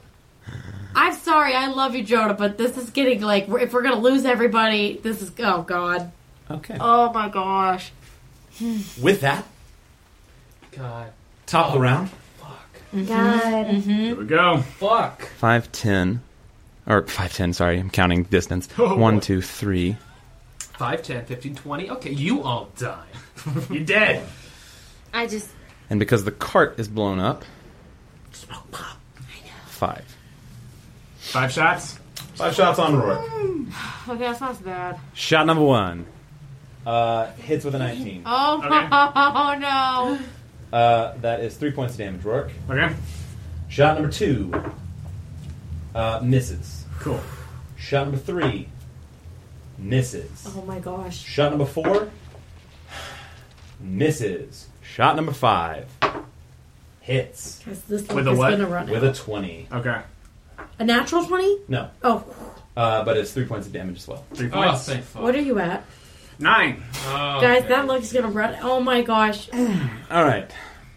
[SPEAKER 4] I'm sorry. I love you, Jonah, but this is getting like. we're- If we're gonna lose everybody, this is. Oh God.
[SPEAKER 2] Okay.
[SPEAKER 4] Oh my gosh.
[SPEAKER 2] With that,
[SPEAKER 5] God.
[SPEAKER 2] top of the round.
[SPEAKER 5] God.
[SPEAKER 6] Here we go.
[SPEAKER 5] Fuck.
[SPEAKER 2] Five ten, or five ten. Sorry, I'm counting distance.
[SPEAKER 5] Oh, boy.
[SPEAKER 2] One, two, three.
[SPEAKER 5] 5, 10, 15, 20. Okay, you all die. You're dead.
[SPEAKER 3] I just
[SPEAKER 2] And because the cart is blown up, five.
[SPEAKER 6] Five shots.
[SPEAKER 2] Five shots on Roy.
[SPEAKER 4] Okay, that's not so bad.
[SPEAKER 2] Shot number one uh, hits with a 19.
[SPEAKER 4] Oh, oh no.
[SPEAKER 2] Uh, that is three points of damage, Rourke.
[SPEAKER 6] Okay.
[SPEAKER 2] Shot number two uh, misses.
[SPEAKER 6] Cool.
[SPEAKER 2] Shot number three misses.
[SPEAKER 3] Uh-huh.
[SPEAKER 4] Oh my gosh.
[SPEAKER 2] Shot number four misses. Shot number five hits.
[SPEAKER 4] Guys, this With a is what? gonna run
[SPEAKER 2] With
[SPEAKER 4] out.
[SPEAKER 2] a 20.
[SPEAKER 6] Okay.
[SPEAKER 4] A natural twenty.
[SPEAKER 2] No.
[SPEAKER 4] Oh,
[SPEAKER 2] Uh, but it's three points of damage as well.
[SPEAKER 6] Three
[SPEAKER 5] points. Oh, thank fuck.
[SPEAKER 4] what are you at,
[SPEAKER 6] Nine.
[SPEAKER 5] Um,
[SPEAKER 4] guys? That looks gonna run. Oh my gosh.
[SPEAKER 2] All right.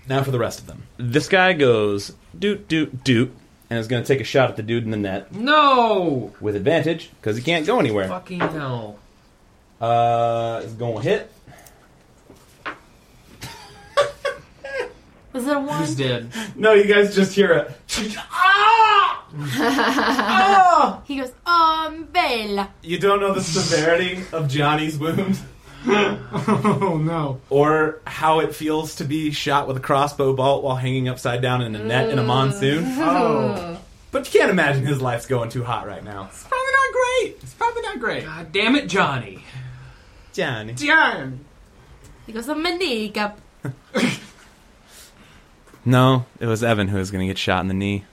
[SPEAKER 2] Now for the rest of them. This guy goes doot doot doot and is going to take a shot at the dude in the net
[SPEAKER 5] No!
[SPEAKER 2] with advantage because he can't go anywhere.
[SPEAKER 5] Fucking hell.
[SPEAKER 2] Uh, it's going to hit.
[SPEAKER 4] Is it a one?
[SPEAKER 5] He's dead.
[SPEAKER 2] No, you guys just hear it.
[SPEAKER 4] He goes, um, Bella.
[SPEAKER 2] Ah! You don't know the severity of Johnny's wound
[SPEAKER 6] oh no.
[SPEAKER 2] or how it feels to be shot with a crossbow bolt while hanging upside down in a net in a monsoon.
[SPEAKER 6] Oh.
[SPEAKER 2] But you can't imagine his life's going too hot right now.
[SPEAKER 6] It's probably not great. It's probably not great.
[SPEAKER 5] God damn it, Johnny.
[SPEAKER 2] Johnny.
[SPEAKER 6] Damn.
[SPEAKER 4] He goes, a Monique. up."
[SPEAKER 2] No, it was Evan who was going to get shot in the knee.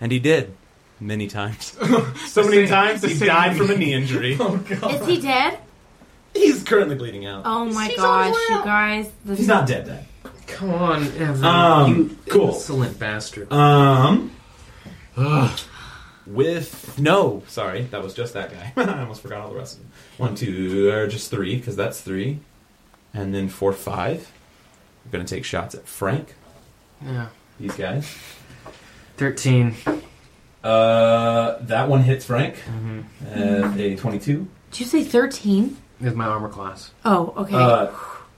[SPEAKER 2] And he did. Many times. so
[SPEAKER 6] The
[SPEAKER 2] many
[SPEAKER 6] same-
[SPEAKER 2] times
[SPEAKER 6] the
[SPEAKER 2] he
[SPEAKER 6] same
[SPEAKER 2] died
[SPEAKER 6] knee.
[SPEAKER 2] from a knee injury.
[SPEAKER 4] Is he dead?
[SPEAKER 2] He's currently bleeding out.
[SPEAKER 4] Oh my
[SPEAKER 5] He's on
[SPEAKER 4] gosh,
[SPEAKER 5] his way
[SPEAKER 4] you
[SPEAKER 5] out.
[SPEAKER 4] guys. This
[SPEAKER 2] He's not dead, dead.
[SPEAKER 5] Come on, Evan.
[SPEAKER 2] Um,
[SPEAKER 5] you
[SPEAKER 2] cool.
[SPEAKER 5] Excellent bastard.
[SPEAKER 2] Um. with no. Sorry, that was just that guy. I almost forgot all the rest of them. One, two, or just three because that's three, and then four, five. We're gonna take shots at Frank.
[SPEAKER 5] Yeah.
[SPEAKER 2] These guys.
[SPEAKER 5] Thirteen.
[SPEAKER 2] Uh, that one hits Frank. Uh, a twenty-two.
[SPEAKER 4] Did you say 13?
[SPEAKER 5] Is my armor class.
[SPEAKER 4] Oh, okay.
[SPEAKER 2] Uh,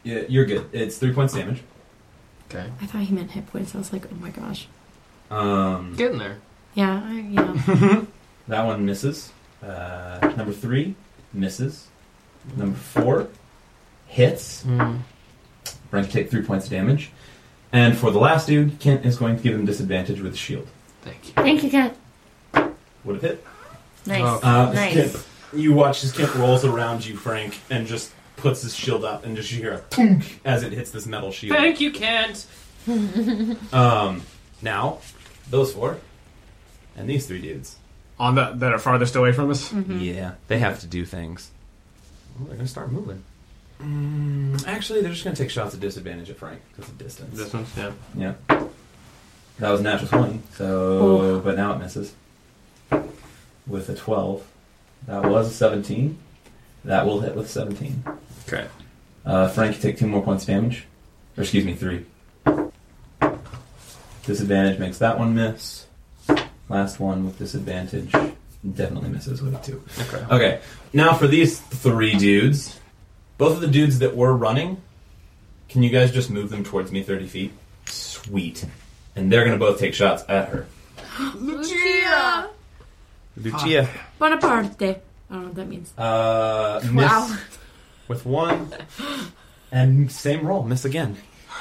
[SPEAKER 2] yeah, you're good. It's three points damage.
[SPEAKER 5] Okay.
[SPEAKER 4] I thought he meant hit points. I was like, oh my gosh.
[SPEAKER 2] Um,
[SPEAKER 5] Getting there.
[SPEAKER 4] Yeah, I, yeah.
[SPEAKER 2] That one misses. Uh, number three misses. Number four hits.
[SPEAKER 5] Mm.
[SPEAKER 2] Frank take three points of damage. And for the last dude, Kent is going to give him disadvantage with the shield.
[SPEAKER 3] Thank you, Kat.
[SPEAKER 2] Would have hit.
[SPEAKER 3] Nice.
[SPEAKER 15] Oh,
[SPEAKER 2] Uh,
[SPEAKER 3] nice.
[SPEAKER 2] Kent, you watch as Kent rolls around you, Frank, and just puts his shield up, and just you hear a thunk as it hits this metal shield.
[SPEAKER 5] Thank you, Kent.
[SPEAKER 2] Um, now, those four, and these three dudes.
[SPEAKER 8] On the, that are farthest away from us.
[SPEAKER 2] Yeah, they have to do things. Well, they're gonna start moving. Mm, actually, they're just gonna take shots at disadvantage at Frank because of distance.
[SPEAKER 5] Distance, yeah.
[SPEAKER 2] Yeah. That was a natural twenty, so but now it misses. With a twelve, that was a seventeen. That will hit with seventeen.
[SPEAKER 5] Okay.
[SPEAKER 2] Uh, Frank, you take two more points of damage, or excuse me, three. Disadvantage makes that one miss. Last one with disadvantage definitely misses with a two.
[SPEAKER 5] Okay.
[SPEAKER 2] Okay, now for these three dudes, both of the dudes that were running, can you guys just move them towards me 30 feet? Sweet. And they're going to both take shots at her.
[SPEAKER 4] Lucia!
[SPEAKER 15] Lucia.
[SPEAKER 4] Bonaparte. I don't know what that means.
[SPEAKER 2] Uh, miss
[SPEAKER 4] Wow.
[SPEAKER 2] with one, and same roll, miss again.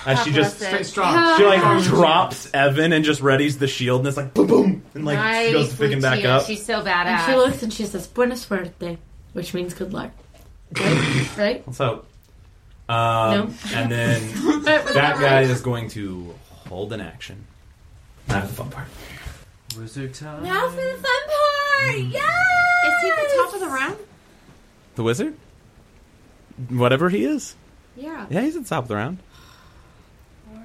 [SPEAKER 2] As she just
[SPEAKER 3] Stay
[SPEAKER 8] strong.
[SPEAKER 15] she like drops Evan and just readies the shield, and it's like boom, boom, and like
[SPEAKER 3] nice.
[SPEAKER 15] she goes to pick him back
[SPEAKER 3] Lucia.
[SPEAKER 15] up.
[SPEAKER 3] She's so
[SPEAKER 4] And she
[SPEAKER 3] badass.
[SPEAKER 4] looks and she says, Buena suerte, which means good luck. Right? right?
[SPEAKER 2] So, um, and then that guy is going to hold an action. That's the fun part.
[SPEAKER 5] Wizard time.
[SPEAKER 19] Now for the fun part! Yeah!
[SPEAKER 4] Is he the top of the round?
[SPEAKER 15] The wizard, whatever he is,
[SPEAKER 4] Yeah.
[SPEAKER 15] yeah, he's at the top of the round.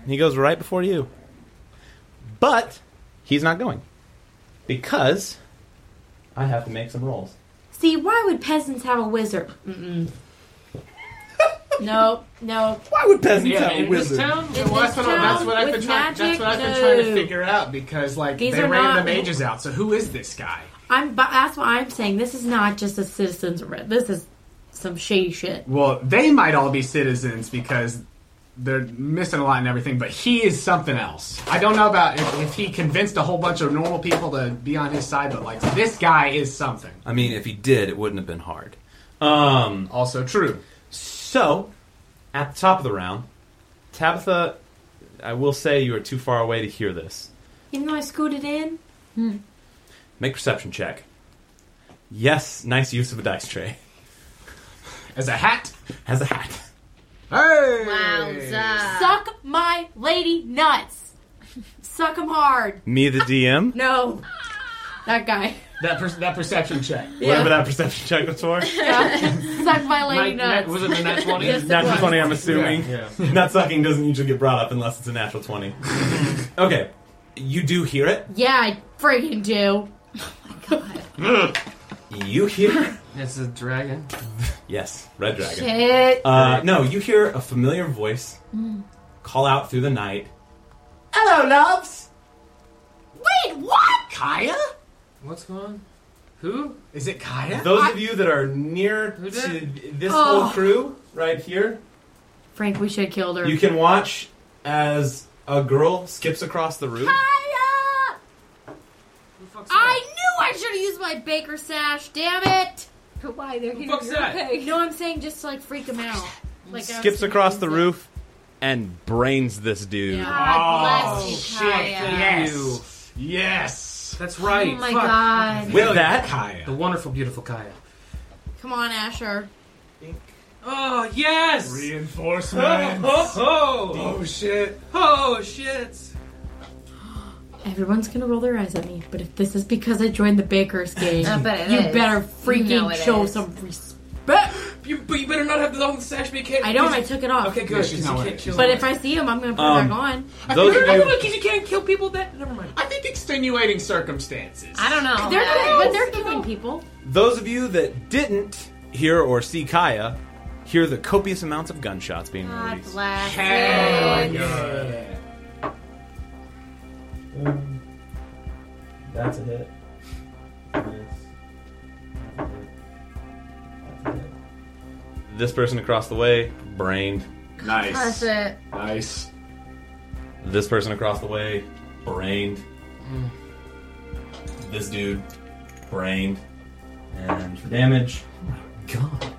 [SPEAKER 15] He goes right before you, but he's not going because
[SPEAKER 2] I have to make some rolls.
[SPEAKER 4] See, why would peasants have a wizard? Mm-mm. no, no.
[SPEAKER 15] why would peasants
[SPEAKER 8] Yeah,
[SPEAKER 15] have a
[SPEAKER 8] in this
[SPEAKER 15] wizard?
[SPEAKER 8] town,
[SPEAKER 4] In
[SPEAKER 8] well,
[SPEAKER 4] this
[SPEAKER 8] that's, what I- that's
[SPEAKER 4] town
[SPEAKER 8] what I've been
[SPEAKER 4] with
[SPEAKER 8] trying. That's
[SPEAKER 4] magic,
[SPEAKER 8] what I've been trying to
[SPEAKER 4] no.
[SPEAKER 8] figure out because like
[SPEAKER 4] These
[SPEAKER 8] they
[SPEAKER 4] are
[SPEAKER 8] ran
[SPEAKER 4] not-
[SPEAKER 8] the mages out. So who is this guy?
[SPEAKER 4] I'm. But that's what I'm saying. This is not just a citizen's arrest. This is some shady shit.
[SPEAKER 8] Well, they might all be citizens because they're missing a lot and everything, but he is something else. I don't know about if, if he convinced a whole bunch of normal people to be on his side, but like this guy is something.
[SPEAKER 15] I mean, if he did, it wouldn't have been hard.
[SPEAKER 2] Um,
[SPEAKER 8] Also true.
[SPEAKER 15] So, at the top of the round, Tabitha, I will say you are too far away to hear this.
[SPEAKER 4] Even though I scooted in.
[SPEAKER 15] Make perception check. Yes, nice use of a dice tray.
[SPEAKER 8] As a hat.
[SPEAKER 15] Has a hat.
[SPEAKER 8] Hey.
[SPEAKER 3] Wowza.
[SPEAKER 4] Suck my lady nuts. Suck him hard.
[SPEAKER 15] Me, the DM.
[SPEAKER 4] No. That guy.
[SPEAKER 8] That per- that perception check.
[SPEAKER 15] Whatever that perception check was for.
[SPEAKER 4] Suck my lady
[SPEAKER 5] Nat-
[SPEAKER 4] nuts.
[SPEAKER 5] was it the nat 20?
[SPEAKER 4] Yes, it
[SPEAKER 15] Natural
[SPEAKER 4] was.
[SPEAKER 15] 20, I'm assuming.
[SPEAKER 5] Yeah.
[SPEAKER 15] Not sucking doesn't usually get brought up unless it's a natural 20. okay. You do hear it.
[SPEAKER 4] Yeah, I freaking do.
[SPEAKER 15] You hear.
[SPEAKER 5] It's a dragon.
[SPEAKER 15] Yes, Red Dragon.
[SPEAKER 3] Shit.
[SPEAKER 15] Uh, no, you hear a familiar voice call out through the night. Hello, loves!
[SPEAKER 4] Wait, what?
[SPEAKER 8] Kaya?
[SPEAKER 5] What's going on? Who?
[SPEAKER 8] Is it Kaya?
[SPEAKER 15] Those of you that are near
[SPEAKER 5] Who
[SPEAKER 15] to
[SPEAKER 5] did?
[SPEAKER 15] this
[SPEAKER 4] Oh.
[SPEAKER 15] whole crew right here,
[SPEAKER 4] Frank, we should have killed her.
[SPEAKER 15] you can watch as a girl skips across the roof.
[SPEAKER 4] Hiya!
[SPEAKER 5] Who the fuck's
[SPEAKER 4] I knew I should have used my baker sash. Damn it!
[SPEAKER 3] But Why they're here?
[SPEAKER 5] fuck's that?
[SPEAKER 4] You know what I'm saying? Just to, like freak him out. Like I was
[SPEAKER 15] Skips across the
[SPEAKER 4] thinking-
[SPEAKER 15] roof and brains this dude.
[SPEAKER 3] God
[SPEAKER 8] Oh,
[SPEAKER 3] bless you,
[SPEAKER 8] shit.
[SPEAKER 3] Kaya.
[SPEAKER 8] Yes.
[SPEAKER 5] You.
[SPEAKER 8] Yes.
[SPEAKER 5] That's right.
[SPEAKER 3] Oh my
[SPEAKER 5] Fuck.
[SPEAKER 3] god.
[SPEAKER 15] With that,
[SPEAKER 5] The
[SPEAKER 8] Kaya.
[SPEAKER 5] wonderful, beautiful Kaya.
[SPEAKER 4] Come on, Asher.
[SPEAKER 5] Oh yes.
[SPEAKER 8] Reinforcement.
[SPEAKER 5] Oh,
[SPEAKER 8] Oh shit.
[SPEAKER 5] oh, oh shit.
[SPEAKER 4] Everyone's gonna roll their eyes at me, but if this is because I joined the baker's game,
[SPEAKER 3] I bet it
[SPEAKER 4] you
[SPEAKER 3] is.
[SPEAKER 4] better
[SPEAKER 3] You
[SPEAKER 4] freaking
[SPEAKER 3] know it
[SPEAKER 4] show
[SPEAKER 3] is.
[SPEAKER 4] some respect.
[SPEAKER 5] You, but you better not have the long sash, but you can't.
[SPEAKER 4] I don't. I took it off.
[SPEAKER 5] Okay, good.
[SPEAKER 8] Yeah, she's
[SPEAKER 5] 'cause
[SPEAKER 8] not
[SPEAKER 5] you
[SPEAKER 8] wearing
[SPEAKER 5] can't
[SPEAKER 8] it.
[SPEAKER 5] kill
[SPEAKER 4] But
[SPEAKER 5] them.
[SPEAKER 4] if I see him, I'm gonna put
[SPEAKER 15] Um,
[SPEAKER 4] it back on.
[SPEAKER 15] those of
[SPEAKER 5] I feel
[SPEAKER 15] you,
[SPEAKER 5] like 'cause you can't kill people that. Never mind.
[SPEAKER 8] I think extenuating circumstances.
[SPEAKER 4] I don't know.
[SPEAKER 14] They're
[SPEAKER 4] Yeah,
[SPEAKER 14] killing-
[SPEAKER 4] but they're killing people.
[SPEAKER 2] Those of you that didn't hear or see Kaya, hear the copious amounts of gunshots being
[SPEAKER 4] God
[SPEAKER 2] released.
[SPEAKER 4] bless.
[SPEAKER 2] Hey.
[SPEAKER 13] That's a hit.
[SPEAKER 2] This person across the way, brained.
[SPEAKER 6] Nice.
[SPEAKER 4] it.
[SPEAKER 6] Nice.
[SPEAKER 2] This person across the way, brained.
[SPEAKER 13] Mm.
[SPEAKER 2] This dude, brained.
[SPEAKER 13] And for damage,
[SPEAKER 2] God.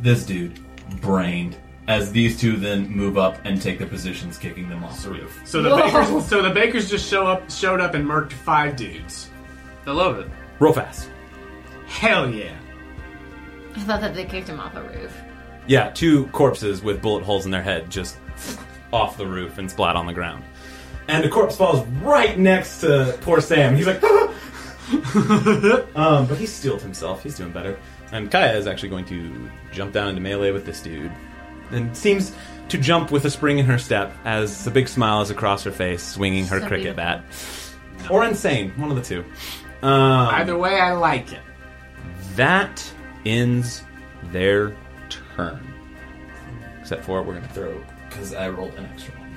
[SPEAKER 13] this dude brained as these two then move up and take their positions, kicking them off the roof.
[SPEAKER 8] So the bakers, so the bakers just show up, showed up and murked five dudes.
[SPEAKER 5] I love it.
[SPEAKER 2] Roll fast.
[SPEAKER 8] Hell yeah!
[SPEAKER 4] I thought that they kicked him off a roof.
[SPEAKER 2] Yeah, two corpses with bullet holes in their head just off the roof and splat on the ground.
[SPEAKER 13] And the corpse falls right next to poor Sam. He's like,
[SPEAKER 2] Um, but he steeled himself. He's doing better. And Kaya is actually going to jump down into melee with this dude. And seems to jump with a spring in her step as the big smile is across her face, swinging her
[SPEAKER 8] So
[SPEAKER 2] cricket bat. Or insane, one of the two. Um,
[SPEAKER 8] Either way, I like it.
[SPEAKER 2] That ends their turn. Except for we're going to throw, because I rolled an extra one.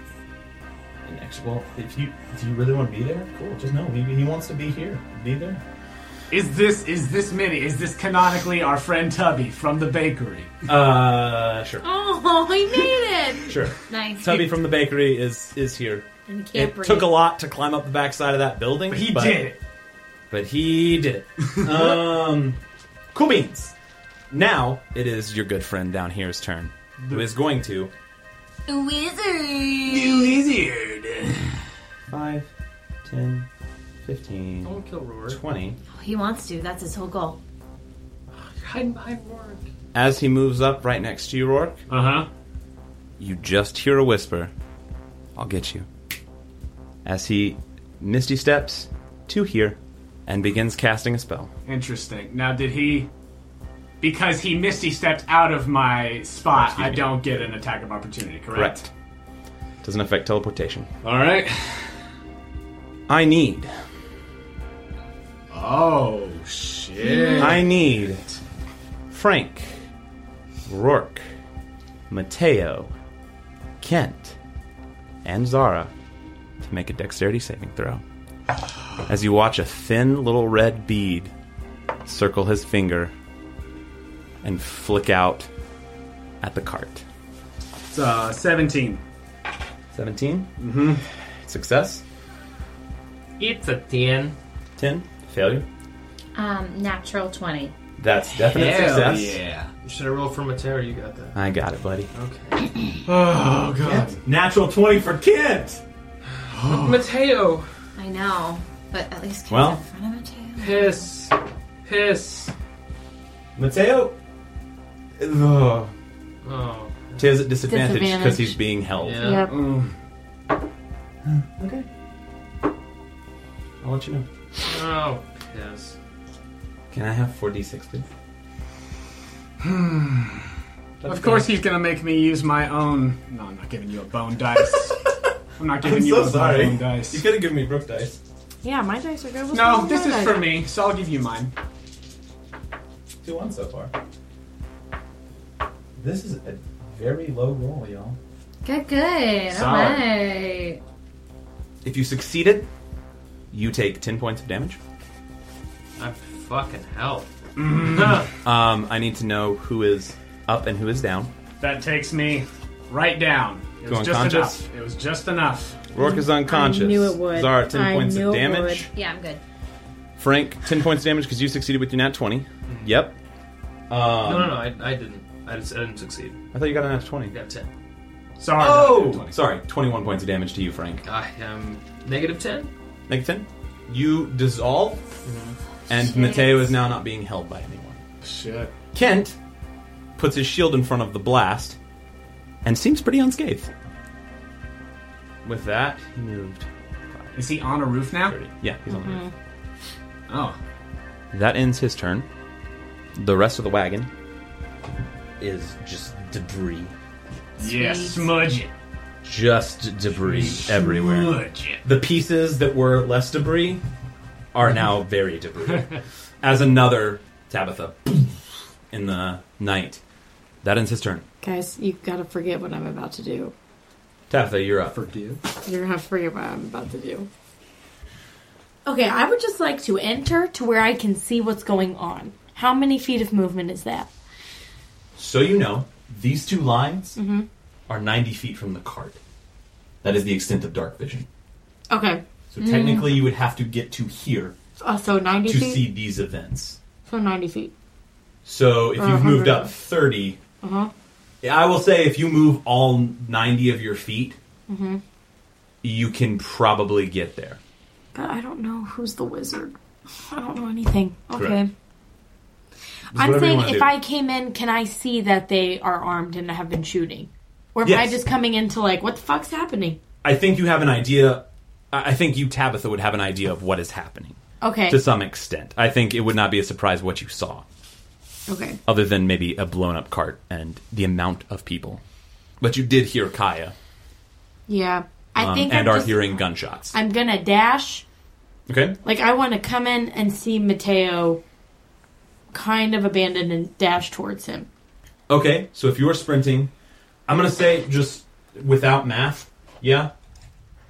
[SPEAKER 13] An extra. Well, if you do you really want to be there? Cool. Just know he, he wants to be here. Be there.
[SPEAKER 8] Is this is this mini? Is this canonically our friend Tubby from the bakery?
[SPEAKER 2] Uh, sure.
[SPEAKER 4] Oh, he made it.
[SPEAKER 2] Sure.
[SPEAKER 4] Nice.
[SPEAKER 2] Tubby from the bakery is is here.
[SPEAKER 4] And he can't
[SPEAKER 2] It
[SPEAKER 4] breathe.
[SPEAKER 2] took a lot to climb up the backside of that building. But
[SPEAKER 8] he did it.
[SPEAKER 2] But he did it. um, cool beans. Now it is your good friend down here's turn, who is going to
[SPEAKER 4] Wizard. Wizard.
[SPEAKER 2] 5, 10, 15,
[SPEAKER 5] Don't kill Rory.
[SPEAKER 2] 20.
[SPEAKER 4] He wants to. That's his whole goal.
[SPEAKER 5] You're hiding behind Rory.
[SPEAKER 2] As he moves up right next to you, Rourke.
[SPEAKER 5] Uh huh.
[SPEAKER 2] You just hear a whisper. I'll get you. As he misty steps to here and begins casting a spell.
[SPEAKER 8] Interesting. Now, did he? Because he misty stepped out of my spot, I don't get an attack of opportunity. Correct.
[SPEAKER 2] Correct. Doesn't affect teleportation.
[SPEAKER 8] All right.
[SPEAKER 2] I need.
[SPEAKER 8] Oh shit!
[SPEAKER 2] I need Frank, Rourke, Mateo, Kent, and Zara to make a dexterity saving throw. As you watch a thin little red bead circle his finger and flick out at the cart.
[SPEAKER 8] It's uh, seventeen.
[SPEAKER 2] 17? Mm-hmm. Success?
[SPEAKER 5] It's a 10.
[SPEAKER 2] 10? Failure?
[SPEAKER 3] Um, natural 20.
[SPEAKER 2] That's definite
[SPEAKER 5] Hell
[SPEAKER 2] success.
[SPEAKER 5] yeah. Should I roll for Matera? You got that.
[SPEAKER 2] I got it, buddy.
[SPEAKER 5] Okay.
[SPEAKER 8] Oh, God.
[SPEAKER 13] Natural 20 for Kent!
[SPEAKER 5] Mateo!
[SPEAKER 3] I know, but at least
[SPEAKER 2] Well.
[SPEAKER 3] in front of Mateo.
[SPEAKER 5] Piss. Piss.
[SPEAKER 2] Mateo? Ugh.
[SPEAKER 5] Oh.
[SPEAKER 2] Tails at disadvantage because
[SPEAKER 5] Disadvantage.
[SPEAKER 2] he's being held.
[SPEAKER 5] Yeah. Yep.
[SPEAKER 2] Okay. I'll let you know.
[SPEAKER 5] Oh, piss.
[SPEAKER 2] Can I have 4d6, please?
[SPEAKER 8] Of course, he's gonna make me use my own. No, I'm not giving you a bone dice. I'm not giving
[SPEAKER 2] I'm
[SPEAKER 8] you
[SPEAKER 2] so
[SPEAKER 8] a
[SPEAKER 2] sorry.
[SPEAKER 8] bone dice.
[SPEAKER 2] You could have given me Brook dice.
[SPEAKER 4] Yeah, my dice are good. What's wrong
[SPEAKER 8] No,
[SPEAKER 4] with
[SPEAKER 8] this
[SPEAKER 4] my
[SPEAKER 8] is
[SPEAKER 4] dice?
[SPEAKER 8] for me, so I'll give you mine.
[SPEAKER 13] 2 1 so far. This is a very low roll, y'all.
[SPEAKER 3] Good, good.
[SPEAKER 2] Solid.
[SPEAKER 3] All right.
[SPEAKER 2] If you succeeded, you take 10 points of damage.
[SPEAKER 5] I'm Ah, fucking hell.
[SPEAKER 2] um, I need to know who is up and who is down.
[SPEAKER 8] That takes me right down. It was
[SPEAKER 2] Going
[SPEAKER 8] just
[SPEAKER 2] conscious?
[SPEAKER 8] enough. It was just enough.
[SPEAKER 2] Rourke is unconscious.
[SPEAKER 4] I knew it would.
[SPEAKER 2] Zara, 10
[SPEAKER 4] I
[SPEAKER 2] points
[SPEAKER 4] knew
[SPEAKER 2] of
[SPEAKER 4] it
[SPEAKER 2] damage.
[SPEAKER 4] would.
[SPEAKER 3] Yeah, I'm good.
[SPEAKER 2] Frank, 10 points of damage because you succeeded with your nat 20. Yep. Um,
[SPEAKER 5] no, no, no. I, I didn't. I, just, I didn't succeed.
[SPEAKER 2] I thought you got a nat 20.
[SPEAKER 5] I got 10.
[SPEAKER 8] Sorry.
[SPEAKER 2] Oh! Sorry, 21 points of damage to you, Frank.
[SPEAKER 5] I am negative 10.
[SPEAKER 2] Negative 10. You dissolve, and Mateo is now not being held by anyone.
[SPEAKER 8] Shit.
[SPEAKER 2] Kent puts his shield in front of the blast and seems pretty unscathed. With that, he moved.
[SPEAKER 8] Is he on a roof now?
[SPEAKER 2] Yeah, he's on the roof.
[SPEAKER 8] Oh.
[SPEAKER 2] That ends his turn. The rest of the wagon is just debris.
[SPEAKER 8] Yeah, smudge it.
[SPEAKER 2] just debris everywhere. The pieces that were less debris are now very debris. As another Tabitha in the night. That ends his turn.
[SPEAKER 4] Guys, you gotta forget what I'm about to do.
[SPEAKER 2] Tabitha, you're up. Forgive.
[SPEAKER 4] You're gonna have to forget what I'm about to do. Okay, I would just like to enter to where I can see what's going on. How many feet of movement is that?
[SPEAKER 2] So you know, these two lines
[SPEAKER 4] Mm-hmm.
[SPEAKER 2] are 90 feet from the cart. That is the extent of dark vision.
[SPEAKER 4] Okay.
[SPEAKER 2] So technically, you would have to get to here
[SPEAKER 4] Mm. Uh, so ninety
[SPEAKER 2] to
[SPEAKER 4] feet.
[SPEAKER 2] see these events.
[SPEAKER 4] So ninety feet.
[SPEAKER 2] So if
[SPEAKER 4] Or
[SPEAKER 2] you've moved
[SPEAKER 4] 100.
[SPEAKER 2] up 30,
[SPEAKER 4] Uh huh.
[SPEAKER 2] yeah, I will say if you move all 90 of your feet,
[SPEAKER 4] Mm-hmm.
[SPEAKER 2] you can probably get there.
[SPEAKER 4] God, I don't know who's the wizard. I don't know anything. Okay.
[SPEAKER 2] Correct.
[SPEAKER 4] I'm
[SPEAKER 2] whatever you
[SPEAKER 4] saying
[SPEAKER 2] wanna
[SPEAKER 4] if
[SPEAKER 2] do.
[SPEAKER 4] I came in, can I see that they are armed and have been shooting? Or am I
[SPEAKER 2] Yes.
[SPEAKER 4] just coming into like, what the fuck's happening?
[SPEAKER 2] I think you have an idea. I I think you, Tabitha, would have an idea of what is happening.
[SPEAKER 4] Okay.
[SPEAKER 2] To some extent. I think it would not be a surprise what you saw,
[SPEAKER 4] Okay.
[SPEAKER 2] other than maybe a blown up cart and the amount of people. But you did hear Kaya
[SPEAKER 4] Yeah. I
[SPEAKER 2] um,
[SPEAKER 4] think
[SPEAKER 2] and
[SPEAKER 4] I'm
[SPEAKER 2] are
[SPEAKER 4] just,
[SPEAKER 2] hearing gunshots.
[SPEAKER 4] I'm gonna dash.
[SPEAKER 2] Okay?
[SPEAKER 4] Like I want to come in and see Mateo, kind of abandoned and dash towards him.
[SPEAKER 2] Okay, so if you're sprinting, I'm going to say just without math, yeah,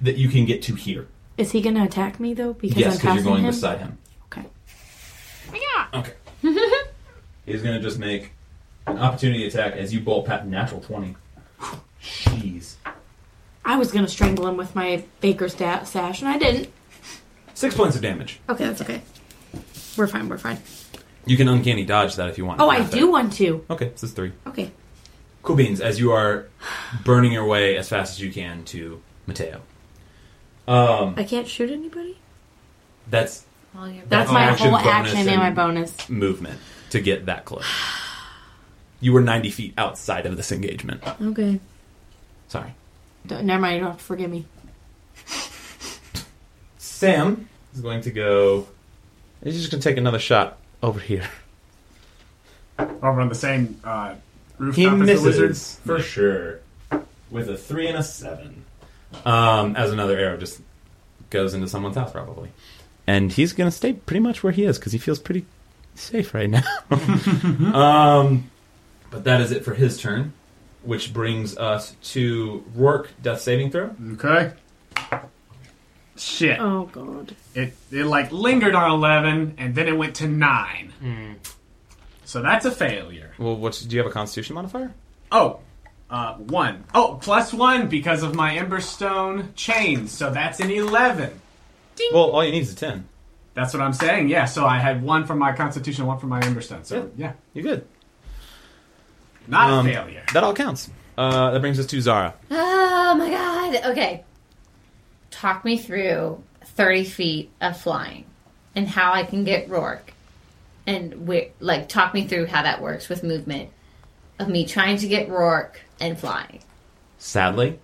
[SPEAKER 2] that you can get to here.
[SPEAKER 4] Is he gonna attack me though? Because
[SPEAKER 2] yes,
[SPEAKER 4] I'm
[SPEAKER 2] because
[SPEAKER 4] passing
[SPEAKER 2] you're going
[SPEAKER 4] him.
[SPEAKER 2] beside him. Okay. He's going to just make an opportunity attack as you bolt pat natural 20. Jeez.
[SPEAKER 4] I was gonna strangle him with my baker's da- sash, and I didn't.
[SPEAKER 2] Six points of damage.
[SPEAKER 4] Okay, that's okay. We're fine. We're fine.
[SPEAKER 2] You can uncanny dodge that if you want.
[SPEAKER 4] Oh, I
[SPEAKER 2] Not that-
[SPEAKER 4] do want to.
[SPEAKER 2] Okay, this is three.
[SPEAKER 4] Okay.
[SPEAKER 2] Cool beans, as you are burning your way as fast as you can to Mateo. Um,
[SPEAKER 4] I can't shoot anybody.
[SPEAKER 2] that's
[SPEAKER 4] That's my
[SPEAKER 2] action,
[SPEAKER 4] whole
[SPEAKER 2] bonus,
[SPEAKER 4] action and my bonus.
[SPEAKER 2] Movement to get that close. You were 90 feet outside of this engagement.
[SPEAKER 4] Okay.
[SPEAKER 2] Sorry.
[SPEAKER 4] Don't, never mind. You don't have to forgive me.
[SPEAKER 2] Sam is going to go. He's just going to take another shot over here.
[SPEAKER 8] Over on the same uh,
[SPEAKER 2] He
[SPEAKER 8] rooftop as
[SPEAKER 2] misses
[SPEAKER 8] the wizards.
[SPEAKER 2] for sure with a three and a seven. Um, as another arrow just goes into someone's house, probably. And he's going to stay pretty much where he is because he feels pretty safe right now. um, but that is it for his turn, which brings us to Rourke death saving throw.
[SPEAKER 8] Okay. Shit.
[SPEAKER 4] Oh god.
[SPEAKER 8] It it like lingered on eleven, and then it went to nine.
[SPEAKER 2] Hmm.
[SPEAKER 8] So that's a failure.
[SPEAKER 2] Well, what's, do you have a Constitution modifier?
[SPEAKER 8] Oh, uh, one. Oh, plus one because of my Emberstone chain. So that's an eleven.
[SPEAKER 2] Well, all you need is a ten.
[SPEAKER 8] That's what I'm saying. Yeah. So I had one from my Constitution, one from my Emberstone. So yeah,
[SPEAKER 2] you're good.
[SPEAKER 8] Not
[SPEAKER 2] Um,
[SPEAKER 8] a failure.
[SPEAKER 2] That all counts. Uh, that brings us to Zara.
[SPEAKER 3] Oh my god. Okay. Talk me through 30 feet of flying and how I can get Rourke. And where, like, talk me through how that works with movement of me trying to get Rourke and flying
[SPEAKER 2] Sadly,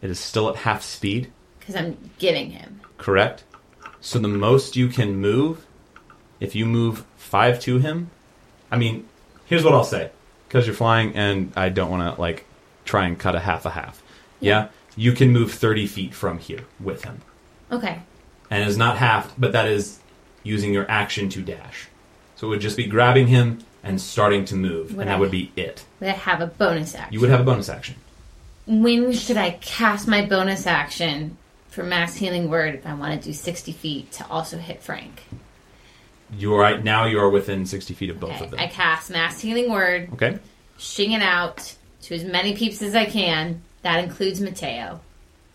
[SPEAKER 2] it is still at half speed.
[SPEAKER 3] because I'm getting him.
[SPEAKER 2] Correct. So the most you can move, if you move five to him, I mean, here's what I'll say because you're flying, and I don't want to like try and cut a half a half. Yeah. you can move thirty feet from here with him,
[SPEAKER 3] Okay.
[SPEAKER 2] and it's not half, but that is using your action to dash. So it would just be grabbing him and starting to move,
[SPEAKER 3] Would
[SPEAKER 2] and that
[SPEAKER 3] I-
[SPEAKER 2] would be it.
[SPEAKER 3] Would I have a bonus action?
[SPEAKER 2] You would have a bonus action.
[SPEAKER 3] When should I cast my bonus action for max healing word if I want to do 60 feet to also hit Frank?
[SPEAKER 2] You are right now. You are within sixty feet of both
[SPEAKER 3] Okay.
[SPEAKER 2] of them.
[SPEAKER 3] I cast max healing word,
[SPEAKER 2] Okay.
[SPEAKER 3] shing it out to as many peeps as I can. That includes Mateo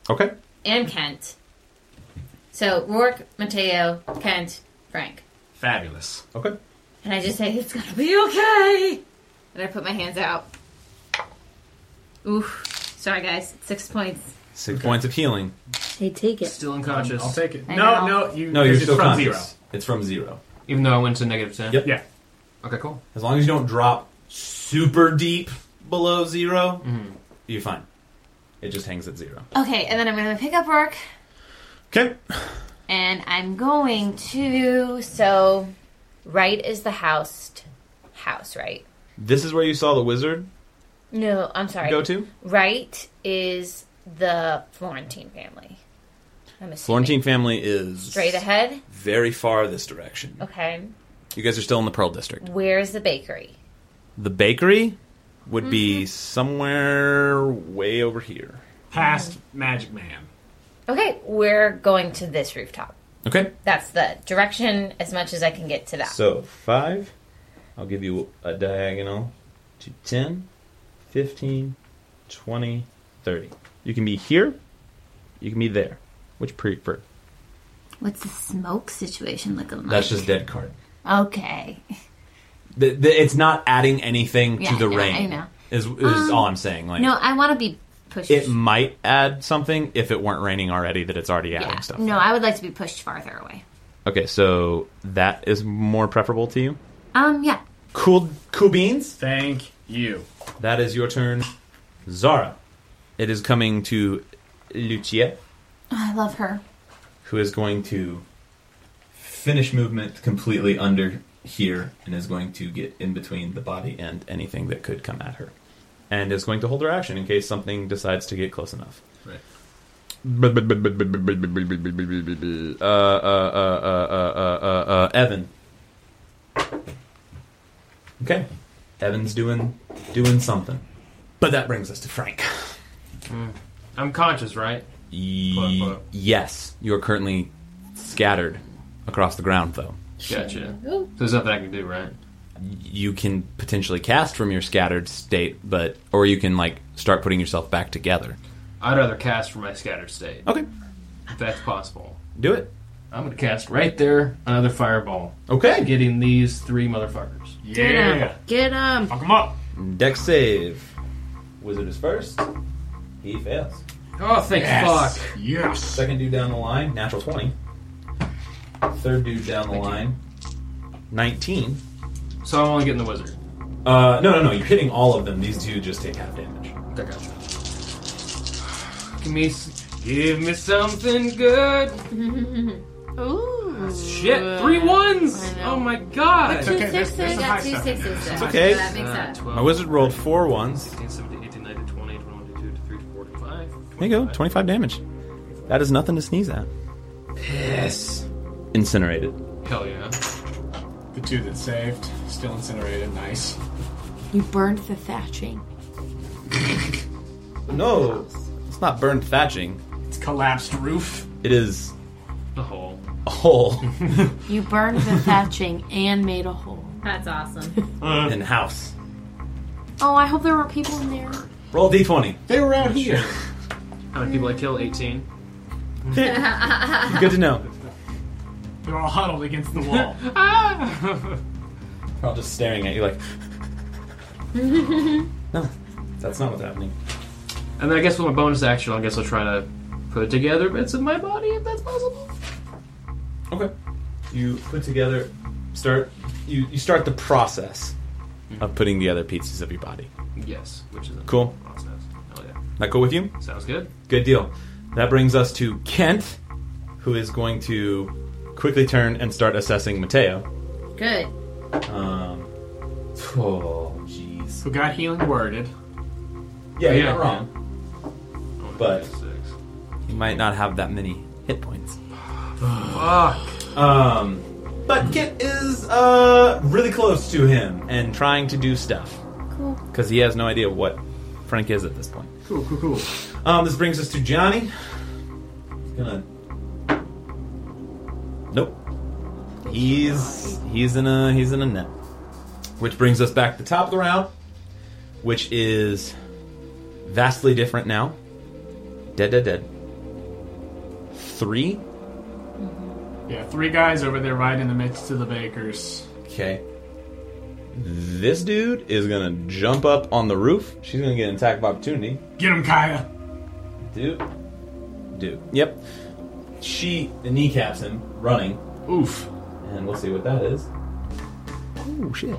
[SPEAKER 2] Okay.
[SPEAKER 3] and Kent. So Rourke, Mateo, Kent, Frank.
[SPEAKER 8] Fabulous.
[SPEAKER 2] Okay.
[SPEAKER 3] And I just say, it's gonna be okay! And I put my hands out. Oof. Sorry guys, six points.
[SPEAKER 2] Six points of healing.
[SPEAKER 4] Hey, take it.
[SPEAKER 5] Still unconscious.
[SPEAKER 8] I'll take it.
[SPEAKER 3] I
[SPEAKER 8] No,
[SPEAKER 3] know.
[SPEAKER 8] no, you.
[SPEAKER 2] No, you're
[SPEAKER 8] it's
[SPEAKER 2] still
[SPEAKER 8] from
[SPEAKER 2] conscious.
[SPEAKER 8] zero.
[SPEAKER 2] It's from zero.
[SPEAKER 5] Even though I went to negative 10.
[SPEAKER 2] Yep.
[SPEAKER 8] Yeah.
[SPEAKER 5] Okay, cool.
[SPEAKER 2] As long as you don't drop super deep below 0
[SPEAKER 8] Mm-hmm.
[SPEAKER 2] you're fine. It just hangs at zero.
[SPEAKER 3] Okay, and then I'm gonna pick up Rourke.
[SPEAKER 2] Okay.
[SPEAKER 3] And I'm going to. So, right is the house. House, right?
[SPEAKER 2] This is where you saw the wizard
[SPEAKER 3] No, I'm sorry.
[SPEAKER 2] go to.
[SPEAKER 3] Right is the Florentine family. I'm assuming.
[SPEAKER 2] Florentine family is
[SPEAKER 3] Straight ahead?
[SPEAKER 2] very far this direction.
[SPEAKER 3] Okay.
[SPEAKER 2] You guys are still in the Pearl District.
[SPEAKER 3] Where's the bakery?
[SPEAKER 2] The bakery would
[SPEAKER 3] Mm-hmm.
[SPEAKER 2] be somewhere way over here.
[SPEAKER 8] Past Magic Man.
[SPEAKER 3] Okay, we're going to this rooftop.
[SPEAKER 2] Okay.
[SPEAKER 3] That's the direction as much as I can get to that.
[SPEAKER 2] So five, I'll give you a diagonal to 10, 15, 20, 30. You can be here, you can be there. Which prefer?
[SPEAKER 3] What's the smoke situation looking like?
[SPEAKER 2] That's just dead card.
[SPEAKER 3] Okay.
[SPEAKER 2] The, the, it's not adding anything
[SPEAKER 3] Yeah,
[SPEAKER 2] to
[SPEAKER 3] I
[SPEAKER 2] the
[SPEAKER 3] know,
[SPEAKER 2] rain.
[SPEAKER 3] I know.
[SPEAKER 2] Is, is
[SPEAKER 3] Um,
[SPEAKER 2] all I'm saying. Like,
[SPEAKER 3] no, I want to be pushed.
[SPEAKER 2] it might add something if it weren't raining already. That it's already adding stuff.
[SPEAKER 3] no, I would like to be pushed farther away.
[SPEAKER 2] Okay, so that is more preferable to you.
[SPEAKER 3] Um, yeah.
[SPEAKER 2] Cool, cool beans.
[SPEAKER 8] Thank you.
[SPEAKER 2] That is your turn, Zara. It is coming to Lucia,
[SPEAKER 3] I love her.
[SPEAKER 2] who is going to finish movement completely under here and is going to get in between the body and anything that could come at her, and is going to hold her action in case something decides to get close enough.
[SPEAKER 8] Right.
[SPEAKER 2] Uh, uh, uh, uh, uh, uh, uh, Evan. Okay, Evan's doing doing something, but that brings us to Frank.
[SPEAKER 5] I'm conscious, right?
[SPEAKER 2] Ye- yes, you are currently scattered across the ground, though.
[SPEAKER 5] Gotcha. So there's nothing I can do, right?
[SPEAKER 2] You can potentially cast from your scattered state, but or you can like start putting yourself back together.
[SPEAKER 5] I'd rather cast from my scattered state.
[SPEAKER 2] Okay.
[SPEAKER 5] If that's possible.
[SPEAKER 2] Do it.
[SPEAKER 5] I'm going to cast right there another fireball.
[SPEAKER 2] Okay.
[SPEAKER 5] Getting these three motherfuckers.
[SPEAKER 4] Get him.
[SPEAKER 5] Fuck them up.
[SPEAKER 2] Deck save. Wizard is first. He fails.
[SPEAKER 5] Oh, thank
[SPEAKER 2] Yes.
[SPEAKER 5] fuck.
[SPEAKER 8] Yes.
[SPEAKER 2] Second dude down the line, natural 20. Third dude down the line, 19.
[SPEAKER 5] So I'm only getting the wizard.
[SPEAKER 2] Uh, no, no, no, you're hitting all of them. These two just take half damage.
[SPEAKER 5] Okay, gotcha. Give me, s- give me something good.
[SPEAKER 4] Ooh.
[SPEAKER 5] Shit, three ones. Oh my god.
[SPEAKER 4] Two sixes.
[SPEAKER 8] some
[SPEAKER 4] Yeah,
[SPEAKER 8] high
[SPEAKER 4] two
[SPEAKER 8] stuff in
[SPEAKER 4] sixes.
[SPEAKER 3] It's
[SPEAKER 2] okay.
[SPEAKER 3] that
[SPEAKER 5] Uh,
[SPEAKER 3] makes sense.
[SPEAKER 2] My wizard rolled four ones.
[SPEAKER 5] 16, 17, 18, 19, 20, 21, 22, 23, 24, 25.
[SPEAKER 2] There you go, 25 damage. That is nothing to sneeze at.
[SPEAKER 5] Yes.
[SPEAKER 2] Incinerated.
[SPEAKER 5] Hell yeah.
[SPEAKER 8] The two that saved, still incinerated. Nice.
[SPEAKER 4] You burned the thatching.
[SPEAKER 2] No, it's not burned thatching.
[SPEAKER 8] It's collapsed roof.
[SPEAKER 2] It is
[SPEAKER 5] The hole.
[SPEAKER 2] a hole
[SPEAKER 4] You burned the thatching and made a hole.
[SPEAKER 3] That's awesome.
[SPEAKER 2] in house.
[SPEAKER 4] Oh, I hope there were people in there.
[SPEAKER 2] Roll d20.
[SPEAKER 8] They were out here.
[SPEAKER 5] How many people I kill? 18.
[SPEAKER 2] Good to know.
[SPEAKER 8] They're all huddled against the wall.
[SPEAKER 5] Ah!
[SPEAKER 2] They're all just staring at you like. no, that's not what's happening.
[SPEAKER 5] And then I guess with my bonus action, I guess I'll try to put together bits of my body if that's possible.
[SPEAKER 2] Okay. You put together, start. You you start the process of putting the other pieces of your body.
[SPEAKER 5] Yes, which is a
[SPEAKER 2] Cool.
[SPEAKER 5] Process. Hell yeah.
[SPEAKER 2] That cool with you?
[SPEAKER 5] Sounds good.
[SPEAKER 2] Good deal. That brings us to Kent, who is going to quickly turn and start assessing Mateo.
[SPEAKER 3] Good.
[SPEAKER 2] Um. Oh jeez.
[SPEAKER 8] Who got healing worded?
[SPEAKER 2] Yeah,
[SPEAKER 5] Yeah.
[SPEAKER 2] you're not wrong.
[SPEAKER 5] Oh,
[SPEAKER 2] But-
[SPEAKER 5] six.
[SPEAKER 2] You might not have that many hit points.
[SPEAKER 5] Fuck.
[SPEAKER 2] Um. But Kent is uh really close to him and trying to do stuff. Cool. Because he has no idea what Frank is at this point.
[SPEAKER 8] Cool, cool, cool.
[SPEAKER 2] Um, this brings us to Johnny. He's gonna. Nope. He's he's in a he's in a net. Which brings us back to the top of the round, which is vastly different now. Dead, dead, dead. Three.
[SPEAKER 8] Yeah, three guys over there right in the midst of the bakers.
[SPEAKER 2] Okay. This dude is gonna jump up on the roof. She's gonna get an attack of opportunity.
[SPEAKER 8] Get him, Kaya.
[SPEAKER 2] Dude. Dude. Yep. She kneecaps him, running.
[SPEAKER 8] Oof.
[SPEAKER 2] And we'll see what that is. Oh shit.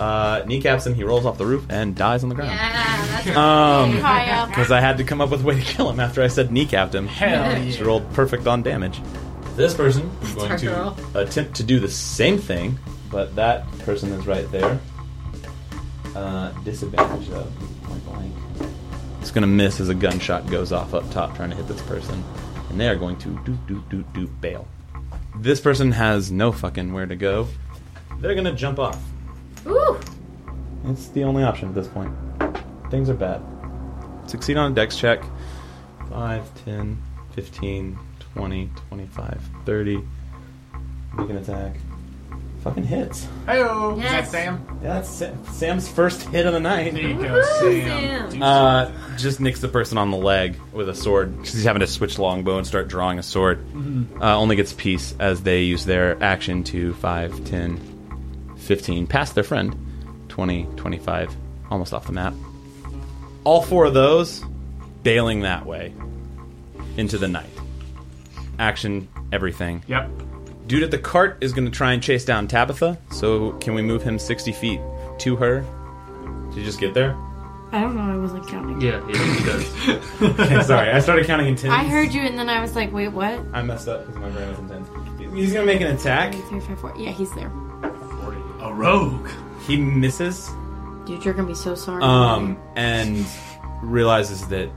[SPEAKER 2] Uh, kneecaps him, he rolls off the roof and dies on the ground.
[SPEAKER 3] Yeah, that's
[SPEAKER 2] Um,
[SPEAKER 4] Kaya.
[SPEAKER 2] because I had to come up with a way to kill him after I said kneecapped him.
[SPEAKER 8] Hell
[SPEAKER 2] She
[SPEAKER 8] yeah.
[SPEAKER 2] rolled perfect on damage. This person is going
[SPEAKER 3] our
[SPEAKER 2] to
[SPEAKER 3] girl.
[SPEAKER 2] attempt to do the same thing, but that person is right there. Uh, disadvantage though. Point blank. It's going to miss as a gunshot goes off up top trying to hit this person. And they are going to do, do, do, do, bail. This person has no fucking where to go. They're going to jump off.
[SPEAKER 3] Ooh.
[SPEAKER 2] That's the only option at this point. Things are bad. Succeed on a dex check. 5, 10, 15, 20, 25, 30. Make an attack. Fucking hits.
[SPEAKER 8] Heyo! Is that Sam?
[SPEAKER 2] Yeah, that's Sam. Sam's first hit of the night.
[SPEAKER 8] There you go,
[SPEAKER 2] Woohoo,
[SPEAKER 8] Sam.
[SPEAKER 2] Uh, just nicks the person on the leg with a sword 'cause he's having to switch longbow and start drawing a sword.
[SPEAKER 8] Mhm.
[SPEAKER 2] Uh, only gets peace as they use their action to 5, 10, 15, past their friend. 20, 25, almost off the map. All four of those bailing that way into the night. Action, everything.
[SPEAKER 8] Yep.
[SPEAKER 2] Dude at the cart is going to try and chase down Tabitha, so can we move him 60 feet to her? Did you just get there?
[SPEAKER 4] I don't know. I wasn't counting.
[SPEAKER 5] Yeah, he does.
[SPEAKER 2] okay, sorry, I started counting in tens.
[SPEAKER 4] I heard you, and then I was like, "Wait, what?"
[SPEAKER 2] I messed up because my brain was in tens. He's gonna make an attack.
[SPEAKER 4] Three, five, four. Yeah, he's there.
[SPEAKER 2] A rogue. He misses,
[SPEAKER 4] Dude, you're gonna be so sorry.
[SPEAKER 2] um, and realizes that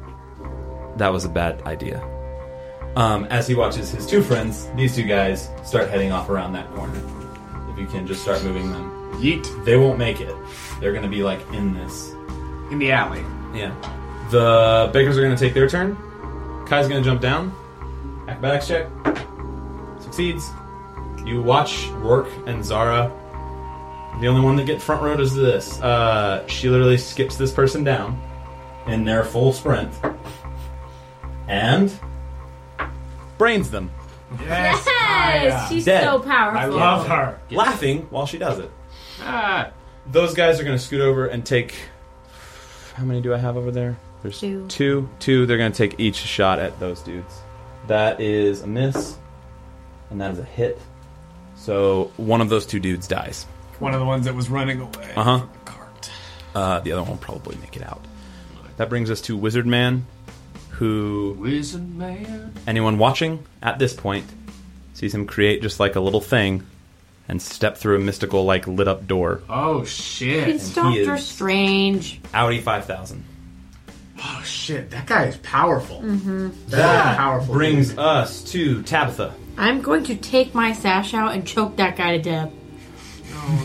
[SPEAKER 2] that was a bad idea. Um, as he watches his two friends, these two guys, start heading off around that corner. If you can just start moving them, yeet. They won't make it. They're gonna be like in this,
[SPEAKER 8] in the alley.
[SPEAKER 2] Yeah. The bakers are gonna take their turn. Kai's gonna jump down. Acrobatics check. Succeeds. You watch Rourke and Zara. The only one that get front row is this. Uh, she literally skips this person down in their full sprint and brains them.
[SPEAKER 8] Yes,
[SPEAKER 3] Yes, she's
[SPEAKER 4] uh,
[SPEAKER 2] Dead.
[SPEAKER 3] so powerful.
[SPEAKER 2] Laughing while she does it. Those guys are going to scoot over and take. How many do I have over there? There's
[SPEAKER 4] Two.
[SPEAKER 2] Two. Two. They're going to take each shot at those dudes. That is a miss, and that is a hit. So one of those two dudes dies.
[SPEAKER 8] One of the ones that was running away.
[SPEAKER 2] Uh huh. Uh, the other one will probably make it out. That brings us to Wizard Man, who
[SPEAKER 5] Wizard Man.
[SPEAKER 2] anyone watching at this point sees him create just like a little thing and step through a mystical like lit up door.
[SPEAKER 8] Oh shit!
[SPEAKER 2] It's And he Doctor is-
[SPEAKER 4] Strange.
[SPEAKER 2] Audi five thousand.
[SPEAKER 8] Oh shit! That guy is powerful.
[SPEAKER 4] Mm-hmm.
[SPEAKER 8] That powerful
[SPEAKER 2] brings us to Tabitha.
[SPEAKER 4] I'm going to take my sash out and choke that guy to death.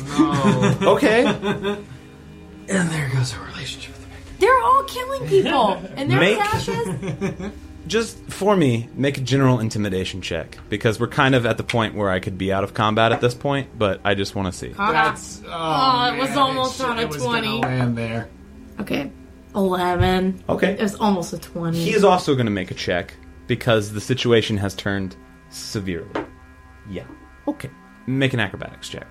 [SPEAKER 2] okay.
[SPEAKER 5] and there goes our relationship.
[SPEAKER 4] They're all killing people, and their
[SPEAKER 2] Make-
[SPEAKER 4] sashes.
[SPEAKER 2] Just for me, make a general intimidation check because we're kind of at the point where I could be out of combat at this point, but I just want to see.
[SPEAKER 8] That's oh,
[SPEAKER 4] Oh, it was
[SPEAKER 8] man,
[SPEAKER 4] almost
[SPEAKER 8] it
[SPEAKER 4] on a
[SPEAKER 8] was gonna
[SPEAKER 4] 20.
[SPEAKER 8] Land there.
[SPEAKER 4] Okay, eleven.
[SPEAKER 2] Okay.
[SPEAKER 4] it was almost a twenty.
[SPEAKER 2] He is also going to make a check because the situation has turned severely. Yeah. Okay. Make an acrobatics check.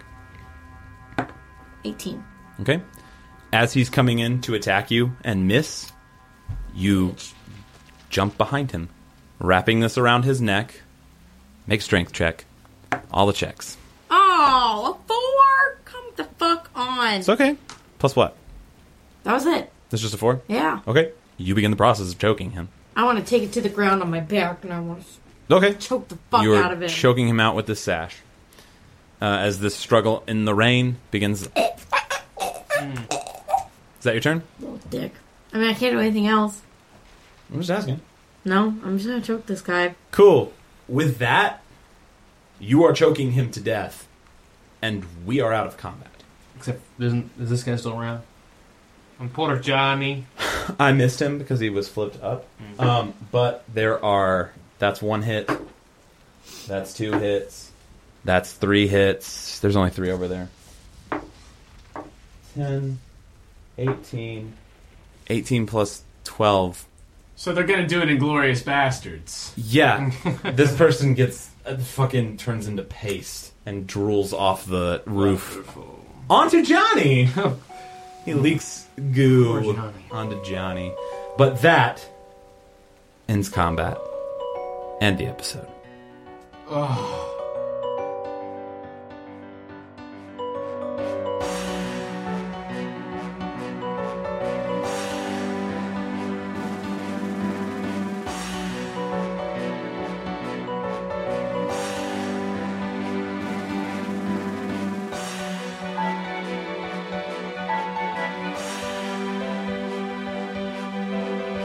[SPEAKER 4] eighteen.
[SPEAKER 2] Okay. As he's coming in to attack you and miss, you jump behind him, wrapping this around his neck. Make strength check. All the checks.
[SPEAKER 4] Oh, a four! Come the fuck on.
[SPEAKER 2] It's okay. Plus what?
[SPEAKER 4] That was it.
[SPEAKER 2] That's just a four?
[SPEAKER 4] Yeah.
[SPEAKER 2] Okay. You begin the process of choking him.
[SPEAKER 4] I want to take it to the ground on my back, and I want to
[SPEAKER 2] Okay.
[SPEAKER 4] choke the fuck
[SPEAKER 2] You're
[SPEAKER 4] out of it.
[SPEAKER 2] choking him out with the sash. Uh, as this struggle in the rain begins. Is that your turn?
[SPEAKER 4] Little dick. I mean, I can't do anything else.
[SPEAKER 2] I'm just asking.
[SPEAKER 4] No, I'm just gonna choke this guy.
[SPEAKER 2] Cool. With that, you are choking him to death, and we are out of combat.
[SPEAKER 5] Except, isn't, is this guy still around? I'm Porter Johnny.
[SPEAKER 2] I missed him because he was flipped up.
[SPEAKER 5] Mhm.
[SPEAKER 2] Um, but there are. That's one hit. That's two hits. That's three hits. There's only three over there. 10, 18. 18 plus 12.
[SPEAKER 8] So they're gonna do an Inglorious Bastards.
[SPEAKER 2] Yeah. this person gets. Uh, fucking turns into paste and drools off the roof. Onto Johnny! he leaks goo onto Johnny. But that ends combat and the episode.
[SPEAKER 8] Oh.
[SPEAKER 20] Thank you.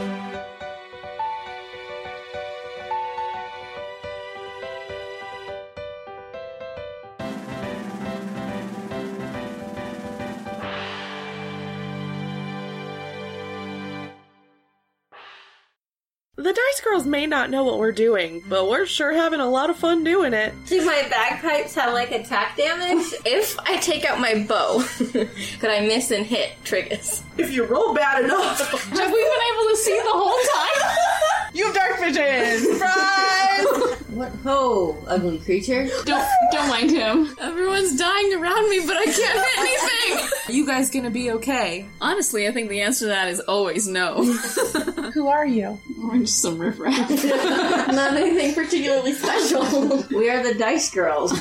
[SPEAKER 21] The Dice Girls may not know what we're doing, but we're sure having a lot of fun doing it.
[SPEAKER 4] Do my bagpipes have like attack damage? if I take out my bow, could I miss and hit triggers? If you roll bad enough, have we been able to see the whole time?
[SPEAKER 21] you have dark vision.
[SPEAKER 4] Surprise!
[SPEAKER 15] What ho, ugly creature? Don't don't mind him. Everyone's dying around me, but I can't hit anything. Are you guys gonna be okay? Honestly, I think the answer to that is always no.
[SPEAKER 21] Who are you?
[SPEAKER 15] We're just some riffraff.
[SPEAKER 4] Not anything particularly special. we are the Dice Girls.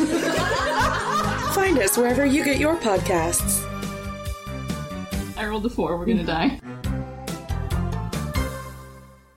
[SPEAKER 21] Find us wherever you get your podcasts.
[SPEAKER 15] Mm-hmm. I rolled a four. We're gonna die.